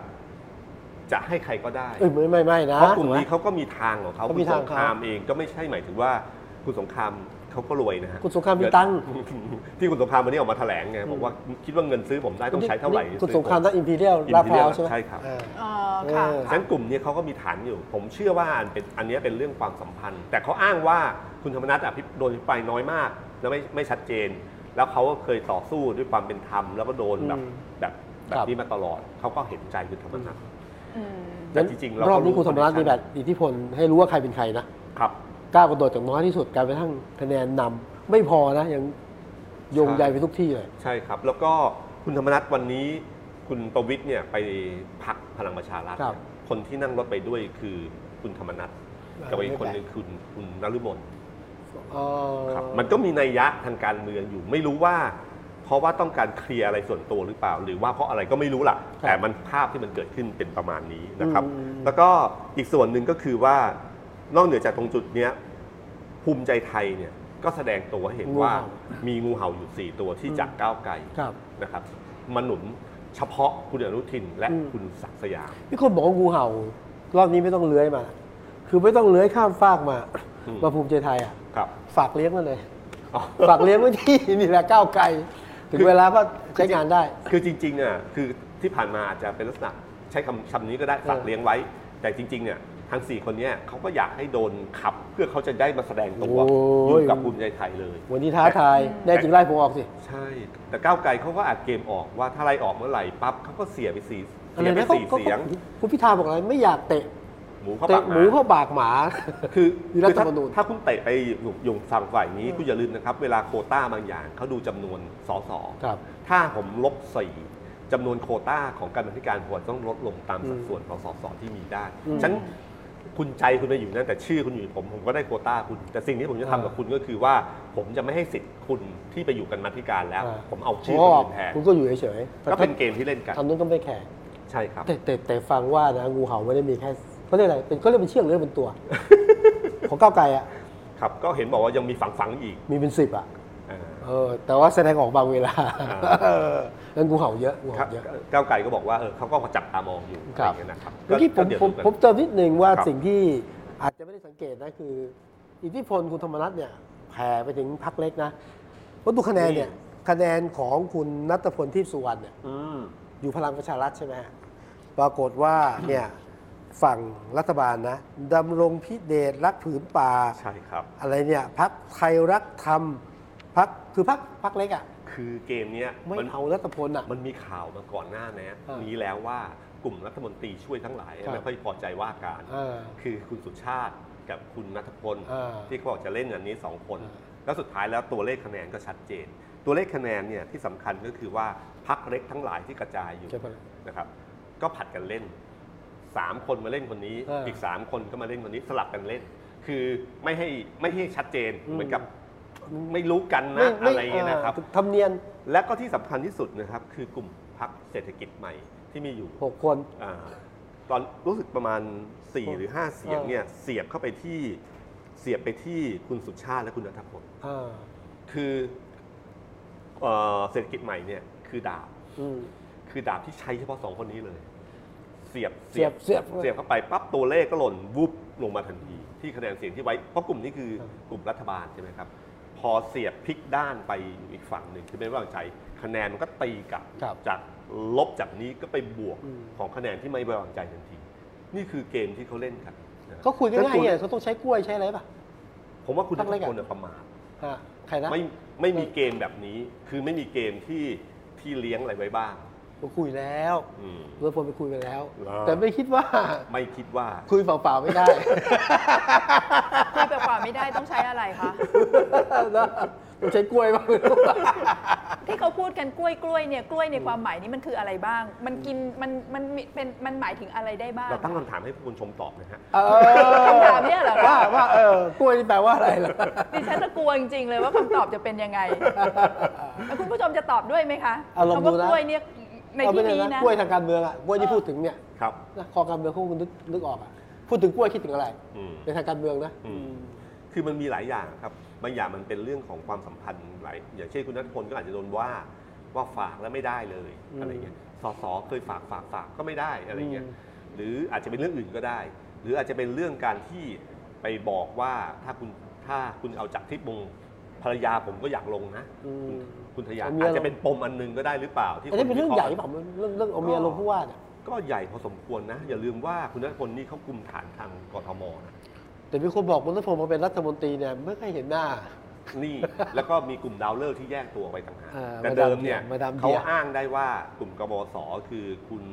[SPEAKER 4] จะให้ใครก็ได้
[SPEAKER 1] เอ้ยไม่ไม่ไม่นะ
[SPEAKER 4] เพราะกลุ่มนี้เขาก็มีทางของเขา
[SPEAKER 1] เขามี
[SPEAKER 4] คุณสงครา
[SPEAKER 1] ทาง
[SPEAKER 4] ม
[SPEAKER 1] เขา
[SPEAKER 4] เองก็ไม่ใช่หมายถึงว่าคุณสงครามเขาก็รวยนะฮะ
[SPEAKER 1] คุณสงครามมี
[SPEAKER 4] เดี๋ยว
[SPEAKER 1] ตังค์
[SPEAKER 4] [laughs] ที่คุณสงครามวันนี้ออกมาแถลงไงบอกว่าคิดว่าเงินซื้อผมได้ต้องใช้เท่าไหร่
[SPEAKER 1] คุณ
[SPEAKER 4] ซื้อ
[SPEAKER 1] สงคราม
[SPEAKER 4] ผ
[SPEAKER 1] นักอิมพีเรียล
[SPEAKER 4] Imperial
[SPEAKER 1] ลาดพร้าวใช่ไหม
[SPEAKER 4] ใช่ครับ
[SPEAKER 1] อ่า
[SPEAKER 3] อ๋อค่ะ
[SPEAKER 1] เออ
[SPEAKER 4] ฉะนั้นกลุ่มเนี้เขาก็มีฐานอยู่ ผมเชื่อว่าอันเป็นอันเนี้ยเป็นเรื่องความสัมพันธ์ แต่เขาอ้างว่าคุณธรรมนัฐอภิโดนอภิปรายน้อยมาก และไม่ไม่ชัดเจน แล้วเขาก็เคยต่อสู้ด้วยความเป็นธรรมแล้วก็โดนแบบ
[SPEAKER 1] อืม
[SPEAKER 4] แบบ
[SPEAKER 1] ค
[SPEAKER 4] แบบ
[SPEAKER 1] รับ
[SPEAKER 4] นี้มาตลอดเขาก็เห็นใจคุณธรรมนัฐ
[SPEAKER 3] อืม
[SPEAKER 4] แต่จริงๆเราก็
[SPEAKER 1] รอบนี้คุณ
[SPEAKER 4] รู้
[SPEAKER 1] ธรรมรัฐ
[SPEAKER 4] คอนเนคชั่น
[SPEAKER 1] มีแบบอิทธิพลให้รู้ว่าใครเป็นใครนะครับ ก้าวกระโดดจากน้อยที่สุดกลายไปทั้งคะแนนนำไม่พอนะยังโยง
[SPEAKER 4] ใช่
[SPEAKER 1] ใยไปทุกที่เลย
[SPEAKER 4] ใช่ครับ แล้วก็คุณธรรมนัฐวันนี้คุณประวิทย์เนี่ยไปพักพลังประชารัฐ
[SPEAKER 1] ครับ
[SPEAKER 4] คนที่นั่งรถไปด้วยคือคุณธรรมนัฐ
[SPEAKER 1] อ่า
[SPEAKER 4] กับอีกคน
[SPEAKER 1] ไม่แปลก
[SPEAKER 4] หนึงคุณคุณนฤมล
[SPEAKER 1] อ๋อ
[SPEAKER 4] ครับมันก็มีนัยยะทางการเมืองอยู่ไม่รู้ว่า เพราะว่าต้องการเคลียร์อะไรส่วนตัวหรือเปล่า หรือว่าเพราะอะไรก็ไม่รู้ล่ะ
[SPEAKER 1] ครับ
[SPEAKER 4] แต่มันภาพที่มันเกิดขึ้นเป็นประมาณนี้นะครับ
[SPEAKER 1] อืม
[SPEAKER 4] แล้วก็อีกส่วนหนึ่งก็คือว่านอกเหนือจากตรงจุดเนี้ยภูมิใจไทยเนี่ยก็แสดงตัวให้เห็นว่ามีงูเห่าอยู่สี่ตัวที่จากก้าวไกล
[SPEAKER 1] ครับ
[SPEAKER 4] นะครับมาหนุนเฉพาะคุณอนุทินและ
[SPEAKER 1] อืม
[SPEAKER 4] คุณศักดิ์สยาม
[SPEAKER 1] มีคนบอกว่างูเห่า รอบนี้ไม่ต้องเลื้อยมา คือไม่ต้องเลื้อยข้ามฟากมา
[SPEAKER 4] อืม
[SPEAKER 1] มาภูมิใจไทยอ่ะ
[SPEAKER 4] ครับ
[SPEAKER 1] ฝากเลี้ยงมาเลย ฝากเลี้ยงไว้ที่ [laughs] นี่แหละก้าวไกล ถึง
[SPEAKER 4] คือ
[SPEAKER 1] เวลาก็ใช้งานได้
[SPEAKER 4] คือจริงๆอ่ะคือที่ผ่านมาอาจจะเป็นลักษณะใช้คำคำนี้ก็ได้ฝากเลี้ยงไว้ แต่จริงๆเนี่ยทั้ง 4 คนเนี้เขาก็อยากให้โดนขับ เพื่อเขาจะได้มาแสดงตัว
[SPEAKER 1] โอ้ย
[SPEAKER 4] อยู่กับภูมิใจไทยเลย
[SPEAKER 1] วันนี้ท้าทายแน่จริงไล่ผมออกสิ
[SPEAKER 4] ใช่ แต่ก้าวไกลเขาก็อาจเกมออกว่าถ้าไล่ออกเมื่อไหร่ปั๊บเขาก็เสียไปสี่
[SPEAKER 1] อะ
[SPEAKER 4] เสี
[SPEAKER 1] ไร
[SPEAKER 4] ยไป
[SPEAKER 1] นะเขา
[SPEAKER 4] สี่
[SPEAKER 1] เขา
[SPEAKER 4] เสียง
[SPEAKER 1] คุณพิธาบอกอะไรไม่อยากเตะ
[SPEAKER 4] หมูเข้า
[SPEAKER 1] เตะ
[SPEAKER 4] ปาก
[SPEAKER 1] ห
[SPEAKER 4] มา
[SPEAKER 1] มูเข้าปากหมา
[SPEAKER 4] คือ
[SPEAKER 1] มีรัฐธรรมนูญ
[SPEAKER 4] ถ้าถ้าคุณเตะไปอยู่ฝั่งฝ่ายนี้ คุณอย่าลืมนะครับ เวลาโควต้าบางอย่างเขาดูจำนวนสส
[SPEAKER 1] ครับ
[SPEAKER 4] ถ้าผมลบสี่จำนวนโควต้าของการบริหารหัวต้องลดลงตามสัดส่วนของสสที่มีได้
[SPEAKER 1] อืม
[SPEAKER 4] ฉะนันคุณใจคุณไปอยู่นั่นแต่ชื่อคุณอยู่ผมผมก็ได้โควต้าคุณ แต่สิ่งที่ผมจะทำกับ
[SPEAKER 1] อ่า
[SPEAKER 4] คุณก็คือว่า ผมจะไม่ให้สิทธิ์คุณที่ไปอยู่กันมาธิการแล้ว ผมเอาชื่อ
[SPEAKER 1] ผ
[SPEAKER 4] คุ
[SPEAKER 1] มก็
[SPEAKER 4] ณแทน
[SPEAKER 1] คุณก็อยู่เฉยๆ
[SPEAKER 4] ก็เป็นเกมที่เล่นกัน
[SPEAKER 1] ทำนู้นก็ไม่แข่ง
[SPEAKER 4] ใช่ครับ
[SPEAKER 1] แต่แต่แต่ฟังว่านะงูเห่าไม่ได้มีแค่เขาเรียกอะไรเป็นเขาเรียกเป็นเชือกหรือเป็น
[SPEAKER 4] [laughs]
[SPEAKER 1] ตัว ของก้าวไกลอ่ะ
[SPEAKER 4] ครับก็เห็นบอกว่ายังมีฝังฝังๆอีก
[SPEAKER 1] มีเป็นสิบอ่ะ
[SPEAKER 4] อ่า
[SPEAKER 1] เออแต่ว่าแสดงออกบางเว
[SPEAKER 4] [laughs]
[SPEAKER 1] ลา
[SPEAKER 4] อ่า
[SPEAKER 1] เอองั้นงูเห่าเยอะงู
[SPEAKER 4] ครั
[SPEAKER 1] เห่า
[SPEAKER 4] บ
[SPEAKER 1] เยอะ
[SPEAKER 4] ก้าวไกลก็บอกว่าเออเขาก็จับตามองอยู่
[SPEAKER 1] ครับ
[SPEAKER 4] อย่างเงี้ยนะครับ
[SPEAKER 1] เมื่อกี้ผม
[SPEAKER 4] ก็เดี๋ยว
[SPEAKER 1] ผม
[SPEAKER 4] ดูกัน
[SPEAKER 1] ผมเติมนิดนึงว่า
[SPEAKER 4] ครับ
[SPEAKER 1] สิ่งที่อาจจะไม่ได้สังเกตนะคือ อิทธิพลคุณธรรมนัฐเนี่ยแผ่ไปถึงพรรคเล็กนะเพราะดูคะแนนเนี่ย
[SPEAKER 4] นี่
[SPEAKER 1] คะแนนของคุณนัทพลทิพย์สุวรรณเนี่ย
[SPEAKER 4] อืม
[SPEAKER 1] อยู่พลังประชารัฐใช่ไหมฮะ ปรากฏว่าเนี่ยฝั่งรัฐบาลนะดำรงพิเดชรักผืนป่า
[SPEAKER 4] ใช่ครับ
[SPEAKER 1] อะไรเนี่ยพักไทยรักธรรมพักคือพักพักเล็กอะ่ะ
[SPEAKER 4] คือเกมเนี้ย
[SPEAKER 1] ไม่
[SPEAKER 4] มัน
[SPEAKER 1] เอารัฐพลอ่ะ
[SPEAKER 4] มันมีข่าวมาก่อนหน้านะ
[SPEAKER 1] อ่านี้
[SPEAKER 4] นี้แล้วว่ากลุ่มรัฐมนตรีช่วยทั้งหลาย
[SPEAKER 1] ครับ
[SPEAKER 4] ไม่ค่อยพอใจว่าการ
[SPEAKER 1] อ่า
[SPEAKER 4] คือคุณสุชาติกับคุณนัทพล
[SPEAKER 1] อ่า
[SPEAKER 4] ที่เขาบอกจะเล่นอันนี้ 2 คน
[SPEAKER 1] อ่า
[SPEAKER 4] แล้วสุดท้ายแล้วตัวเลขคะแนนก็ชัดเจน ตัวเลขคะแนนเนี่ยที่สำคัญก็คือว่าพักเล็กทั้งหลายที่กระจายอยู่
[SPEAKER 1] เก็บไปเลย
[SPEAKER 4] นะครับ ก็ผัดกันเล่น 3 คนมาเล่นคนนี้
[SPEAKER 1] อ่า
[SPEAKER 4] อีก 3 คนก็มาเล่นคนนี้สลับกันเล่น คือไม่ให้ไม่ให้ชัดเจน
[SPEAKER 1] อืม
[SPEAKER 4] เหมือนกับไม่รู้กันนะอะไรอย่างเงี้ยนะครับ
[SPEAKER 1] ทำเนียน
[SPEAKER 4] และก็ที่สำคัญที่สุดนะครับ คือกลุ่มพักเศรษฐกิจใหม่ที่มีอยู่
[SPEAKER 1] 6 คน
[SPEAKER 4] อาตอนรู้สึกประมาณ 4 หรือ 5 เสียง
[SPEAKER 1] อ่า
[SPEAKER 4] เนี่ยเสียบเข้าไปที่เสียบไปที่คุณสุชาติและคุณนัทพล
[SPEAKER 1] อ่า
[SPEAKER 4] คือเอ่อเศรษฐกิจใหม่เนี่ยคือดาบ
[SPEAKER 1] อืม
[SPEAKER 4] คือดาบที่ใช้เฉพาะสองคนนี้เลย เสียบ
[SPEAKER 1] เสียบเสียบ
[SPEAKER 4] เสียบเข้าไปปั๊บตัวเลขก็หล่นวุบลงมาทันทีที่คะแนนเสียงที่ไว้เพราะกลุ่มนี้คือ
[SPEAKER 1] ครับ
[SPEAKER 4] กลุ่มรัฐบาลใช่ไหมครับ พอเสียบพลิกด้านไปอยู่อีกฝั่งหนึ่งคือไม่ไว้วางใจ คะแนนมันก็ตีกลับ
[SPEAKER 1] ครับ
[SPEAKER 4] จากลบจากนี้ก็ไปบวก
[SPEAKER 1] อืม
[SPEAKER 4] ของคะแนนที่ไม่ไว้วางใจทันที นี่คือเกมที่เขาเล่นกันนะครับ
[SPEAKER 1] เขาคุยกันง่ายเนี่ยเขาต้องใช้กล้วยใช้อะไรป่ะ
[SPEAKER 4] ผมว่าคุณ
[SPEAKER 1] พั
[SPEAKER 4] ทุ
[SPEAKER 1] กเล็ก
[SPEAKER 4] ก
[SPEAKER 1] อะ
[SPEAKER 4] คนน่ะประมาท
[SPEAKER 1] ฮะใครนะ
[SPEAKER 4] ไม่ไม่มีเกมแบบนี้ คือไม่มีเกมที่ที่เลี้ยงอะไรไว้บ้าง
[SPEAKER 1] ผมคุยแล้ว
[SPEAKER 4] อืม
[SPEAKER 1] รัฐพลไปคุยไปแล้ว
[SPEAKER 4] เหรอ
[SPEAKER 1] แต่ไม่คิดว่า
[SPEAKER 4] ไม่คิดว่า
[SPEAKER 1] คุยเปล่าๆไม่ได้
[SPEAKER 3] คุยเปล่าๆไม่ได้ต้องใช้อะไรคะ
[SPEAKER 1] [laughs] นะผมใช้กล้วยบ้าง [laughs] ไม่รู้อะ
[SPEAKER 3] ที่เขาพูดกันกล้วยกล้วยเนี่ยกล้วยในความหมายนี้มันคืออะไรบ้าง มันกินมันมันมีเป็นมันหมายถึงอะไรได้บ้าง
[SPEAKER 4] เราตั้งคำถามให้ผู้คุณชมตอบนะฮะ
[SPEAKER 1] เอ
[SPEAKER 3] คำถามเนี่ยเหรอ
[SPEAKER 1] อว่า
[SPEAKER 3] คะ
[SPEAKER 1] ว่าเออกล้วยนี่แปลว่าอะไรล่ะ
[SPEAKER 3] ดิฉันจะกลัวจริงๆเลยว่าคำตอบจะเป็นยังไงแล้วคุณผู้ชมจะตอบด้วยไหมคะ
[SPEAKER 1] เอาลองดูนะ
[SPEAKER 3] คำว่ากล้วยเนี่ย [laughs] ใน
[SPEAKER 1] เอา
[SPEAKER 3] ที่
[SPEAKER 1] ไเลย
[SPEAKER 3] นี้นะ
[SPEAKER 1] กล้วยทางการเมืองอ่ะกล้วยที่พูดถึงเนี่ย
[SPEAKER 4] ครับ
[SPEAKER 1] นะคอการเมืองเขาคุณนึกนึกออกอ่ะพูดถึงกล้วยคิดถึงอะไร
[SPEAKER 4] อืม
[SPEAKER 1] ในทางการเมืองนะ
[SPEAKER 4] อืมคือมันมีหลายอย่างครับ บางอย่างมันเป็นเรื่องของความสัมพันธ์หลาย อย่างเช่นคุณนัทพลก็อาจจะโดนว่า ว่าฝากแล้วไม่ได้เลย
[SPEAKER 1] อืม
[SPEAKER 4] อะไรเงี้ยสสเคยฝากฝากฝากก็ไม่ได้อะไรเงี้ย
[SPEAKER 1] อืม
[SPEAKER 4] หรืออาจจะเป็นเรื่องอื่นก็ได้ หรืออาจจะเป็นเรื่องการที่ไปบอกว่าถ้าคุณถ้าคุณเอาจากทิพย์วงศ์ภรรยาผมก็อยากลงนะ
[SPEAKER 1] อืม
[SPEAKER 4] คุณทะยาน
[SPEAKER 1] เอาเมีย
[SPEAKER 4] อาจจะ
[SPEAKER 1] ลง
[SPEAKER 4] เป็นปมอันหนึงก็ได้หรือเปล่า ที่
[SPEAKER 1] อันนี้เป็นเรื่อง
[SPEAKER 4] คาะห์
[SPEAKER 1] ใหญ่เปล่ามันเรื่องเรื่องเอาเมียลงผู้ว่าเนี่ย
[SPEAKER 4] ก็ใหญ่พอสมควรนะ อย่าลืมว่าคุณนัทพลนี่เขากลุ่มฐานทางกทมนะ
[SPEAKER 1] แต่มีคนบอกคุณรัฐพงศ์มาเป็นรัฐมนตรีเนี่ยไม่เคยเห็นหน้า
[SPEAKER 4] นี่ [laughs] แล้วก็มีกลุ่มดาวเลิกษ์ที่แยกตัวไปต่างหาก
[SPEAKER 1] อ่า
[SPEAKER 4] แต่
[SPEAKER 1] มาดาม
[SPEAKER 4] เดิมเนี่ย
[SPEAKER 1] เดียมาดามเดีย
[SPEAKER 4] เขาอ้างได้ว่ากลุ่มกบสคือคุณ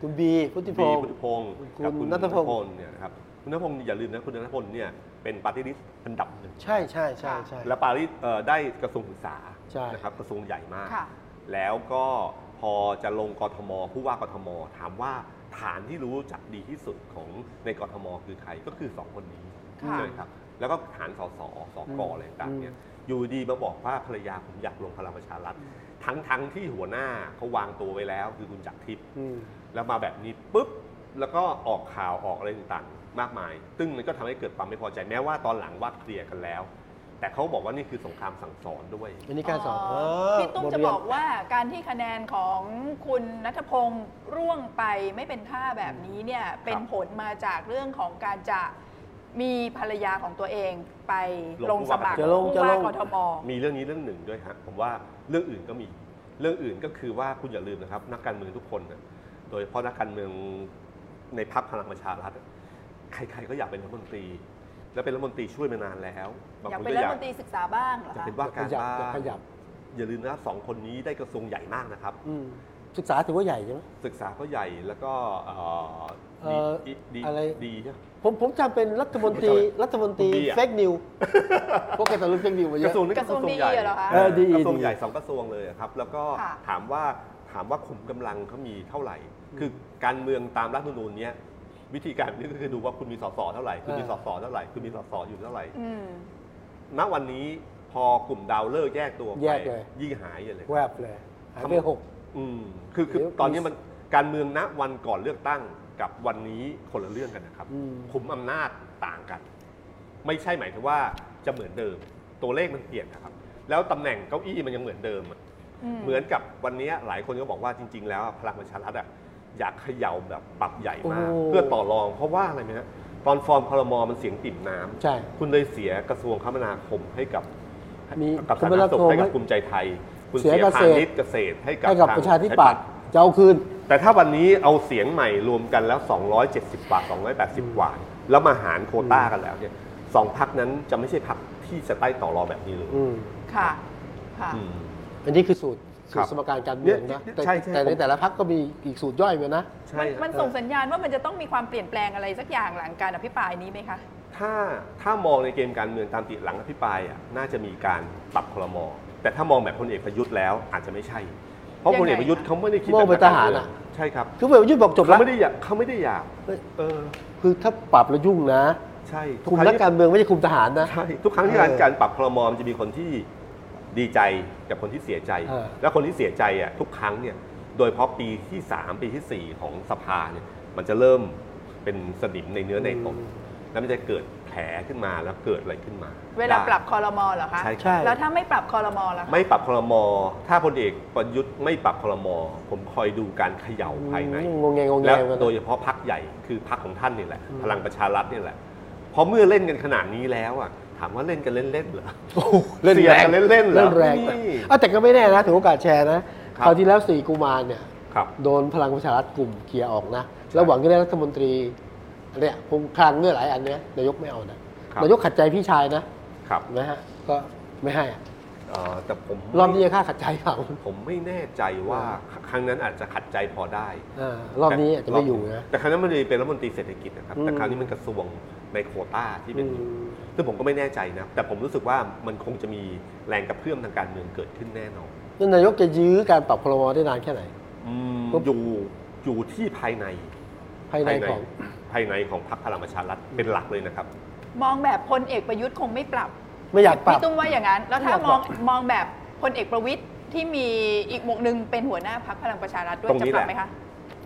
[SPEAKER 1] คุณบีพุทธิพ
[SPEAKER 4] บี
[SPEAKER 1] งศ์
[SPEAKER 4] พุทธิพงศ์
[SPEAKER 1] คุณ
[SPEAKER 4] กับ
[SPEAKER 1] ณัฐพงศ์
[SPEAKER 4] ณเนี่ยนะครับคุณนัทพงศ์อย่าลืมนะคุณนัทพลเนี่ยเป็นปาร์ตี้ลิสต์อันดับหนึ่ง
[SPEAKER 1] ใช่ใช่ใช่ใช่
[SPEAKER 4] และปาร์ตี้เอ่อได้กระทรวงศึกษา
[SPEAKER 1] ใช่
[SPEAKER 4] นะครับกระทรวงใหญ่มาก
[SPEAKER 3] ค่ะ
[SPEAKER 4] แล้วก็พอจะลงกทมผู้ว่ากทม ถามว่าฐานที่รู้จักดีที่สุดของในกทม คือใครก็คือ 2 คนนี้
[SPEAKER 3] ค่ะ
[SPEAKER 4] ใช่ไหมครับ แล้วก็ฐานสสสกอะไรต่างๆเนี่ยอยู่ดีมาบอกว่าภรรยาผมอยากลงพลังประชารัฐทั้งทั้งๆที่หัวหน้าเขาวางตัวไว้แล้ว คือคุณจักรทิพย์
[SPEAKER 1] อืม
[SPEAKER 4] แล้วมาแบบนี้ปุ๊บ แล้วก็ออกข่าวออกอะไรต่างๆ มากมาย ซึ่งมันก็ทำให้เกิดความไม่พอใจแม้ว่าตอนหลังว่าเคลียร์กันแล้ว แต่เขาบอกว่านี่คือสงครามสั่งสอนด้วย
[SPEAKER 1] อันนี้การสอน
[SPEAKER 3] อ๋อพี่ตุ้มจะบอกว่าการที่คะแนนของคุณนัทพงศ์ร่วงไปไม่เป็นท่าแบบนี้เนี่ยเป็นผลมาจากเรื่องของการจะมีภรรยาของตัวเองไปลงสมัคร
[SPEAKER 1] จะลง
[SPEAKER 3] ผู้
[SPEAKER 1] จะล
[SPEAKER 3] ว่าง กทม
[SPEAKER 4] มีเรื่องนี้เรื่องหนึ่งด้วยฮะผมว่าเรื่องอื่นก็มีเรื่องอื่นก็คือว่าคุณอย่าลืมนะครับ นักการเมืองทุกคนน่ะโดยเฉพาะนักการเมืองในพรรคพลังประชารัฐอะใครๆก็อยากเป็นรัฐมนตรี แล้วเป็นรัฐมนตรีช่วยมานานแล้วบาง
[SPEAKER 3] อยาก
[SPEAKER 4] คน
[SPEAKER 3] เป็น
[SPEAKER 4] ก็อ
[SPEAKER 3] รัฐ
[SPEAKER 4] ยาก
[SPEAKER 3] มนตรีศึกษาบ้างเหรอ
[SPEAKER 4] อยาก
[SPEAKER 3] คะ
[SPEAKER 4] เป็นว่าการ
[SPEAKER 1] ขยับอยา
[SPEAKER 4] บ้า
[SPEAKER 1] ก
[SPEAKER 4] ง
[SPEAKER 1] ขยับ
[SPEAKER 4] อย่าลืมนะสองคนนี้ได้กระทรวงใหญ่มากนะครับ
[SPEAKER 1] อืมศึกษาถือว่าใหญ่ใช่ไหม
[SPEAKER 4] ศึกษาก็ใหญ่แล้วก็เอ่อ
[SPEAKER 1] เอ่อ
[SPEAKER 4] ดีดี
[SPEAKER 1] อะไร
[SPEAKER 4] ดีใช่ไหม
[SPEAKER 1] ผมผมจำเป็นรัฐมนตรีรัฐมนตรี
[SPEAKER 4] คุณบีอะ
[SPEAKER 1] เฟกนิวพวกแกตะลุนเฟกนิวมาเย
[SPEAKER 4] ก
[SPEAKER 1] อะ
[SPEAKER 4] ระทรวงนี้
[SPEAKER 3] กระทรวงดี
[SPEAKER 4] ใหญ่
[SPEAKER 3] เหรอคะ
[SPEAKER 1] เออดี
[SPEAKER 4] กระทรวง
[SPEAKER 1] ดี
[SPEAKER 4] ใหญ่สองกระทรวงเลยอะครับ แล้วก็
[SPEAKER 3] ค่ะ
[SPEAKER 4] ถามว่าถามว่าขุมกำลังเขามีเท่าไหร่ คือการเมืองตามรัฐธรรมนูญเนี้ยวิธีการนี่ก็คือดูว่าคุณมีสสเท่าไหร่คุณมีสสเท่าไหร่คุณมีสสอยู่เท่าไหร่
[SPEAKER 3] อืม
[SPEAKER 4] ณวันนี้พอกลุ่มดาวเลิกษ์แยกตัว
[SPEAKER 1] แย
[SPEAKER 4] ไป
[SPEAKER 1] กเลย
[SPEAKER 4] ยิ่งหายใหญ่เลย
[SPEAKER 1] แวบเลยหายไป
[SPEAKER 4] ทำ
[SPEAKER 1] หก
[SPEAKER 4] อืมคือคือ
[SPEAKER 1] เดี๋ยว
[SPEAKER 4] ตอนนี้มันการเมืองณวันก่อนเลือกตั้งกับวันนี้คนละเรื่องกันนะครับ
[SPEAKER 1] อืม
[SPEAKER 4] ขุมอำนาจต่างกัน ไม่ใช่หมายถึงว่าจะเหมือนเดิม ตัวเลขมันเปลี่ยนนะครับ แล้วตำแหน่งเก้าอี้มันยังเหมือนเดิมอะ
[SPEAKER 3] อืม
[SPEAKER 4] เหมือนกับวันนี้หลายคนก็บอกว่าจริง ๆ แล้วอะพลังประชารัฐอะอยากเขย่าแบบปรับใหญ่มาก
[SPEAKER 1] โอ้
[SPEAKER 4] เพื่อต่อรอง เพราะว่าอะไรไหมฮะตอนฟอร์มคอรมอมันเสียงติ่มน้ำ
[SPEAKER 1] ใช่
[SPEAKER 4] คุณเลยเสียกระทรวงคมนาคมให้กับ
[SPEAKER 1] มี
[SPEAKER 4] กับสาธารณสุขให้กั
[SPEAKER 1] ค
[SPEAKER 4] บ
[SPEAKER 1] มนาคม
[SPEAKER 4] ภูมิใจไทย คุณ
[SPEAKER 1] เสี
[SPEAKER 4] เสี
[SPEAKER 1] ย
[SPEAKER 4] ย
[SPEAKER 1] เก
[SPEAKER 4] พา
[SPEAKER 1] ษตร
[SPEAKER 4] ณิชย์เกษตรให้กับ
[SPEAKER 1] ให้กับ
[SPEAKER 4] ทง
[SPEAKER 1] ประชาธิ
[SPEAKER 4] ใช้
[SPEAKER 1] ปัตย์จะเอาคืน
[SPEAKER 4] แต่ถ้าวันนี้เอาเสียงใหม่รวมกันแล้ว 270 กว่า 280 กว่า แล้วมาหารโควต้ากันแล้วเนี่ยสองพักนั้นจะไม่ใช่พักที่จะใต้ต่อรอแบบนี้เลย
[SPEAKER 1] อืม
[SPEAKER 3] ค่ะค่ะ
[SPEAKER 4] อืม
[SPEAKER 1] อันนี้คือสูตรสู
[SPEAKER 4] ค
[SPEAKER 1] ต
[SPEAKER 4] รั
[SPEAKER 1] ร
[SPEAKER 4] บ
[SPEAKER 1] สมการการเมืองนะ
[SPEAKER 4] เนี่ย
[SPEAKER 1] แต่
[SPEAKER 4] ใช่ใช่
[SPEAKER 1] แต่ใน
[SPEAKER 4] ผม
[SPEAKER 1] แต่ละพักก็มีอีกสูตรย่อยมานะ
[SPEAKER 4] ใช่
[SPEAKER 3] มันส่งสัญญาณว่ามันจะต้องมีความเปลี่ยนแปลงอะไรสักอย่างหลังการอภิปรายนี้ไหมคะ
[SPEAKER 4] ถ้าถ้ามองในเกมการเมืองตามติดหลังอภิปรายอ่ะน่าจะมีการปรับคลมอแต่ถ้ามองแบบพลเอกประยุทธ์แล้วอาจจะไม่ใช่ เพราะพลเอกประยุทธ์เขาไม่ได้คิด
[SPEAKER 1] มองเป็น
[SPEAKER 4] แบบ
[SPEAKER 1] ทหาร
[SPEAKER 4] เมื
[SPEAKER 1] อะ
[SPEAKER 4] ใช่ครับ
[SPEAKER 1] คือเวลยุทธบอกจบแล้
[SPEAKER 4] เขา
[SPEAKER 1] ว
[SPEAKER 4] ไม่ได้อยากเขาไม่ได้อยาก
[SPEAKER 1] เฮ้ย
[SPEAKER 4] เออ
[SPEAKER 1] คือถ้าปรับแล้วยุ่งนะ
[SPEAKER 4] ใช่ทุ
[SPEAKER 1] คุม
[SPEAKER 4] ครั้ง
[SPEAKER 1] นัก
[SPEAKER 4] ที่
[SPEAKER 1] การเมืองไม่ใช่คุมทหารนะ
[SPEAKER 4] ใช่ทุกครั้งที่การ
[SPEAKER 1] เออ
[SPEAKER 4] การปรับครมมันจะมีคนที่ดีใจกับคนที่เสียใจ
[SPEAKER 1] เออ
[SPEAKER 4] และคนที่เสียใจอ่ะทุกครั้งเนี่ยโดยเฉพราะปีที่ 3 ปีทีสี่4 ของสภาเนี่ยมันจะเริ่มเป็นสนิมในเนื้อในตนแล้วมันจะเกิดแผลขึ้นมาแล้วเกิดอะไรขึ้นมา
[SPEAKER 3] เวลา
[SPEAKER 4] ได้
[SPEAKER 3] ปรับคอรมอเหรอคะ
[SPEAKER 4] ใช่ค
[SPEAKER 1] ใช่
[SPEAKER 4] รับ
[SPEAKER 3] แล้วถ้าไม่ปรับคอรมอล่ะคะ
[SPEAKER 4] ไม่ปรับครมถ้าพลเอกประยุทธ์ไม่ปรับครมผมคอยดูการเขย่าภายใน
[SPEAKER 1] งงแงงงแง
[SPEAKER 4] แล้ว
[SPEAKER 1] กันนะ
[SPEAKER 4] โดยเฉพาะพักใหญ่คือพักของท่านนี่แหละ
[SPEAKER 1] อืม
[SPEAKER 4] พลังประชารัฐนี่แหละเพอเมื่อเล่นกันขนาดนี้แล้วอ่ะถามว่าเล่นกันเล่นๆเหรอ
[SPEAKER 1] โอ้โหเล่น
[SPEAKER 4] เสีย
[SPEAKER 1] แรง
[SPEAKER 4] กันเล่นๆเหรอ
[SPEAKER 1] เล่นแรง
[SPEAKER 4] นี่
[SPEAKER 1] อ่ะแต่ก็ไม่แน่นะถือโอกาสแชร์นะครับ คราวที่แล้วสี่กุมารเนี่ย
[SPEAKER 4] ครับ
[SPEAKER 1] โดนพลังประชารัฐกลุ่มเคลียร์ออกนะ แล้วหวังจะได้รัฐมนตรีเนี่ยคงคลังเงื่อหลายอันเนี้ยนายกไม่เอานะครับ นายกขัดใจพี่ชายนะครับ นะฮะก็ไม่ให้อะ
[SPEAKER 4] เอ่อแต่ผม
[SPEAKER 1] รอบนี้จะฆ่าขัดใจเขา
[SPEAKER 4] ผมไม่แน่ใจว่าครั้งนั้นอาจจะขัดใจพอได้
[SPEAKER 1] อ่ารอบนี้อาจจะ
[SPEAKER 4] ร
[SPEAKER 1] ไม่อยู่นะ
[SPEAKER 4] แต่ครั้งนั้นมันเลยเป็นรัฐมนตรีเศรษฐกิจนะครับ
[SPEAKER 1] อืม
[SPEAKER 4] แต่ครั้งนี้มันกระทรวงในโควต้าที่
[SPEAKER 1] อื
[SPEAKER 4] เป็น
[SPEAKER 1] ม
[SPEAKER 4] ซึ่งผมก็ไม่แน่ใจนะ แต่ผมรู้สึกว่ามันคงจะมีแรงกระเพื่อมทางการเมืองเกิดขึ้นแน่นอน
[SPEAKER 1] นั่นนายกจะยื้อการปรับพลวได้นานแค่ไหน
[SPEAKER 4] อืม
[SPEAKER 1] ปุ๊บ
[SPEAKER 4] อยู่อยู่ที่ภายใน
[SPEAKER 1] ภายในของ
[SPEAKER 4] ภายในของพรรคพลังประชารัฐเป็นหลักเลยนะครับ
[SPEAKER 3] มองแบบพลเอกประยุทธ์คงไม่ปรับ
[SPEAKER 1] ไม่อยากปรับ
[SPEAKER 3] พี่ตุ้มว่าอย่างนั้น แล้วถ้า
[SPEAKER 1] ไม่อยากป
[SPEAKER 3] ม
[SPEAKER 1] รั
[SPEAKER 3] อง
[SPEAKER 1] บ
[SPEAKER 3] มองแบบพลเอกประวิทย์ที่มีอีกหมวกหนึ่งเป็นหัวหน้าพักพลังประชารัฐด้วย
[SPEAKER 4] ตรง
[SPEAKER 3] จะ
[SPEAKER 4] นี้
[SPEAKER 3] ปรั
[SPEAKER 4] แหละ
[SPEAKER 3] บไหมคะ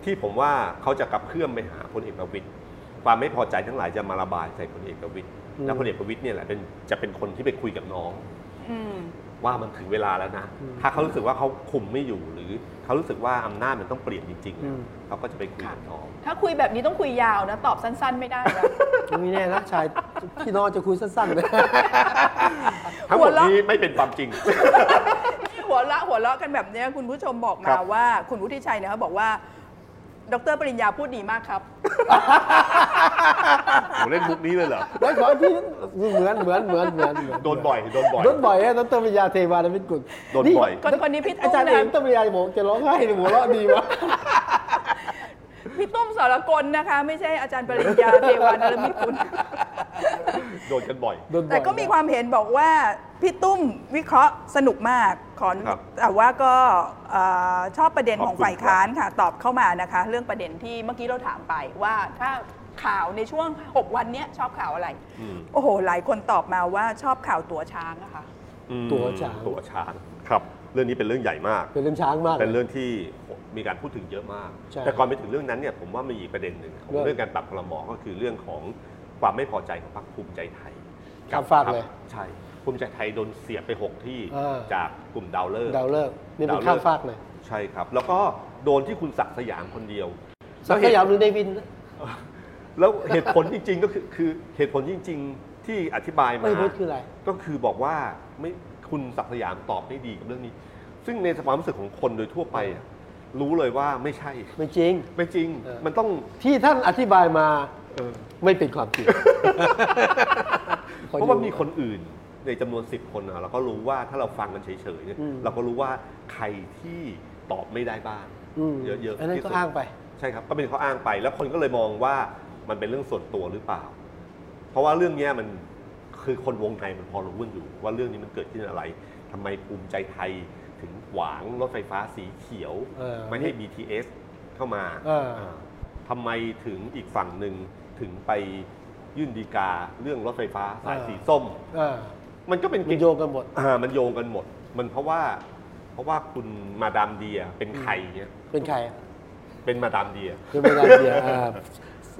[SPEAKER 4] ที่ผมว่าเขาจะกลับเพื่อมไปหาพลเอกประวิตยความไม่พอใจทั้งหลายจะมาระบายใส่พลเอกประวิตย
[SPEAKER 1] อืม
[SPEAKER 4] แล้วพลเอกประวิตยเนี่ยแหละเป็นจะเป็นคนที่ไปคุยกับน้อง
[SPEAKER 3] อืม
[SPEAKER 4] ว่ามันถึงเวลาแล้วนะ
[SPEAKER 1] อืม
[SPEAKER 4] ถ้าเขารู้สึกว่าเขาคุมไม่อยู่หรือเขารู้สึกว่าอำนาจมันต้องเปลี่ยนจริงๆ
[SPEAKER 1] อื
[SPEAKER 4] นะ
[SPEAKER 1] ม
[SPEAKER 4] เขาก็จะไปคุยกับน้อง
[SPEAKER 3] ถ้าคุยแบบนี้ต้องคุยยาวนะ ตอบสั้นๆไม่ได้แล้ว
[SPEAKER 1] มีแน่นะชายพี่น้องจะคุยสั้นๆนะ
[SPEAKER 4] ทั้งหมด
[SPEAKER 3] หัวเราะ
[SPEAKER 4] นี้ไม่เป็นความจริง [laughs]
[SPEAKER 3] ที่หัวเราะหัวเราะกันแบบเนี้ยคุณผู้ชมบอก
[SPEAKER 4] ครั
[SPEAKER 3] มา
[SPEAKER 4] บ
[SPEAKER 3] ว่า คุณวุฒิชัยเนี่ยเขาบอกว่า ดรปริญญาพูดดีมาก
[SPEAKER 1] [laughs]
[SPEAKER 3] ครับ
[SPEAKER 4] ผมเล่นมุกนี้เลยเหรอ
[SPEAKER 1] แล้วขอพี่เหมือนเหมือนเหมือนเหมือนเหมื
[SPEAKER 4] โดนบ่อย โดนบ่อย
[SPEAKER 1] โดนบ่อยฮะดรปัญญาเทวานมิตรกุล
[SPEAKER 4] โดนบ่อย
[SPEAKER 3] คนคนนี้พี่
[SPEAKER 1] อา
[SPEAKER 3] ตุ้ม
[SPEAKER 1] จารย์เห็น
[SPEAKER 3] นะ
[SPEAKER 1] ดรปัญญาบอกจะร้องไห้หรือหัวเราะดีวะ
[SPEAKER 3] พี่ตุ้มสรกลนะคะ ไม่ใช่อาจารย์ปริญญาเทวานรมิต
[SPEAKER 1] [laughs]
[SPEAKER 3] คุณ
[SPEAKER 4] โดนกันบ่อย
[SPEAKER 1] โดนบ่อย
[SPEAKER 3] แต่ก็มีความเห็นบอกว่า พี่ตุ้มวิเคราะห์สนุกมากขอน
[SPEAKER 4] ครับ
[SPEAKER 3] แต่ว่าก็เอ่อชอบประเด็นของ
[SPEAKER 4] ขอบคุณ
[SPEAKER 3] ฝ่ายค้านค่ะ ตอบเข้ามานะคะ เรื่องประเด็นที่เมื่อกี้เราถามไปว่าถ้าข่าวในช่วง 6 วันเนี้ยชอบข่าวอะไร
[SPEAKER 4] อืม
[SPEAKER 3] โอ้โห หลายคนตอบมาว่าชอบข่าวตัวช้างนะคะ
[SPEAKER 4] อืม
[SPEAKER 1] ตัวช้าง
[SPEAKER 4] ตัวช้างครับ เรื่องนี้เป็นเรื่องใหญ่มาก
[SPEAKER 1] เป็นเรื่องช้างมาก
[SPEAKER 4] เป็นเรื่องที่มีการพูดถึงเยอะมาก
[SPEAKER 1] ใช่
[SPEAKER 4] แต่ก่อนไปถึงเรื่องนั้นเนี่ยผมว่ามีอีกประเด็นหนึ่งของ
[SPEAKER 1] เรื่อง
[SPEAKER 4] เรื่องการปรับพลมก็คือเรื่องของความไม่พอใจของพรรคภูมิใจไทย
[SPEAKER 1] ข้ามฟาก
[SPEAKER 4] ครับ
[SPEAKER 1] เลย
[SPEAKER 4] ใช่ภูมิใจไทยโดนเสียบไปหกที่
[SPEAKER 1] อ่า
[SPEAKER 4] จากกลุ่มดาวเลิกษ์
[SPEAKER 1] ดาวเลิกษ์นี่เป็น
[SPEAKER 4] ดาวเลิกษ์
[SPEAKER 1] ข้ามฟากเลย
[SPEAKER 4] ใช่ครับ แล้วก็โดนที่คุณศักดิ์สยามคนเดียว
[SPEAKER 1] สักขยามหรือเดวินนะ
[SPEAKER 4] แล้วเหตุผลจริง ๆ ก็คือคือเหตุผลจริง ๆ ที่อธิบายมา
[SPEAKER 1] ไม่พูดคืออะไร
[SPEAKER 4] ก็คือบอกว่าไม่คุณศักดิ์สยามตอบไม่ดีกับเรื่องนี้ ซึ่งในความรู้สึกของคนโดยทั่วไปอะรู้เลยว่าไม่ใช่
[SPEAKER 1] ไม่จริง
[SPEAKER 4] ไม่จริง
[SPEAKER 1] เออ
[SPEAKER 4] มันต้อง
[SPEAKER 1] ที่ท่านอธิบายมา
[SPEAKER 4] เออ
[SPEAKER 1] ไม่เป็นความจริง
[SPEAKER 4] เพราะว่ามีคนอื่นในจำนวน 10 คนอะเราก็รู้ว่าถ้าเราฟังกันเฉยๆเนี่ย
[SPEAKER 1] อืม
[SPEAKER 4] เราก็รู้ว่าใครที่ตอบไม่ได้บ้าง
[SPEAKER 1] ม
[SPEAKER 4] เยอะๆ
[SPEAKER 1] อันนั้น
[SPEAKER 4] ที่
[SPEAKER 1] ก็
[SPEAKER 4] สุด
[SPEAKER 1] อ้างไป
[SPEAKER 4] ใช่ครับ ก็เป็นข้ออ้างไป แล้วคนก็เลยมองว่ามันเป็นเรื่องส่วนตัวหรือเปล่า เพราะว่าเรื่องเนี้ยมันคือคนวงในมันพอรู้กันอยู่ ว่าเรื่องนี้มันเกิดขึ้นอะไรทำไมภูมิใจไทยถึงหวางรถไฟฟ้าสีเขียว
[SPEAKER 1] เออ
[SPEAKER 4] ไม่ให้ BTS เข้ามา
[SPEAKER 1] เออ
[SPEAKER 4] เออทำไมถึงอีกฝั่งหนึ่งถึงไปยื่นดีกาเรื่องรถไฟฟ้าสายสีส้ม
[SPEAKER 1] อ่า
[SPEAKER 4] มันก็เป็น
[SPEAKER 1] มันโยงกันหมด
[SPEAKER 4] อ่ามันโยงกันหมด มันเพราะว่า เพราะว่าคุณมาดามเดียเป็นใครเนี่ย
[SPEAKER 1] เป็นใครอะ
[SPEAKER 4] เป็นมาดามเดีย
[SPEAKER 1] เป็นไม่ได้เดียวอ่า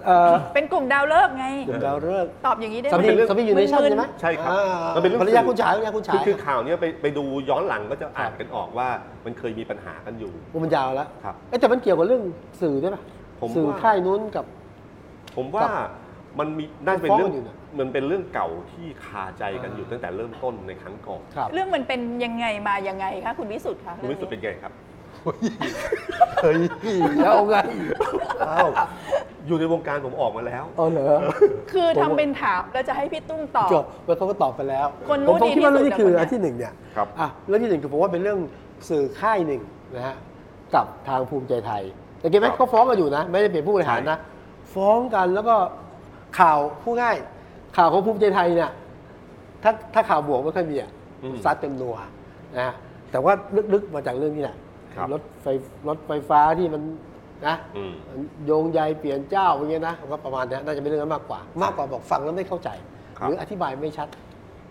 [SPEAKER 1] เอ่อ
[SPEAKER 3] เป็นกลุ่มดาวเลิกษ์ไง
[SPEAKER 1] กลุ่มดาวเลิกษ์
[SPEAKER 3] ตอบอย่างนี้ได้
[SPEAKER 1] สา
[SPEAKER 3] ไหม
[SPEAKER 1] มี
[SPEAKER 4] นเป็นเรื่อง
[SPEAKER 1] สามีอยู่ในชั่นใช่ไหม
[SPEAKER 4] ใช่ครับ
[SPEAKER 1] อ่า
[SPEAKER 4] มันเป็นเรื่อง
[SPEAKER 1] ภรรยา
[SPEAKER 4] สื่อ
[SPEAKER 1] คุณฉายภรรยาคุณ
[SPEAKER 4] คื
[SPEAKER 1] ฉา
[SPEAKER 4] อย คือข่าวเนี้ยไปไปดูย้อนหลังก็จะอ่านกันออกว่ามันเคยมีปัญหากันอยู่
[SPEAKER 1] โอ้มันยาวแล้ว
[SPEAKER 4] ครับ
[SPEAKER 1] เอ๊ะแต่มันเกี่ยวกับเรื่องสื่อด้วยป่ะ
[SPEAKER 4] ผม
[SPEAKER 1] สื่อ
[SPEAKER 4] ว่า
[SPEAKER 1] ค่ายนู้นกับ
[SPEAKER 4] ผมว่ามันมีน่าจะเป็นเรื่อง
[SPEAKER 1] ฟ้องกันอยู่นะ
[SPEAKER 4] มันเป็นเรื่องเก่าที่คาใจกันอยู่
[SPEAKER 1] อ่า
[SPEAKER 4] ตั้งแต่เริ่มต้นในครั้งก่อน
[SPEAKER 1] ครับ
[SPEAKER 3] เรื่องมันเป็นยังไงมายังไงคะคุณวิสุทธ์คะ
[SPEAKER 4] คุณวิสุทธ์เป็นไงครับ
[SPEAKER 1] เฮ้ยแล้วเอาไง
[SPEAKER 4] อ้าวอยู่ในวงการผมออกมาแล้ว
[SPEAKER 1] เอาเหรอ
[SPEAKER 3] คือทำเป็นถามแล้วจะให้พี่ตุ้มตอบ
[SPEAKER 1] จบแล้วเขาก็ตอบไปแล้ว
[SPEAKER 3] คนรู้
[SPEAKER 1] ผมผม
[SPEAKER 3] ดี
[SPEAKER 1] คิดว่า
[SPEAKER 3] ที่
[SPEAKER 1] เรื่องนี้
[SPEAKER 3] สุด
[SPEAKER 1] คือ
[SPEAKER 3] อะคนเนี้ย
[SPEAKER 1] อันที่หนึ่งเนี่ย
[SPEAKER 4] ครับ
[SPEAKER 1] อ่ะเรื่องที่หนึ่งคือผมว่าเป็นเรื่องสื่อค่ายหนึ่งนะฮะกับทางภูมิใจไทยแต่เห็นไหม
[SPEAKER 4] ครับ
[SPEAKER 1] เขาฟ้องกันอยู่นะ ไม่ได้เปลี่ยนผู้บริหารนะ ฟ้องกันแล้วก็ข่าวผู้ง่าย ข่าวของภูมิใจไทยเนี่ยถ้าถ้าข่าวบวกไม่ค่อยมีอ่ะ
[SPEAKER 4] อืม
[SPEAKER 1] ซัดเต็มนัวนะฮะแต่ว่าลึกๆมาจากเรื่องนี้แหละ
[SPEAKER 4] ครับ
[SPEAKER 1] รถไฟรถไฟฟ้าที่มันนะ
[SPEAKER 4] อืม
[SPEAKER 1] โยงใยเปลี่ยนเจ้าอย่างเงี้ยนะผมว่าประมาณเนี้ยน่าจะเป็นเรื่องนั้นมากกว่า มากกว่าบอกฟังแล้วไม่เข้าใจห
[SPEAKER 4] ครับ
[SPEAKER 1] รืออธิบายไม่ชัด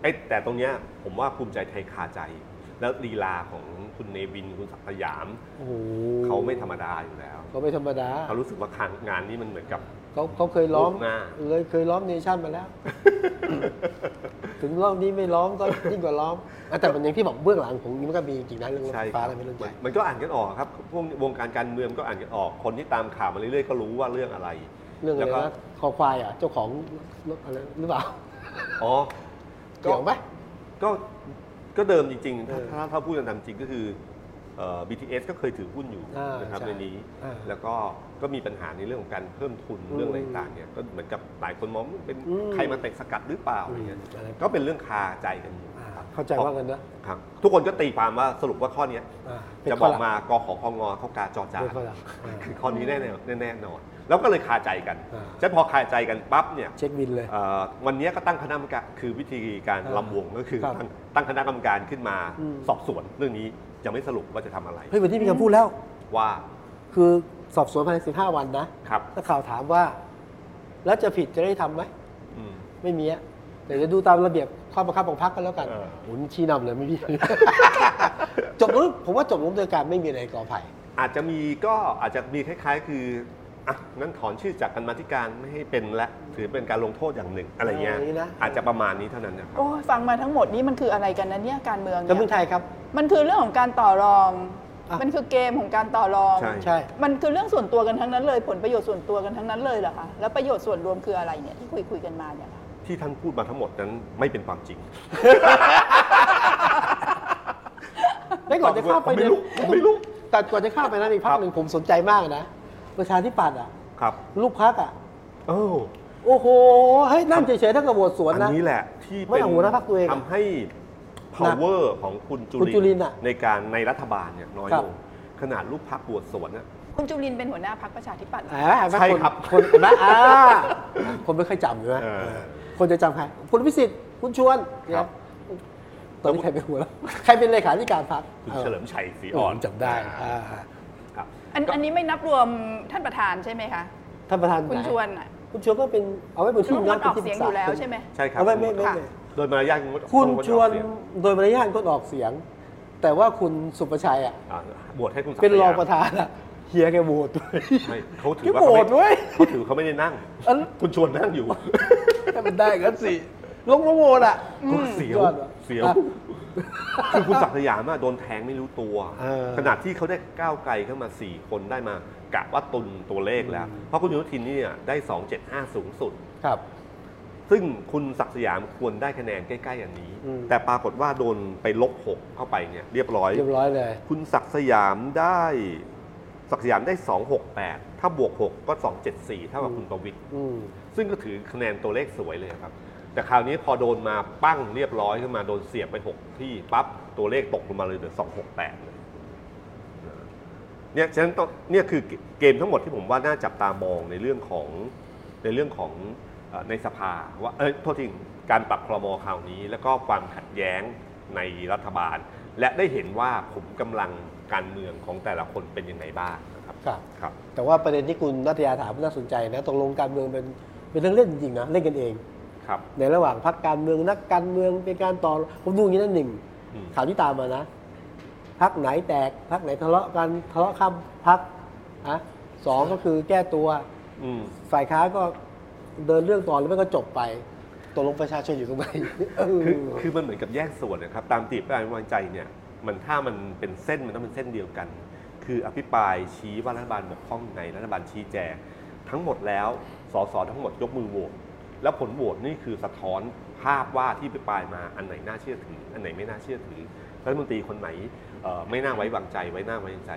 [SPEAKER 4] ไอ้แต่ตรงเนี้ยผมว่าภูมิใจไทยคาใจ แล้วลีลาของคุณเนวินคุณศักดิ์สยาม
[SPEAKER 1] โอ้โห
[SPEAKER 4] เขาไม่ธรรมดาอยู่แล้ว
[SPEAKER 1] เขาไม่ธรรมดา
[SPEAKER 4] เขารู้สึกว่าครั้งงานนี้มันเห
[SPEAKER 1] [laughs]
[SPEAKER 4] มือนกับ
[SPEAKER 1] เขาเขาเคยล้อม
[SPEAKER 4] ลูกหน้า
[SPEAKER 1] เลยเคยล้อมเนชั่นมาแล้ว ถึงรอบนี้ไม่ล้อมก็ยิ่งกว่าล้อมอ่ะแต่มันอย่างที่บอกเบื้องหลังของนี้มันก็มีจริงนะเรื่องรถไฟฟ้าอะไรเป็นเรื่องใหญ่
[SPEAKER 4] มันก็อ่านกันออกครับ พวกวงการการเมืองก็อ่านกันออก คนที่ตามข่าวมาเรื่อยๆก็รู้ว่าเรื่องอะไร
[SPEAKER 1] เรื่องอะ
[SPEAKER 4] แล้
[SPEAKER 1] ไร
[SPEAKER 4] วก็
[SPEAKER 1] นะคอควายอ่ะเจ้าของรถอะไรหรือเปล่า
[SPEAKER 4] อ๋อ ก็
[SPEAKER 1] เกี่ยวไหม
[SPEAKER 4] ก็ก็เดิมจริงๆ
[SPEAKER 1] เออ
[SPEAKER 4] ถ้าถ้าถ้าพูดกันตามจริงก็คือเอ่อ BTS ก็เคยถือหุ้นอยู่
[SPEAKER 1] อ่าน
[SPEAKER 4] นะครับ
[SPEAKER 1] ใช่
[SPEAKER 4] ในนี้
[SPEAKER 1] อ่า
[SPEAKER 4] แล้วก็ก็มีปัญหาในเรื่องของการเพิ่มทุน
[SPEAKER 1] อืม
[SPEAKER 4] เรื่องอะไรต่างๆเนี่ยก็เหมือนกับหลายคนมองว่าเป็น
[SPEAKER 1] อืม
[SPEAKER 4] ใครมาเตะสกัดหรือเปล่าอะไรเงี้ย
[SPEAKER 1] อืมอะไร
[SPEAKER 4] ก็เป็นเรื่องคาใจกันอยู่
[SPEAKER 1] อ่า
[SPEAKER 4] ครับ
[SPEAKER 1] เข้าใจว่ากันนะครับ
[SPEAKER 4] ทุกคนก็ตีความว่าสรุปว่าข้อเนี้ย
[SPEAKER 1] อ่า
[SPEAKER 4] จะบอกมากขอคองอเขากาจอจา
[SPEAKER 1] เป็นข้อหลักเป็นข้อหลัก
[SPEAKER 4] คือข้อนี้แน่ๆแน่ๆนอน แล้วก็เลยคาใจกัน
[SPEAKER 1] อ่า
[SPEAKER 4] ฉะนั้นพอคาใจกันปั๊บเนี่ย
[SPEAKER 1] อ่าเช็คบินเลย
[SPEAKER 4] เอ่อวันนี้ก็ตั้งคณะกรรมการคือวิธีการ
[SPEAKER 1] ครับ
[SPEAKER 4] ลำวงก็คือ
[SPEAKER 1] ครับ
[SPEAKER 4] ตั้งตั้งคณะกรรมการขึ้นมา
[SPEAKER 1] อืม
[SPEAKER 4] สอบสวนเรื่องนี้ยังไม่สรุปว่าจะทำอะไร
[SPEAKER 1] เฮ้ยวันที่มีคำพูดแล้ว
[SPEAKER 4] ว่า
[SPEAKER 1] คือสอบสวนภายในสิบห้าวันนะ
[SPEAKER 4] ครับ
[SPEAKER 1] นักข่าวถามว่า แล้วจะผิดจะได้ทำไหม
[SPEAKER 4] อืม
[SPEAKER 1] ไม่มีอะเดี๋ยวจะดูตามระเบียบข้อบังคับของพรรคกันแล้วกัน
[SPEAKER 4] เออ
[SPEAKER 1] โหุนชี้นำเลย
[SPEAKER 4] [laughs]
[SPEAKER 1] ไม่มี จบลงผมว่าจบลงโดยการไม่มีอะไรก่อไผ่
[SPEAKER 4] อาจจะมีก็อาจจะมีคล้าย ๆ คือ อ่ะงั้นถอนชื่อจากกรรมาธิการไม่ให้เป็นและถือเป็นการลงโทษอย่างหนึ่งอะไรเงี้ย
[SPEAKER 1] อะไรอย่างนี้นะ
[SPEAKER 4] อาจจะประมาณนี้เท่านั้นนะครับ
[SPEAKER 3] โอ้ยฟังมาทั้งหมดนี่มันคืออะไรกันนะเนี่ยการเมือง
[SPEAKER 1] แล้วเมือ
[SPEAKER 3] เนี่
[SPEAKER 1] ง
[SPEAKER 3] ย
[SPEAKER 1] ไทยครับ
[SPEAKER 3] มันคือเรื่องของการต่อรอง
[SPEAKER 1] อ่ะ
[SPEAKER 3] มันคือเกมของการต่อรอง
[SPEAKER 4] ใช่
[SPEAKER 1] ใช่
[SPEAKER 3] มันคือเรื่องส่วนตัวกันทั้งนั้นเลยผลประโยชน์ส่วนตัวกันทั้งนั้นเลยเหรอคะแล้วประโยชน์ส่วนรวมคืออะไรเนี่ยที่คุยคุยๆกันมาเนี่ยค่ะ
[SPEAKER 4] ที่ท่านพูดมาทั้งหมดนั้นไม่เป็นความจริง
[SPEAKER 1] แล้วก่อนจะข้ามไป
[SPEAKER 4] ผมไม่
[SPEAKER 1] เนี่ย
[SPEAKER 4] รู้ผมไม่รู้
[SPEAKER 1] แต่ก่อนจะข้ามไปนั้นอีกพั
[SPEAKER 4] ครั
[SPEAKER 1] ก
[SPEAKER 4] บ
[SPEAKER 1] หนึ่งผมสนใจมากนะประชาธิปัตย์อ่ะ
[SPEAKER 4] ครับ
[SPEAKER 1] ลูกพักอ่ะ
[SPEAKER 4] เออ
[SPEAKER 1] โอ้โหเฮ้ยนั่งเฉยๆถ้ากับโหวตสวน
[SPEAKER 4] อั
[SPEAKER 1] นะ
[SPEAKER 4] นนี้แหละที่
[SPEAKER 1] ไม่เอาหัวหน้าพรรคตัวเองอะ
[SPEAKER 4] ทำให้ power ของคุณจุ
[SPEAKER 1] คุณจุลิ
[SPEAKER 4] ลิ
[SPEAKER 1] นอะ
[SPEAKER 4] ในการในรัฐบาลเนี่ยน้อย
[SPEAKER 1] ครั
[SPEAKER 4] ล
[SPEAKER 1] บ
[SPEAKER 4] งขนาดลูกพักบวชสวนอะ
[SPEAKER 3] คุณจุลินทร์เป็นหัวหน้าพรรคประชาธิปัตย์เหรอ
[SPEAKER 1] อ่าเห็นไหม
[SPEAKER 4] ใช่ครับ
[SPEAKER 1] คนคนเห็นไหมอ่าคนไม่ค่อยจำใช่ไหม
[SPEAKER 4] เออ
[SPEAKER 1] เออคนจะจำใครคุณพิสิทธิ์คุณชวน
[SPEAKER 4] ครับ
[SPEAKER 1] ตอนนี้ใครเป็นหัว
[SPEAKER 4] [laughs]
[SPEAKER 1] แล้วใครเป็นเลขาธิการพรรค
[SPEAKER 4] คุณ
[SPEAKER 1] ออ
[SPEAKER 4] เฉลิมชัยศรีอ่อน
[SPEAKER 1] จำได้อ่า
[SPEAKER 4] ครับ
[SPEAKER 3] อันอันนี้ไม่นับรวมท่านประธานใช่ไหมคะ
[SPEAKER 1] ท่านประธาน
[SPEAKER 3] คุณ
[SPEAKER 1] ไหน
[SPEAKER 3] ชวนอ่ะ
[SPEAKER 1] คุณชวนก็เป็นเอาไว้บนที่
[SPEAKER 3] งด
[SPEAKER 1] นั่ง
[SPEAKER 3] อ
[SPEAKER 1] เป็น
[SPEAKER 3] อก
[SPEAKER 1] ที่ป
[SPEAKER 3] เสีย
[SPEAKER 1] รึ
[SPEAKER 3] ง
[SPEAKER 1] กษา
[SPEAKER 3] อยู่แล้วใช่ไหม
[SPEAKER 4] ใช่ครับ
[SPEAKER 1] เอาไว้ไม่ไม่
[SPEAKER 3] ค่ะ
[SPEAKER 1] ไม่
[SPEAKER 4] โดยมารยาทงด
[SPEAKER 1] คุณ
[SPEAKER 4] งดออก
[SPEAKER 1] ชวน
[SPEAKER 4] เสียง
[SPEAKER 1] โดยมารยาทก็ออกเสียง แต่ว่าคุณสุประชัยอ่ะ
[SPEAKER 4] อ่าบวชให้คุณศักดิ์
[SPEAKER 1] เป็นรองประ
[SPEAKER 4] ส
[SPEAKER 1] ธานอ่ะเฮียแกโหว
[SPEAKER 4] [laughs]
[SPEAKER 1] ตด้วย
[SPEAKER 4] ยามไม่เขาถือ
[SPEAKER 1] แก
[SPEAKER 4] ว่าเขา
[SPEAKER 1] โหวตเว้
[SPEAKER 4] ไม่
[SPEAKER 1] ย
[SPEAKER 4] เขาถือเขาไม่ได้นั่ง
[SPEAKER 1] อัน
[SPEAKER 4] คุณชวนนั่งอยู่
[SPEAKER 1] ถ้ามันได้ก็สิ [laughs] ลงมาโหวตอ่ะ
[SPEAKER 4] เสียว
[SPEAKER 1] สุดยอดว่ะ
[SPEAKER 4] เสียว
[SPEAKER 1] อ่ะ
[SPEAKER 4] คือคุณศักดิ์สยามอะโดนแทงไม่รู้ตัว
[SPEAKER 1] เออ
[SPEAKER 4] ขนาดที่เขาได้ก้าวไกลเข้ามา 4 คนได้มากะว่าตุนตัวเลขแล้ว
[SPEAKER 1] อืม
[SPEAKER 4] เพราะคุณยุทินเนี่ยได้ 275 สูงสุด
[SPEAKER 1] ครับ
[SPEAKER 4] ซึ่งคุณศักดิ์สยามควรได้คะแนนใกล้ๆอย่างนี้
[SPEAKER 1] อืม
[SPEAKER 4] แต่ปรากฏว่าโดนไปลบ 6 เข้าไปเนี่ยเรียบร้อย
[SPEAKER 1] เรียบร้อยเลย
[SPEAKER 4] คุณศักดิ์สยามได้ศักดิ์สยามได้ 268 ถ้าบวก 6 ก็ 274 เท่ากับคุณประวิตร
[SPEAKER 1] อืม
[SPEAKER 4] ซึ่งก็ถือคะแนนตัวเลขสวยเลยครับ แต่คราวนี้พอโดนมาปั้งเรียบร้อยขึ้นมาโดนเสียบไป 6 ที่ปั๊บ ตัวเลขตกลงมาเลยเหลือ268เลยเนี่ยฉะนั้นต้องเนี่ยคือเกมทั้งหมดที่ผมว่าน่าจับตามองในเรื่องของในเรื่องของเอ่อในสภาว่าเอยโทษทีการปรับครมคราวนี้ แล้วก็ความขัดแย้งในรัฐบาล และได้เห็นว่าผมกำลังการเมืองของแต่ละคนเป็นยังไงบ้างนะครับ
[SPEAKER 1] ครับ
[SPEAKER 4] ครับ
[SPEAKER 1] แต่ว่าประเด็นที่คุณนัตยาถามน่าสนใจนะตกลงการเมืองเป็นเป็นเรื่องเล่นจริงๆนะ เล่นกันเอง
[SPEAKER 4] ครับ
[SPEAKER 1] ในระหว่างพรรคการเมืองนักการเมืองเป็นการต่อผมดูอย่างนี้นะหนึ่ง
[SPEAKER 4] อืม
[SPEAKER 1] ข่าวที่ตามมานะพักไหนแตกพักไหนทะเลาะกันทะเลาะข้ามพักอ่ะสองก็คือแก้ตัว
[SPEAKER 4] อืม
[SPEAKER 1] ฝ่ายค้านก็เดินเรื่องต่อแล้วมันก็จบไปตกลงประชาชนอยู่ตรงไหนเออ
[SPEAKER 4] คือคือมันเหมือนกับแยกส่วนนะครับ ตามตีบการวางใจเนี่ยมันถ้ามันเป็นเส้นมันต้องเป็นเส้นเดียวกัน คืออภิปรายชี้ว่ารัฐบาลบกพร่องไหนรัฐบาลชี้แจงทั้งหมดแล้วสสทั้งหมดยกมือโหวตแล้วผลโหวตนี่คือสะท้อนภาพว่าที่อภิปรายมาอันไหนน่าเชื่อถือ อันไหนไม่น่าเชื่อถือรัฐมนตรีคนไหนเอ่อไม่น่าไว้วางใจไว้น่าไว้วางใจ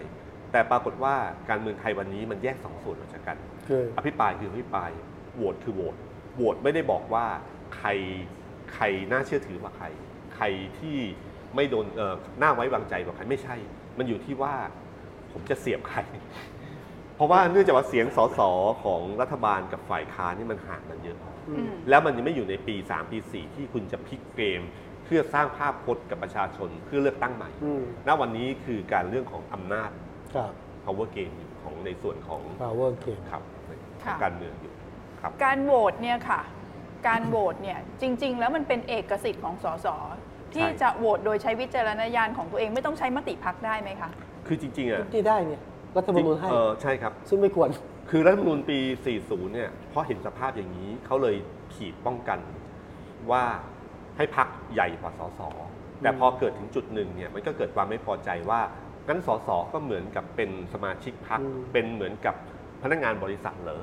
[SPEAKER 4] แต่ปรากฏว่าการเมืองไทยวันนี้มันแยกสองส่วนออกจากกัน
[SPEAKER 1] คือ
[SPEAKER 4] อภิปรายคืออภิปราย โหวตคือโหวต โหวตไม่ได้บอกว่าใครใครน่าเชื่อถือกว่าใคร ใครที่ไม่โดนเอ่อน่าไว้วางใจกว่าใครไม่ใช่ มันอยู่ที่ว่าผมจะเสียบใคร [laughs] เพราะว่าเนื่องจากว่าเสียงสสของรัฐบาลกับฝ่ายค้านนี่มันห่างกันเยอะ
[SPEAKER 3] อืม
[SPEAKER 4] แล้วมันยังไม่อยู่ในปี 3 ปี 4 ที่คุณจะพลิกเกม เพื่อสร้างภาพพจน์กับประชาชนเพื่อเลือกตั้งใหม่
[SPEAKER 1] อืม
[SPEAKER 4] ณวันนี้คือการเรื่องของอำนาจ
[SPEAKER 1] ครับ
[SPEAKER 4] power game อยู่ของในส่วนของ
[SPEAKER 1] power game
[SPEAKER 4] ครับ
[SPEAKER 3] ค่ะ
[SPEAKER 4] การเมืองอยู่ครับ
[SPEAKER 3] การโหวตเนี่ยค่ะ การโหวตเนี่ยจริง ๆ แล้วมันเป็นเอกสิทธิ์ของสสที่
[SPEAKER 4] ใช่
[SPEAKER 3] จะโหวตโดยใช้วิจารณญาณของตัวเองไม่ต้องใช้มติพักได้ไหมคะ
[SPEAKER 4] คือจริงๆอ่ะ
[SPEAKER 1] ที่ได้เนี่ยรัฐธรรมนูญให้
[SPEAKER 4] เออใช่ครับ
[SPEAKER 1] ซึ่งไม่ควร
[SPEAKER 4] คือรัฐธรรมนูญปี 40 เนี่ยเพราะเห็นสภาพอย่างนี้เขาเลยขีดป้องกันว่าให้พักใหญ่กว่าสสแต่พอเกิดถึงจุดหนึ่งเนี่ยมันก็เกิดความไม่พอใจว่างั้นสสก็เหมือนกับเป็นสมาชิกพัก
[SPEAKER 1] อืม
[SPEAKER 4] เป็นเหมือนกับพนักงานบริษัทเหรอ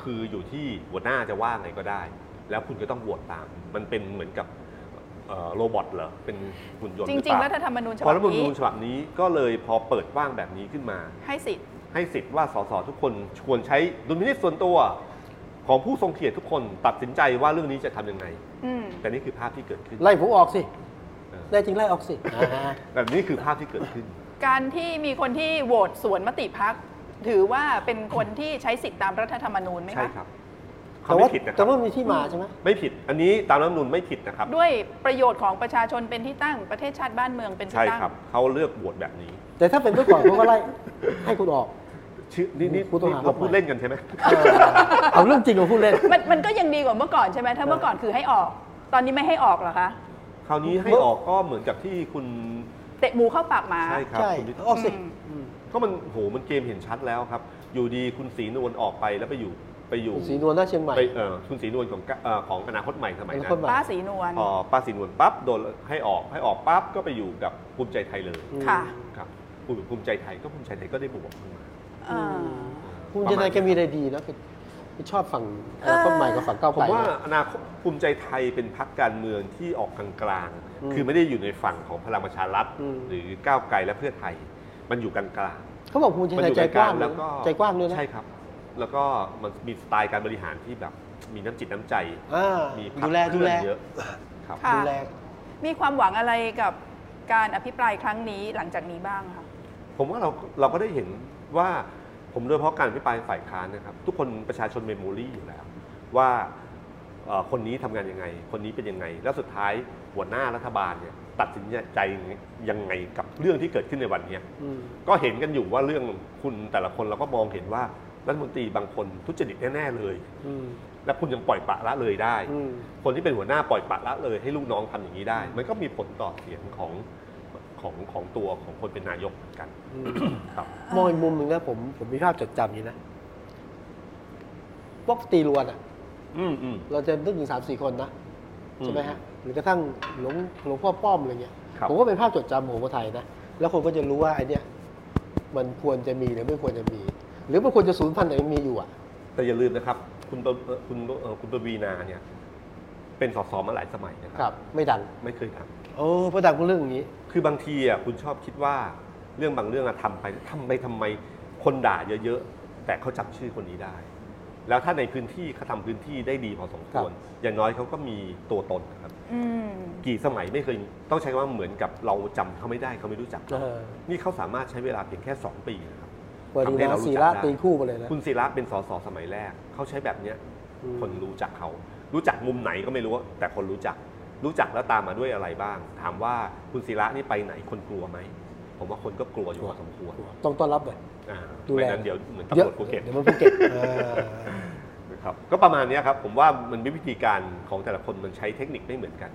[SPEAKER 4] คืออยู่ที่หัวหน้าจะว่าไงก็ได้ แล้วคุณก็ต้องโหวตตาม มันเป็นเหมือนกับเอ่อโรบอทเหรอเป็นหุ่นยนต์
[SPEAKER 3] จ
[SPEAKER 4] หอ
[SPEAKER 3] ริ
[SPEAKER 4] เป
[SPEAKER 3] ง
[SPEAKER 4] ล่า
[SPEAKER 3] ๆ รัฐธรรมนูญฉ
[SPEAKER 4] พอ
[SPEAKER 3] บับ
[SPEAKER 4] รัฐธรรม
[SPEAKER 3] นี้
[SPEAKER 4] นูญฉบับนี้ก็เลยพอเปิดว่างแบบนี้ขึ้นมา
[SPEAKER 3] ให้สิทธิ์
[SPEAKER 4] ให้สิทธิ์ว่าสสทุกคนชวนใช้ดุลพินิจส่วนตัว ของผู้ทรงเกียรติทุกคนตัดสินใจว่าเรื่องนี้จะทำยังไง
[SPEAKER 3] อืม
[SPEAKER 4] แต่นี่คือภาพที่เกิดขึ้น
[SPEAKER 1] ไล่ผมออกสิ
[SPEAKER 4] เออ
[SPEAKER 1] ได้จริงไล่ออกสิอ่า
[SPEAKER 4] แต่นี่คือภาพที่เกิดขึ้น
[SPEAKER 3] การที่มีคนที่โหวตสวนมติพัก ถือว่าเป็นคนที่ใช้สิทธิตามรัฐธรรมนูญไหม
[SPEAKER 4] ใช่
[SPEAKER 3] คะ
[SPEAKER 4] ครับเขา
[SPEAKER 1] แต่
[SPEAKER 4] ไม่
[SPEAKER 1] ว่า
[SPEAKER 4] ผิดนะค
[SPEAKER 1] แต่
[SPEAKER 4] รับ
[SPEAKER 1] ว่ามีที่มาใช่ไหม
[SPEAKER 4] ไม่ผิด อันนี้ตามรัฐธรรมนูญไม่ผิดนะครับ
[SPEAKER 3] ด้วยประโยชน์ของประชาชนเป็นที่ตั้งประเทศชาติบ้านเมืองเป็นที่
[SPEAKER 4] ใช่
[SPEAKER 3] ตั้ง
[SPEAKER 4] ครับเขาเลือกบวชแบบนี้
[SPEAKER 1] แต่ถ้าเป็นเมื่อก่อนเขาก็ไล่ ให้คุณออก
[SPEAKER 4] ชื่อนี่นี่
[SPEAKER 1] ผู้ต้องหา
[SPEAKER 4] นี่เราพูดเล่นกันใช่ไหม
[SPEAKER 1] เออเอาเรื่องจริงมาพูดเล่น
[SPEAKER 3] มันมันก็ยังดีกว่าเมื่อก่อนใช่ไหมถ้าเมื่อก่อนคือให้ออก ตอนนี้ไม่ให้ออกเหรอคะ
[SPEAKER 4] คราวนี้ให้ออกก็เหมือนกับที่คุณ
[SPEAKER 3] เตะหมูเข้าปากหมา
[SPEAKER 4] ใช่ครับ
[SPEAKER 1] ใช่
[SPEAKER 4] คุณวิทย์
[SPEAKER 1] ออกสิ
[SPEAKER 3] อืม
[SPEAKER 1] อืม
[SPEAKER 4] ก็มันโหมันเกมเห็นชัดแล้วครับ อยู่ดีคุณศรีนวลออกไปแล้วไปอยู่ไปอยู่
[SPEAKER 1] คุณศรีนวลหน้าเชียงใหม่
[SPEAKER 4] ไปเอ่อคุณศรีนวลของกะเอ่อของอนาคตใหม่สมัย
[SPEAKER 1] อ
[SPEAKER 4] นั้น
[SPEAKER 1] นาคตใหม่
[SPEAKER 3] ป้าสีนวล
[SPEAKER 4] พอป้าศรีนวลปั๊บโดนให้ออกให้ออกปั๊บก็ไปอยู่กับภูมิใจไทยเลย
[SPEAKER 1] อืม
[SPEAKER 3] ค่ะ
[SPEAKER 4] ครับภูมิภูมิใจไทยก็ภูมิใจไทยก็ได้บวกขึ้นมา
[SPEAKER 3] เอ่อ
[SPEAKER 1] ภูมิใจไทยแกมีอะไรดีนะคือคือชอบฝั่งอนาคตใหม่กับฝั่งก้าว
[SPEAKER 4] ผ
[SPEAKER 1] ไกล
[SPEAKER 4] มว่า
[SPEAKER 1] นะ
[SPEAKER 4] อนาคตภูมิใจไทยเป็นพรรคการเมืองที่ออกกลาง
[SPEAKER 1] อืม
[SPEAKER 4] ๆคือไม่ได้อยู่ในฝั่งของพลังประชารัฐ
[SPEAKER 1] อืม
[SPEAKER 4] หรือก้าวไกลและเพื่อไทย มันอยู่กลางๆ
[SPEAKER 1] เขาบอกภูมิใจ
[SPEAKER 4] มัน
[SPEAKER 1] ไท
[SPEAKER 4] อย ยู่
[SPEAKER 1] ใจกว้าง
[SPEAKER 4] รแล้วก็
[SPEAKER 1] ใจกว้างด้วยนะ
[SPEAKER 4] ใช่ครับ แล้วก็มันมีสไตล์การบริหารที่แบบมีน้ำจิตน้ำใจ
[SPEAKER 1] อ่า
[SPEAKER 4] มีพรรค
[SPEAKER 1] ดูแลดูแล
[SPEAKER 4] เพื่อนเยอะครับ
[SPEAKER 3] ค่ะ
[SPEAKER 1] ดูแล
[SPEAKER 3] มีความหวังอะไรกับการอภิปรายครั้งนี้หลังจากนี้บ้างคะ
[SPEAKER 4] ผมว่าเราเราก็ได้เห็นว่าผมโดยเฉพาะการพิปรายฝ่ายค้านนะครับ ทุกคนประชาชนเมมโมรีอยู่แล้ว ว่าเอ่อคนนี้ทำงานยังไง คนนี้เป็นยังไง แล้วสุดท้ายหัวหน้ารัฐบาลเนี่ยตัดสินใจยังไงกับเรื่องที่เกิดขึ้นในวันเนี้ย
[SPEAKER 1] อืม
[SPEAKER 4] ก็เห็นกันอยู่ว่าเรื่องคุณแต่ละคนเราก็มองเห็นว่ารัฐมนตรีบางคนทุจริตแน่ๆเลย
[SPEAKER 1] อืม
[SPEAKER 4] และคุณยังปล่อยปละละเลยได้
[SPEAKER 1] อืม
[SPEAKER 4] คนที่เป็นหัวหน้าปล่อยปละละเลยให้ลูกน้องทำอย่างนี้ได้ มันก็มีผลต่อเสียงของของของตัวของคนเป็นนายกเหมือนกัน ครับ
[SPEAKER 1] มองอีกมุมหนึ่งนะผมผมมีภาพจดจำอย่างนี้นะปกตีรวนอ่ะ
[SPEAKER 4] อืมอืม
[SPEAKER 1] เราจะนึกถึงสามสี่คนนะ
[SPEAKER 4] อืม
[SPEAKER 1] ใช่ไหมฮะหรือกระทั่งหลวงหลวงพ่อป้อมอะไรเงี้ย
[SPEAKER 4] ครับ
[SPEAKER 1] ผมก็เป็นภาพจดจำของคนไทยนะแล้วคนก็จะรู้ว่าไอเนี้ยมันควรจะมีหรือไม่ควรจะมี หรือมันควรจะสูญพันธุ์แต่ยังมีอยู่อ่ะ
[SPEAKER 4] แต่อย่าลืมนะครับ คุณปะเอ่อคุณเอ่อคุณปวีนาเนี่ย เป็นสสมาหลายสมัยนะค
[SPEAKER 1] ครั
[SPEAKER 4] รับ
[SPEAKER 1] ไม่ดัง
[SPEAKER 4] ไม่เคยทำ
[SPEAKER 1] โอ้ประดังก็เรื่องอย่างนี้
[SPEAKER 4] คือบางทีอ่ะคุณชอบคิดว่าเรื่องบางเรื่องอะทำไปทำไปทำไมคนด่าเยอะๆ แต่เขาจำชื่อคนนี้ได้ แล้วถ้าในพื้นที่เขาทำพื้นที่ได้ดีพอสมควร อย่างน้อยเขาก็มีตัวตนนะครับ
[SPEAKER 3] อืม
[SPEAKER 4] กี่สมัยไม่เคยต้องใช้คำว่าเหมือนกับเราจำเขาไม่ได้เขาไม่รู้จักเรา
[SPEAKER 1] เออ
[SPEAKER 4] นี่เขาสามารถใช้เวลาเพียงแค่ 2 ปีนะครับ
[SPEAKER 1] ปริ
[SPEAKER 4] ทำให้
[SPEAKER 1] นา
[SPEAKER 4] เรารู้
[SPEAKER 1] ศี
[SPEAKER 4] จั
[SPEAKER 1] ระ
[SPEAKER 4] กได้
[SPEAKER 1] ตีคู่ไปเลยนะ
[SPEAKER 4] คุณศิระเป็นสสสมัยแรก เขาใช้แบบเนี้ย
[SPEAKER 1] อืม
[SPEAKER 4] คนรู้จักเขา รู้จักมุมไหนก็ไม่รู้ แต่คนรู้จัก รู้จักแล้วตามมาด้วยอะไรบ้าง ถามว่าคุณศิระนี่ไปไหนคนกลัวไหม ผมว่าคนก็กลัวอยู่พอสมควร
[SPEAKER 1] ต้องต้อนรับหน่อย
[SPEAKER 4] อ่า
[SPEAKER 1] ดูแล
[SPEAKER 4] ไม่งั้นเดี๋ยวเหมือนตำรวจภูเก็ต
[SPEAKER 1] เดี๋ยวมันภูเก็ตเออ
[SPEAKER 4] นะครับก็ประมาณเนี้ยครับ ผมว่ามันมีวิธีการของแต่ละคนมันใช้เทคนิคไม่เหมือนกัน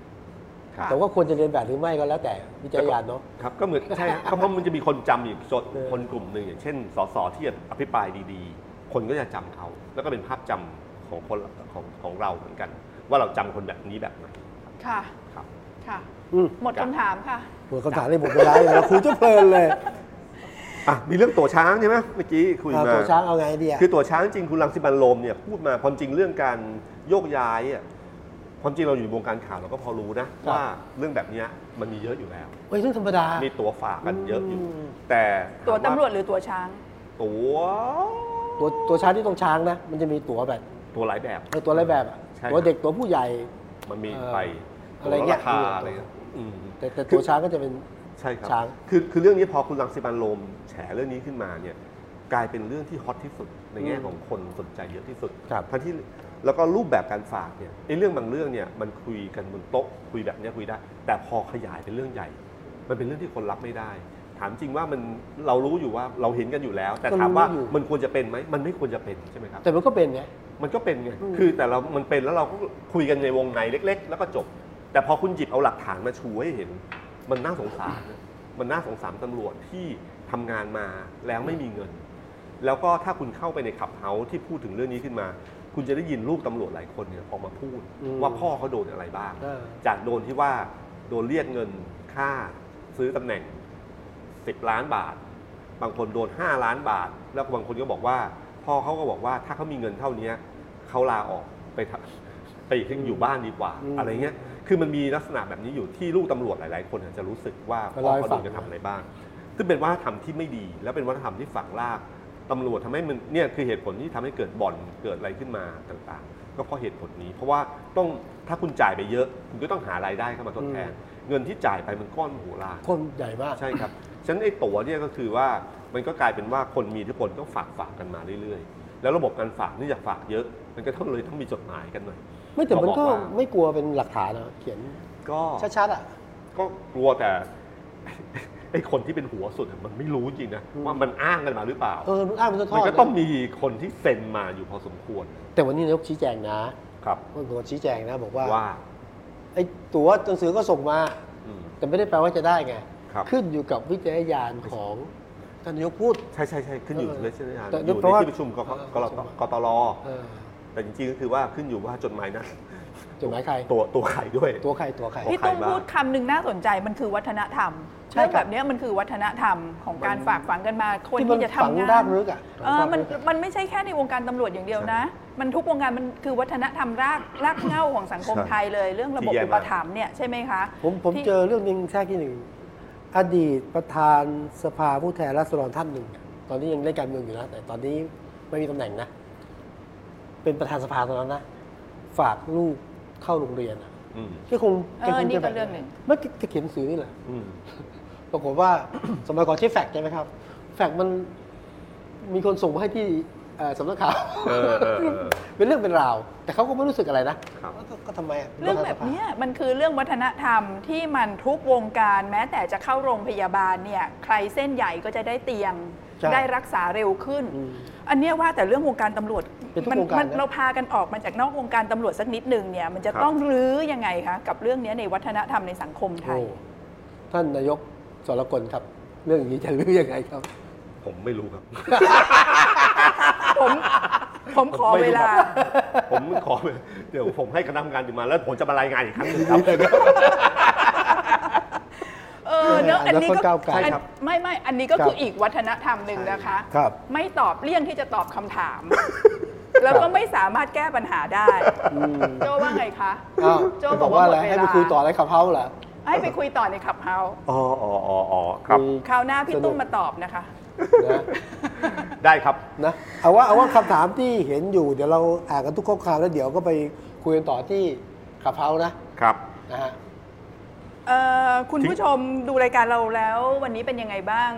[SPEAKER 3] ค่ะ
[SPEAKER 1] แต่ว่าควรจะเรียนแบบหรือไม่ก็แล้วแต่วิจารณญาณเนาะ
[SPEAKER 4] ครับก็เหมือนใช่ครับเพราะมันจะมีคนจำอีกส่วน
[SPEAKER 1] เออ
[SPEAKER 4] คนกลุ่มหนึ่งอย่างเช่นสสที่อภิปรายดีๆ คนก็จะจำเขาแล้วก็เป็นภาพจำของคนของของเราเหมือนกัน ว่าเราจำคนแบบนี้แบบไหน
[SPEAKER 3] ค่ะ
[SPEAKER 4] ครับ
[SPEAKER 3] ค่ะ
[SPEAKER 1] อืม
[SPEAKER 3] หมดคำถามค่ะ
[SPEAKER 1] หมดคำถามเลยหมดเวลาเลยเราคุยจะเพ [laughs] ลินเลย
[SPEAKER 4] อ่ะมีเรื่องตัวช้างใช่ไหมเมื่อกี้คุย
[SPEAKER 1] เอา
[SPEAKER 4] มา
[SPEAKER 1] ตัวช้างเอาไงดีอะ
[SPEAKER 4] คือตัวช้างจริงคุณรังสิมันโรมเนี่ยพูดมาความจริงเรื่องการโยกย้ายอะความจริงเราอยู่ในวงการข่าวเราก็พอรู้นะ
[SPEAKER 1] ครับ
[SPEAKER 4] ว่าเรื่องแบบเนี้ยมันมีเยอะอยู่แล้ว
[SPEAKER 1] เฮ้ยเรื่องธรรมดา
[SPEAKER 4] มีตัวฝากกันเยอะอยู่
[SPEAKER 1] อืม
[SPEAKER 4] แต่
[SPEAKER 3] ตัว
[SPEAKER 4] ถาม
[SPEAKER 3] ตำรวจหรือตัวช้าง
[SPEAKER 4] ตัว
[SPEAKER 1] ตัวตัวช้างที่ต้องช้างนะ มันจะมีตั๋วแบบ
[SPEAKER 4] ตัวหลายแบบ
[SPEAKER 1] เออตัวอะไรแบบอะ
[SPEAKER 4] ใช่
[SPEAKER 1] ตัวเด็กตัวผู้ใหญ่
[SPEAKER 4] มันมี
[SPEAKER 1] เอ่อ
[SPEAKER 4] ไป
[SPEAKER 1] อะไรเงี้ย
[SPEAKER 4] ตัวลดราคาอะไรเงี้ยอืม
[SPEAKER 1] แต่แต่ตัวช้างก็จะเป็น
[SPEAKER 4] ใช่ครับ
[SPEAKER 1] ช้าง
[SPEAKER 4] คือคือเรื่องนี้พอคุณรังสิมันโรมแฉเรื่องนี้ขึ้นมาเนี่ยกลายเป็นเรื่องที่ฮอตที่สุด ในแง่ของคนสนใจเยอะที่สุด
[SPEAKER 1] ครับ
[SPEAKER 4] ทั้งที่แล้วก็รูปแบบการฝากเนี่ยไอ้เรื่องบางเรื่องเนี่ยมันคุยกันบนโต๊ะคุยแบบเนี้ยคุยได้ แต่พอขยายเป็นเรื่องใหญ่ มันเป็นเรื่องที่คนรับไม่ได้ ถามจริงว่ามันเรารู้อยู่ว่าเราเห็นกันอยู่แล้ว แต่
[SPEAKER 1] ก็รู้
[SPEAKER 4] ถามว่า
[SPEAKER 1] อยู่
[SPEAKER 4] มันควรจะเป็นไหมมันไม่ควรจะเป็นใช่ไหมครับ
[SPEAKER 1] แต่มันก็เป็นไง
[SPEAKER 4] มันก็เป็นไง
[SPEAKER 1] อืม
[SPEAKER 4] คือแต่เรา มันเป็นแล้วเราก็คุยกันในวงในเล็ก ๆ แล้วก็จบ แต่พอคุณหยิบเอาหลักฐานมาชูให้เห็น มันน่าสงสารนะมันน่าสงสารตำรวจที่ทำงานมาแล้วไม่มีเงิน แล้วก็ถ้าคุณเข้าไปในขับเฮาส์ที่พูดถึงเรื่องนี้ขึ้นมา คุณจะได้ยินลูกตำรวจหลายคนเนี่ยออกมาพูด
[SPEAKER 1] อืม
[SPEAKER 4] ว่าพ่อเขาโดนอะไรบ้าง
[SPEAKER 1] เออ
[SPEAKER 4] จากโดนที่ว่าโดนเรียกเงินค่าซื้อตำแหน่ง 10 ล้านบาท บางคนโดน 5 ล้านบาท แล้วบางคนก็บอกว่า พ่อเขาก็บอกว่าถ้าเขามีเงินเท่านี้เขาลาออกไปทำ [laughs] ไปอยู่บ้านดีกว่า
[SPEAKER 1] อืม
[SPEAKER 4] อะไรเงี้ย คือมันมีลักษณะแบบนี้อยู่ที่ลูกตำรวจหลาย ๆ คนอาจจะรู้สึกว่า
[SPEAKER 1] ก็
[SPEAKER 4] พ่
[SPEAKER 1] เล่า
[SPEAKER 4] อ
[SPEAKER 1] ให้
[SPEAKER 4] เขา
[SPEAKER 1] ฟั
[SPEAKER 4] โด
[SPEAKER 1] ง
[SPEAKER 4] นกระทำอะไรบ้าง ซึ่งเป็นวัฒนธรรมที่ไม่ดี และเป็นวัฒนธรรมที่ฝังรากตำรวจทำให้มันเนี่ยคือเหตุผลที่ทำให้เกิดบ่อนเกิดอะไรขึ้นมาต่างๆ ก็เพราะเหตุผลนี้ เพราะว่าต้องถ้าคุณจ่ายไปเยอะ คุณก็ต้องหารายได้เข้ามาทดแทน เงินที่จ่ายไปมันก้อนมโหฬาร
[SPEAKER 1] คนใหญ่มาก
[SPEAKER 4] ใช่ครับ ฉะนั้นไอ้ตั๋วเนี่ยก็คือว่ามันก็กลายเป็นว่าคนมีอิทธิพลก็ฝากฝากกันมาเรื่อยๆ แล้วระบบการฝากเนื่องจากฝากเยอะ มันก็ต้องเลยต้องมีจดหมายกันหน่อย
[SPEAKER 1] ไม่แต่มันก็
[SPEAKER 4] ก็บอกว่า
[SPEAKER 1] ไม่กลัวเป็นหลักฐานนะเขียน
[SPEAKER 4] ก็
[SPEAKER 1] ชัดๆอ่ะ
[SPEAKER 4] ก็กลัวแต่ [laughs] ไอ้คนที่เป็นหัวสุดอะมันไม่รู้จริงนะ
[SPEAKER 1] อืม
[SPEAKER 4] ว่ามันอ้างกันมาหรือเปล่า
[SPEAKER 1] เออมันอ้างเป็นทอดๆ
[SPEAKER 4] มันก็
[SPEAKER 1] นะ
[SPEAKER 4] ต้องมีคนที่เซ็นมาอยู่พอสมควร
[SPEAKER 1] แต่วันนี้นายกชี้แจงนะครับ คนกชี้แจงนะบอกว่า
[SPEAKER 4] ว่า
[SPEAKER 1] ไอ้ตั๋วหนังสือก็ส่งมา
[SPEAKER 4] อืม
[SPEAKER 1] แต่ไม่ได้แปลว่าจะได้ไง
[SPEAKER 4] ครับ
[SPEAKER 1] ขึ้นอยู่กับวิจารณญาณของ ท่านนายกพูด
[SPEAKER 4] ใช่ใช่ใช่ขึ้นอยู่
[SPEAKER 1] เออ
[SPEAKER 4] ด้วยใช่ไหมครับ
[SPEAKER 1] แต่
[SPEAKER 4] อ
[SPEAKER 1] นี่
[SPEAKER 4] ยู่
[SPEAKER 1] เพราะ
[SPEAKER 4] ใน
[SPEAKER 1] ว่า
[SPEAKER 4] ที่ประชุมกกกรต
[SPEAKER 1] เออ
[SPEAKER 4] กตร
[SPEAKER 1] เออ
[SPEAKER 4] แต่จริงๆก็คือว่าขึ้นอยู่ว่าจดหมายนั้น
[SPEAKER 1] จดหมายใคร
[SPEAKER 4] ตัวตัวใครด้วย
[SPEAKER 1] ตัวใครตัวใคร
[SPEAKER 4] พี่
[SPEAKER 3] พี่ตุ้มพูดคำหนึ่งน่าสนใจมันคือวัฒนธรรม
[SPEAKER 1] ใช่
[SPEAKER 3] เรื่อ
[SPEAKER 1] ค
[SPEAKER 3] ง
[SPEAKER 1] รั
[SPEAKER 3] แบบ บเนี้ยมันคือวัฒนธรรมของการฝากฝังกันมาคน
[SPEAKER 1] มั
[SPEAKER 3] ที่จะ
[SPEAKER 1] ฝัง
[SPEAKER 3] ทำงาร
[SPEAKER 1] าน กลึกอ่ะ
[SPEAKER 3] เออมัน
[SPEAKER 1] ฝังรากลึกอะ
[SPEAKER 3] มันไม่ใช่แค่ในวงการตำรวจอย่างเดียวนะ มันทุกวงการมันคือวัฒนธรรมรากรากเหง้าของสังคม
[SPEAKER 4] ใช่
[SPEAKER 3] ไทยเลย เรื่องระบบ
[SPEAKER 4] ที่แย่มาก
[SPEAKER 3] อุปถัมภ์เนี่ยใช่ไหมคะ
[SPEAKER 1] ผมผม
[SPEAKER 3] ที่
[SPEAKER 1] เจอเรื่องหนึงแค่ที่หนึ่ง อดีตประธานสภาผู้แทนราษฎรท่านหนึ่ง ตอนนี้ยังเล่นการเมืองอยู่นะ แต่ตอนนี้ไม่มีตำแหน่งนะ เป็นประธานสภาตอนนั้นนะ ฝากลูกเข้าโรงเรียนอะ
[SPEAKER 4] อืม
[SPEAKER 1] ก็คง
[SPEAKER 3] เออ
[SPEAKER 1] คง
[SPEAKER 3] นี่ก็
[SPEAKER 1] จะแบบ
[SPEAKER 3] เรื่องหนึ่ง
[SPEAKER 1] ไม่จะเขียนหนังสือนี่แหละ
[SPEAKER 4] อืม
[SPEAKER 1] ปรากฏว่า สมัยก่อนใช้แฟกซ์ใช่ไหมครับ แฟกซ์มันมีคนส่งมาให้ที่เอ่อสำนักข่าว [laughs]
[SPEAKER 4] เออเออเออ
[SPEAKER 1] เป็นเรื่องเป็นราว แต่เขาก็ไม่รู้สึกอะไรนะครับ ก็ก็ทำไมะ
[SPEAKER 3] เรื่องแบบเนี้ยมันคือเรื่องวัฒนธรรมที่มันทุกวงการแม้แต่จะเข้าโรงพยาบาลเนี่ยใครเส้นใหญ่ก็จะได้เตียง
[SPEAKER 1] ใช่
[SPEAKER 3] ได้รักษาเร็วขึ้น
[SPEAKER 1] อืม
[SPEAKER 3] อันเนี้ยว่าแต่เรื่องวงการตำรวจ
[SPEAKER 1] เป็นทุก
[SPEAKER 3] มั
[SPEAKER 1] วงการ
[SPEAKER 3] มัน
[SPEAKER 1] นะ
[SPEAKER 3] เราพากันออกมาจากนอกวงการตำรวจสักนิดหนึ่งเนี่ยมันจะ
[SPEAKER 4] ครับ
[SPEAKER 3] ต้องรื้อยังไงคะกับเรื่องเนี้ยในวัฒนธรรมในสังคมไทย
[SPEAKER 1] โอ้ท่านนายกสรกลครับ เรื่องอย่างนี้จะรื้อยังไงครับ
[SPEAKER 4] ผมไม่รู้ [laughs] ครับ
[SPEAKER 3] ผมผมขอ
[SPEAKER 4] ไม่
[SPEAKER 3] เว
[SPEAKER 4] รู้ค
[SPEAKER 3] ลา
[SPEAKER 4] รับผมขอ เดี๋ยวผมให้คณะกรรมการอยู่มาแล้วผมจะมารายงานอีกครั้งหนึงครับ
[SPEAKER 3] เออเนอะ
[SPEAKER 1] เออ
[SPEAKER 3] อันนี้
[SPEAKER 1] อนาคต
[SPEAKER 3] ก็
[SPEAKER 1] ก้าวไกล
[SPEAKER 3] อัน
[SPEAKER 1] ครับ
[SPEAKER 3] ไม่ไม่อันนี้ก็
[SPEAKER 1] ครับ
[SPEAKER 3] คืออีกวัฒนธรรมหนึ่งนะคะ
[SPEAKER 1] ครับ
[SPEAKER 3] ไม่ตอบเลี่ยงที่จะตอบคำ
[SPEAKER 1] [laughs]
[SPEAKER 3] ถาม แล้วก็ไม่สามารถแก้ปัญหาได้โจว่าไงคะ
[SPEAKER 1] อ้าว
[SPEAKER 3] โจบอกว่าหม
[SPEAKER 1] อะไร
[SPEAKER 3] ดเว
[SPEAKER 1] ให้ไป
[SPEAKER 3] ลา
[SPEAKER 1] คุยต่ออะไรกับเขาเหรอ
[SPEAKER 3] ให้ไปคุยต่อในขับเฮา
[SPEAKER 4] อ๋ออ๋ออ๋ออ๋อครับ
[SPEAKER 1] อืม
[SPEAKER 3] คราวหน้าพี่
[SPEAKER 1] สนุก
[SPEAKER 3] ตุ้มมาตอบนะคะ
[SPEAKER 1] นะ
[SPEAKER 4] ได้ครับ
[SPEAKER 1] นะเอาว่าเอาว่าคำถามที่เห็นอยู่ เดี๋ยวเราอ่านกันทุกข้อความแล้วเดี๋ยวก็ไปคุยกันต่อที่ขับเฮานะครับ นะฮะ
[SPEAKER 3] เอ่อคุณผู้ชมดูรายการเราแล้ววันนี้เป็นยังไงบ้าง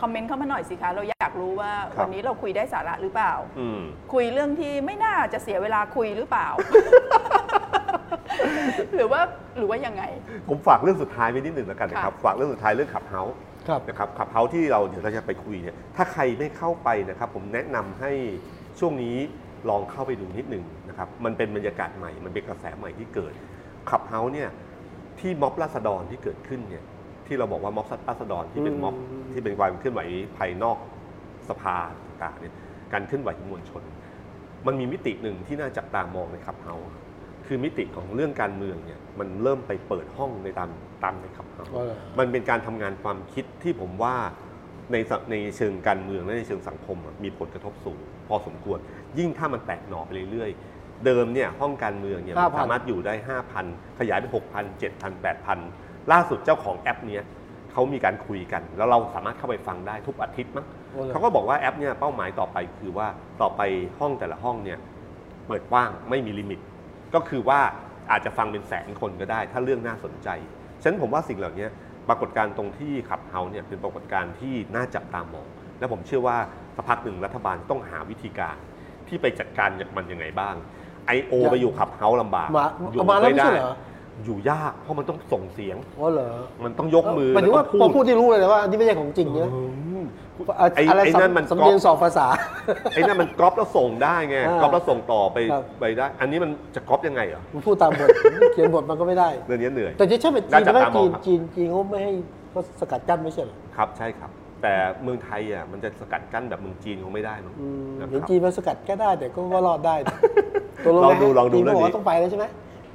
[SPEAKER 3] คอมเมนต์เข้ามาหน่อยสิคะ เราอยากรู้ว่า
[SPEAKER 4] ครับ
[SPEAKER 3] วันนี้เราคุยได้สาระหรือเปล่า
[SPEAKER 4] อืม
[SPEAKER 3] คุยเรื่องที่ไม่น่าจะเสียเวลาคุยหรือเปล่า [laughs] หรือว่าหรือว่ายังไง
[SPEAKER 4] ผมฝากเรื่องสุดท้ายไว้นิดหนึ่งแล้วกันนะครับ ฝากเรื่องสุดท้ายเรื่องขับเฮาส์
[SPEAKER 1] ครับ
[SPEAKER 4] นะครับขับเฮาส์ที่เราเดี๋ยวเราจะไปคุยเนี่ย ถ้าใครไม่เข้าไปนะครับ ผมแนะนำให้ช่วงนี้ลองเข้าไปดูนิดหนึ่งนะครับ มันเป็นบรรยากาศใหม่ มันเป็นกระแสใหม่ที่เกิดขับเฮาส์เนี่ยที่ม็อบราษฎรที่เกิดขึ้นเนี่ย ที่เราบอกว่าม็อบราษฎรที่เป็นม็อบ
[SPEAKER 1] อืม
[SPEAKER 4] ที่เป็นความเคลื่อนไหวภายนอกสภาต่างๆเนี่ย การเคลื่อนไหวของมวลชน มันมีมิติหนึ่งที่น่าจับตามองในขับเฮาส์คือมิติของเรื่องการเมืองเนี่ยมันเริ่มไปเปิดห้องในตามตามในขับเฮาส์
[SPEAKER 1] อ๋อเหรอ
[SPEAKER 4] มันเป็นการทำงานความคิดที่ผมว่าในสังในเชิงการเมืองและในเชิงสังคมอะมีผลกระทบสูงพอสมควร ยิ่งถ้ามันแตกหน่อไปเรื่อยๆ เดิมเนี่ยห้องการเมืองเนี่ยมัน
[SPEAKER 1] 5,000
[SPEAKER 4] สามารถอยู่ได้ 5,000 ขยายไป 6,000 7,000 8,000 ล่าสุดเจ้าของแอปเนี้ยเขามีการคุยกัน แล้วเราสามารถเข้าไปฟังได้ทุกอาทิตย์มั้ง
[SPEAKER 1] โอ้หรอ
[SPEAKER 4] เขาก็บอกว่าแอปเนี่ยเป้าหมายต่อไปคือว่าต่อไปห้องแต่ละห้องเนี่ยเปิดกว้างไม่มีลิมิต ก็คือว่าอาจจะฟังเป็นแสนคนก็ได้ ถ้าเรื่องน่าสนใจ ฉะนั้นผมว่าสิ่งเหล่านี้ปรากฏการณ์ตรงที่ขับเฮาเนี่ยเป็นปรากฏการณ์ที่น่าจับตามอง และผมเชื่อว่าสักพักหนึ่งรัฐบาลต้องหาวิธีการที่ไปจัดการกับมันยังไงบ้าง IO
[SPEAKER 1] อยาก
[SPEAKER 4] ไปอยู่ขับเฮาลำบาก
[SPEAKER 1] มา
[SPEAKER 4] อยู่
[SPEAKER 1] มาแล้วไม่ใช่เหรอ
[SPEAKER 4] อยู่ยากเพราะมันต้องส่งเสียง
[SPEAKER 1] อ๋อเหรอ
[SPEAKER 4] มันต้องยกมือ
[SPEAKER 1] หมายถึงว่าพอ
[SPEAKER 4] แล้ก็
[SPEAKER 1] พูดที่รู้เลยนะว่าอันนี้ไม่ใช่ของจริงเนี่ย
[SPEAKER 4] อืม
[SPEAKER 1] อะ
[SPEAKER 4] ไอ้
[SPEAKER 1] อะไร
[SPEAKER 4] ไอ้
[SPEAKER 1] สำ
[SPEAKER 4] นั่นมัน
[SPEAKER 1] สำเนียงส
[SPEAKER 4] ก๊อป
[SPEAKER 1] องภาษา [laughs]
[SPEAKER 4] ไอ้นั่นมันก๊อปแล้วส่งได้ไง
[SPEAKER 1] อ่า
[SPEAKER 4] ก๊อปแล้วส่งต่อไป
[SPEAKER 1] ครับ
[SPEAKER 4] ไปได้ อันนี้มันจะก๊อปยังไงเหรอ
[SPEAKER 1] มันพูดตามบท เขียนบทมันก็ไม่ได้
[SPEAKER 4] เรื่องนี้เหนื่อย
[SPEAKER 1] แต่จะใช่เป็นจีน
[SPEAKER 4] น่าจับ
[SPEAKER 1] ไม่
[SPEAKER 4] ตาม
[SPEAKER 1] จี
[SPEAKER 4] อ
[SPEAKER 1] น
[SPEAKER 4] งครับ
[SPEAKER 1] จีนจีนเขาไม่ให้เขาสกัดกั้นไม่ใช่เหรอ
[SPEAKER 4] ครับใช่ครับ แต่เมืองไทยอ่ะมันจะสกัดกั้นแบบเมืองจีนคงไม่ได้มั้ง
[SPEAKER 1] อืม
[SPEAKER 4] นะค
[SPEAKER 1] เห็น
[SPEAKER 4] รับ
[SPEAKER 1] จีนมันสกัดก็ได้แต่ก็ว่ารอดได้นะตัว
[SPEAKER 4] [laughs] ลองดู
[SPEAKER 1] ไหม
[SPEAKER 4] ลองดู
[SPEAKER 1] จีนบอก
[SPEAKER 4] เรื่องนี้
[SPEAKER 1] ว่าต้องไปแล้วใช่ไหม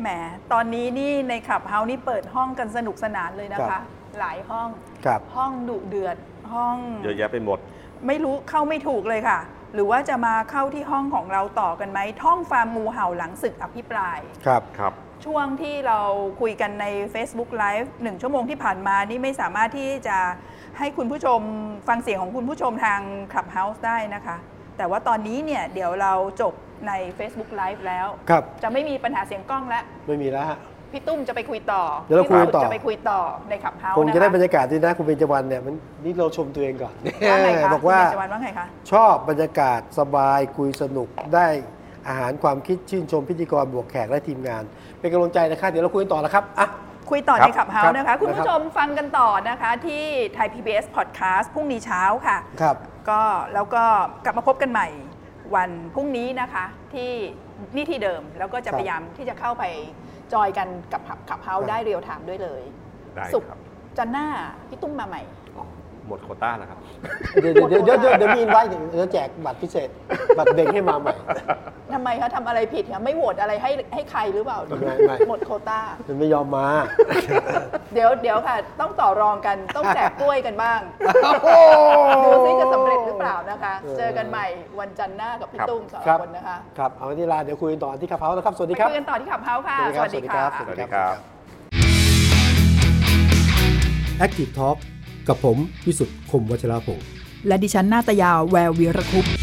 [SPEAKER 3] แหม ตอนนี้นี่ในขับเฮานี่เปิดห้องกันสนุกสนานเลยนะ
[SPEAKER 1] ครั
[SPEAKER 3] คะ
[SPEAKER 1] บ
[SPEAKER 3] หลายห้อง
[SPEAKER 1] ครับ
[SPEAKER 3] ห้องดุเดือด ห้อง
[SPEAKER 4] เยอะแยะไปหมด
[SPEAKER 3] ไม่รู้เข้าไม่ถูกเลยค่ะ หรือว่าจะมาเข้าที่ห้องของเราต่อกันไหมท่องฟาร์มงูเห่าหลังศึกอภิปราย
[SPEAKER 1] ครับ
[SPEAKER 4] ครับ
[SPEAKER 3] ช่วงที่เราคุยกันใน Facebook Live หนึ่งชั่วโมงที่ผ่านมานี่ไม่สามารถที่จะให้คุณผู้ชมฟังเสียงของคุณผู้ชมทาง Clubhouse ได้นะคะ แต่ว่าตอนนี้เนี่ยเดี๋ยวเราจบใน Facebook Live แล้ว
[SPEAKER 1] ครับ
[SPEAKER 3] จะไม่มีปัญหาเสียงกล้องแล้ว
[SPEAKER 1] ไม่มีแล้วฮะ
[SPEAKER 3] พี่ตุ้มจะไปคุยต่อ
[SPEAKER 1] เดี๋ยวเราคุยกันต่อ
[SPEAKER 3] พี่ตุ้มจะไปคุยต่อในขับเฮา
[SPEAKER 1] คงจะได้บรร
[SPEAKER 3] นะคะ
[SPEAKER 1] ยากาศดีนะคุณเบญจวรรณเนี่ยมันนี่เราชมตัวเองก่อน
[SPEAKER 3] ว่าไงคะ
[SPEAKER 1] บอกว่า
[SPEAKER 3] คุณเบญจวรรณว่าไงคะ
[SPEAKER 1] ชอบบรรยากาศสบายคุยสนุกได้อาหารความคิดชื่นชมพิธีกรบวกแขกและทีมงาน เป็นกำลังใจนะครับเดี๋ยวเราคุยกันต่อแล้วครับอ่ะ
[SPEAKER 3] คุยต่อ
[SPEAKER 4] ครั
[SPEAKER 3] ใน
[SPEAKER 4] บ
[SPEAKER 3] ขับเฮา
[SPEAKER 1] ครับ
[SPEAKER 3] นะคะ คุณ
[SPEAKER 1] นะครั
[SPEAKER 3] ผู้
[SPEAKER 1] บ
[SPEAKER 3] ชมฟังกันต่อนะคะที่ Thai PBS Podcast พรุ่งนี้เช้าค่ะ
[SPEAKER 1] ครับ
[SPEAKER 3] ก็แล้วก็กลับมาพบกันใหม่วันพรุ่งนี้นะคะที่นี่ที่เดิมแล้วก็
[SPEAKER 1] ครั
[SPEAKER 3] จะ
[SPEAKER 1] บ
[SPEAKER 3] พยายามที่จะเข้าไปจอยกันกับขับเฮา
[SPEAKER 1] ครับ
[SPEAKER 3] ได้เรียลไทม์ด้วยเลย
[SPEAKER 4] ได้
[SPEAKER 3] สุกร์
[SPEAKER 4] ครับ
[SPEAKER 3] จันทร์หน้าพี่ตุ้มมาใหม่
[SPEAKER 4] อ๋อ หมดโควต้าแล้วครับ
[SPEAKER 1] เดี๋ยวเดี๋ยวเดี๋ยวเดี๋ยวเดี๋ยวมีไว้เดี๋ยวเดี๋ยวแจกบัตรพิเศษ บัตรเด็กให้มาใหม่
[SPEAKER 3] ทำไมเขาทำอะไรผิดคะไม่โหวตอะไรให้ให้ใครหรือเปล่า
[SPEAKER 1] ไม่ไม่
[SPEAKER 3] หมดโควต้า
[SPEAKER 1] มันไม่ยอมมา
[SPEAKER 3] เดี๋ยวเดี๋ยวค่ะ ต้องต่อรองกันต้องแจกกล้วยกันบ้าง ดูซิจะสำเร็จหรือเปล่านะคะ
[SPEAKER 1] เออ
[SPEAKER 3] เจอกันใหม่วันจันทร์หน้ากับพี่
[SPEAKER 4] ครับ
[SPEAKER 3] ตุ้มสอง
[SPEAKER 1] ครับ
[SPEAKER 3] คนนะคะ
[SPEAKER 1] ครับเอาไว้ที่ลาเดี๋ยวคุยกันต่อที่คาเพาส์นะครับสวัส
[SPEAKER 3] ไป
[SPEAKER 1] ดีครับ
[SPEAKER 3] คุยกันต่อที่ขับเฮาส์ค่ะ
[SPEAKER 1] สวัสดีครับ
[SPEAKER 4] สวัสดีครับ
[SPEAKER 1] Active Talk กับผมวิสุทธ์คมวัชราภง
[SPEAKER 2] และดิฉันนาตยาแวววีรคุปต์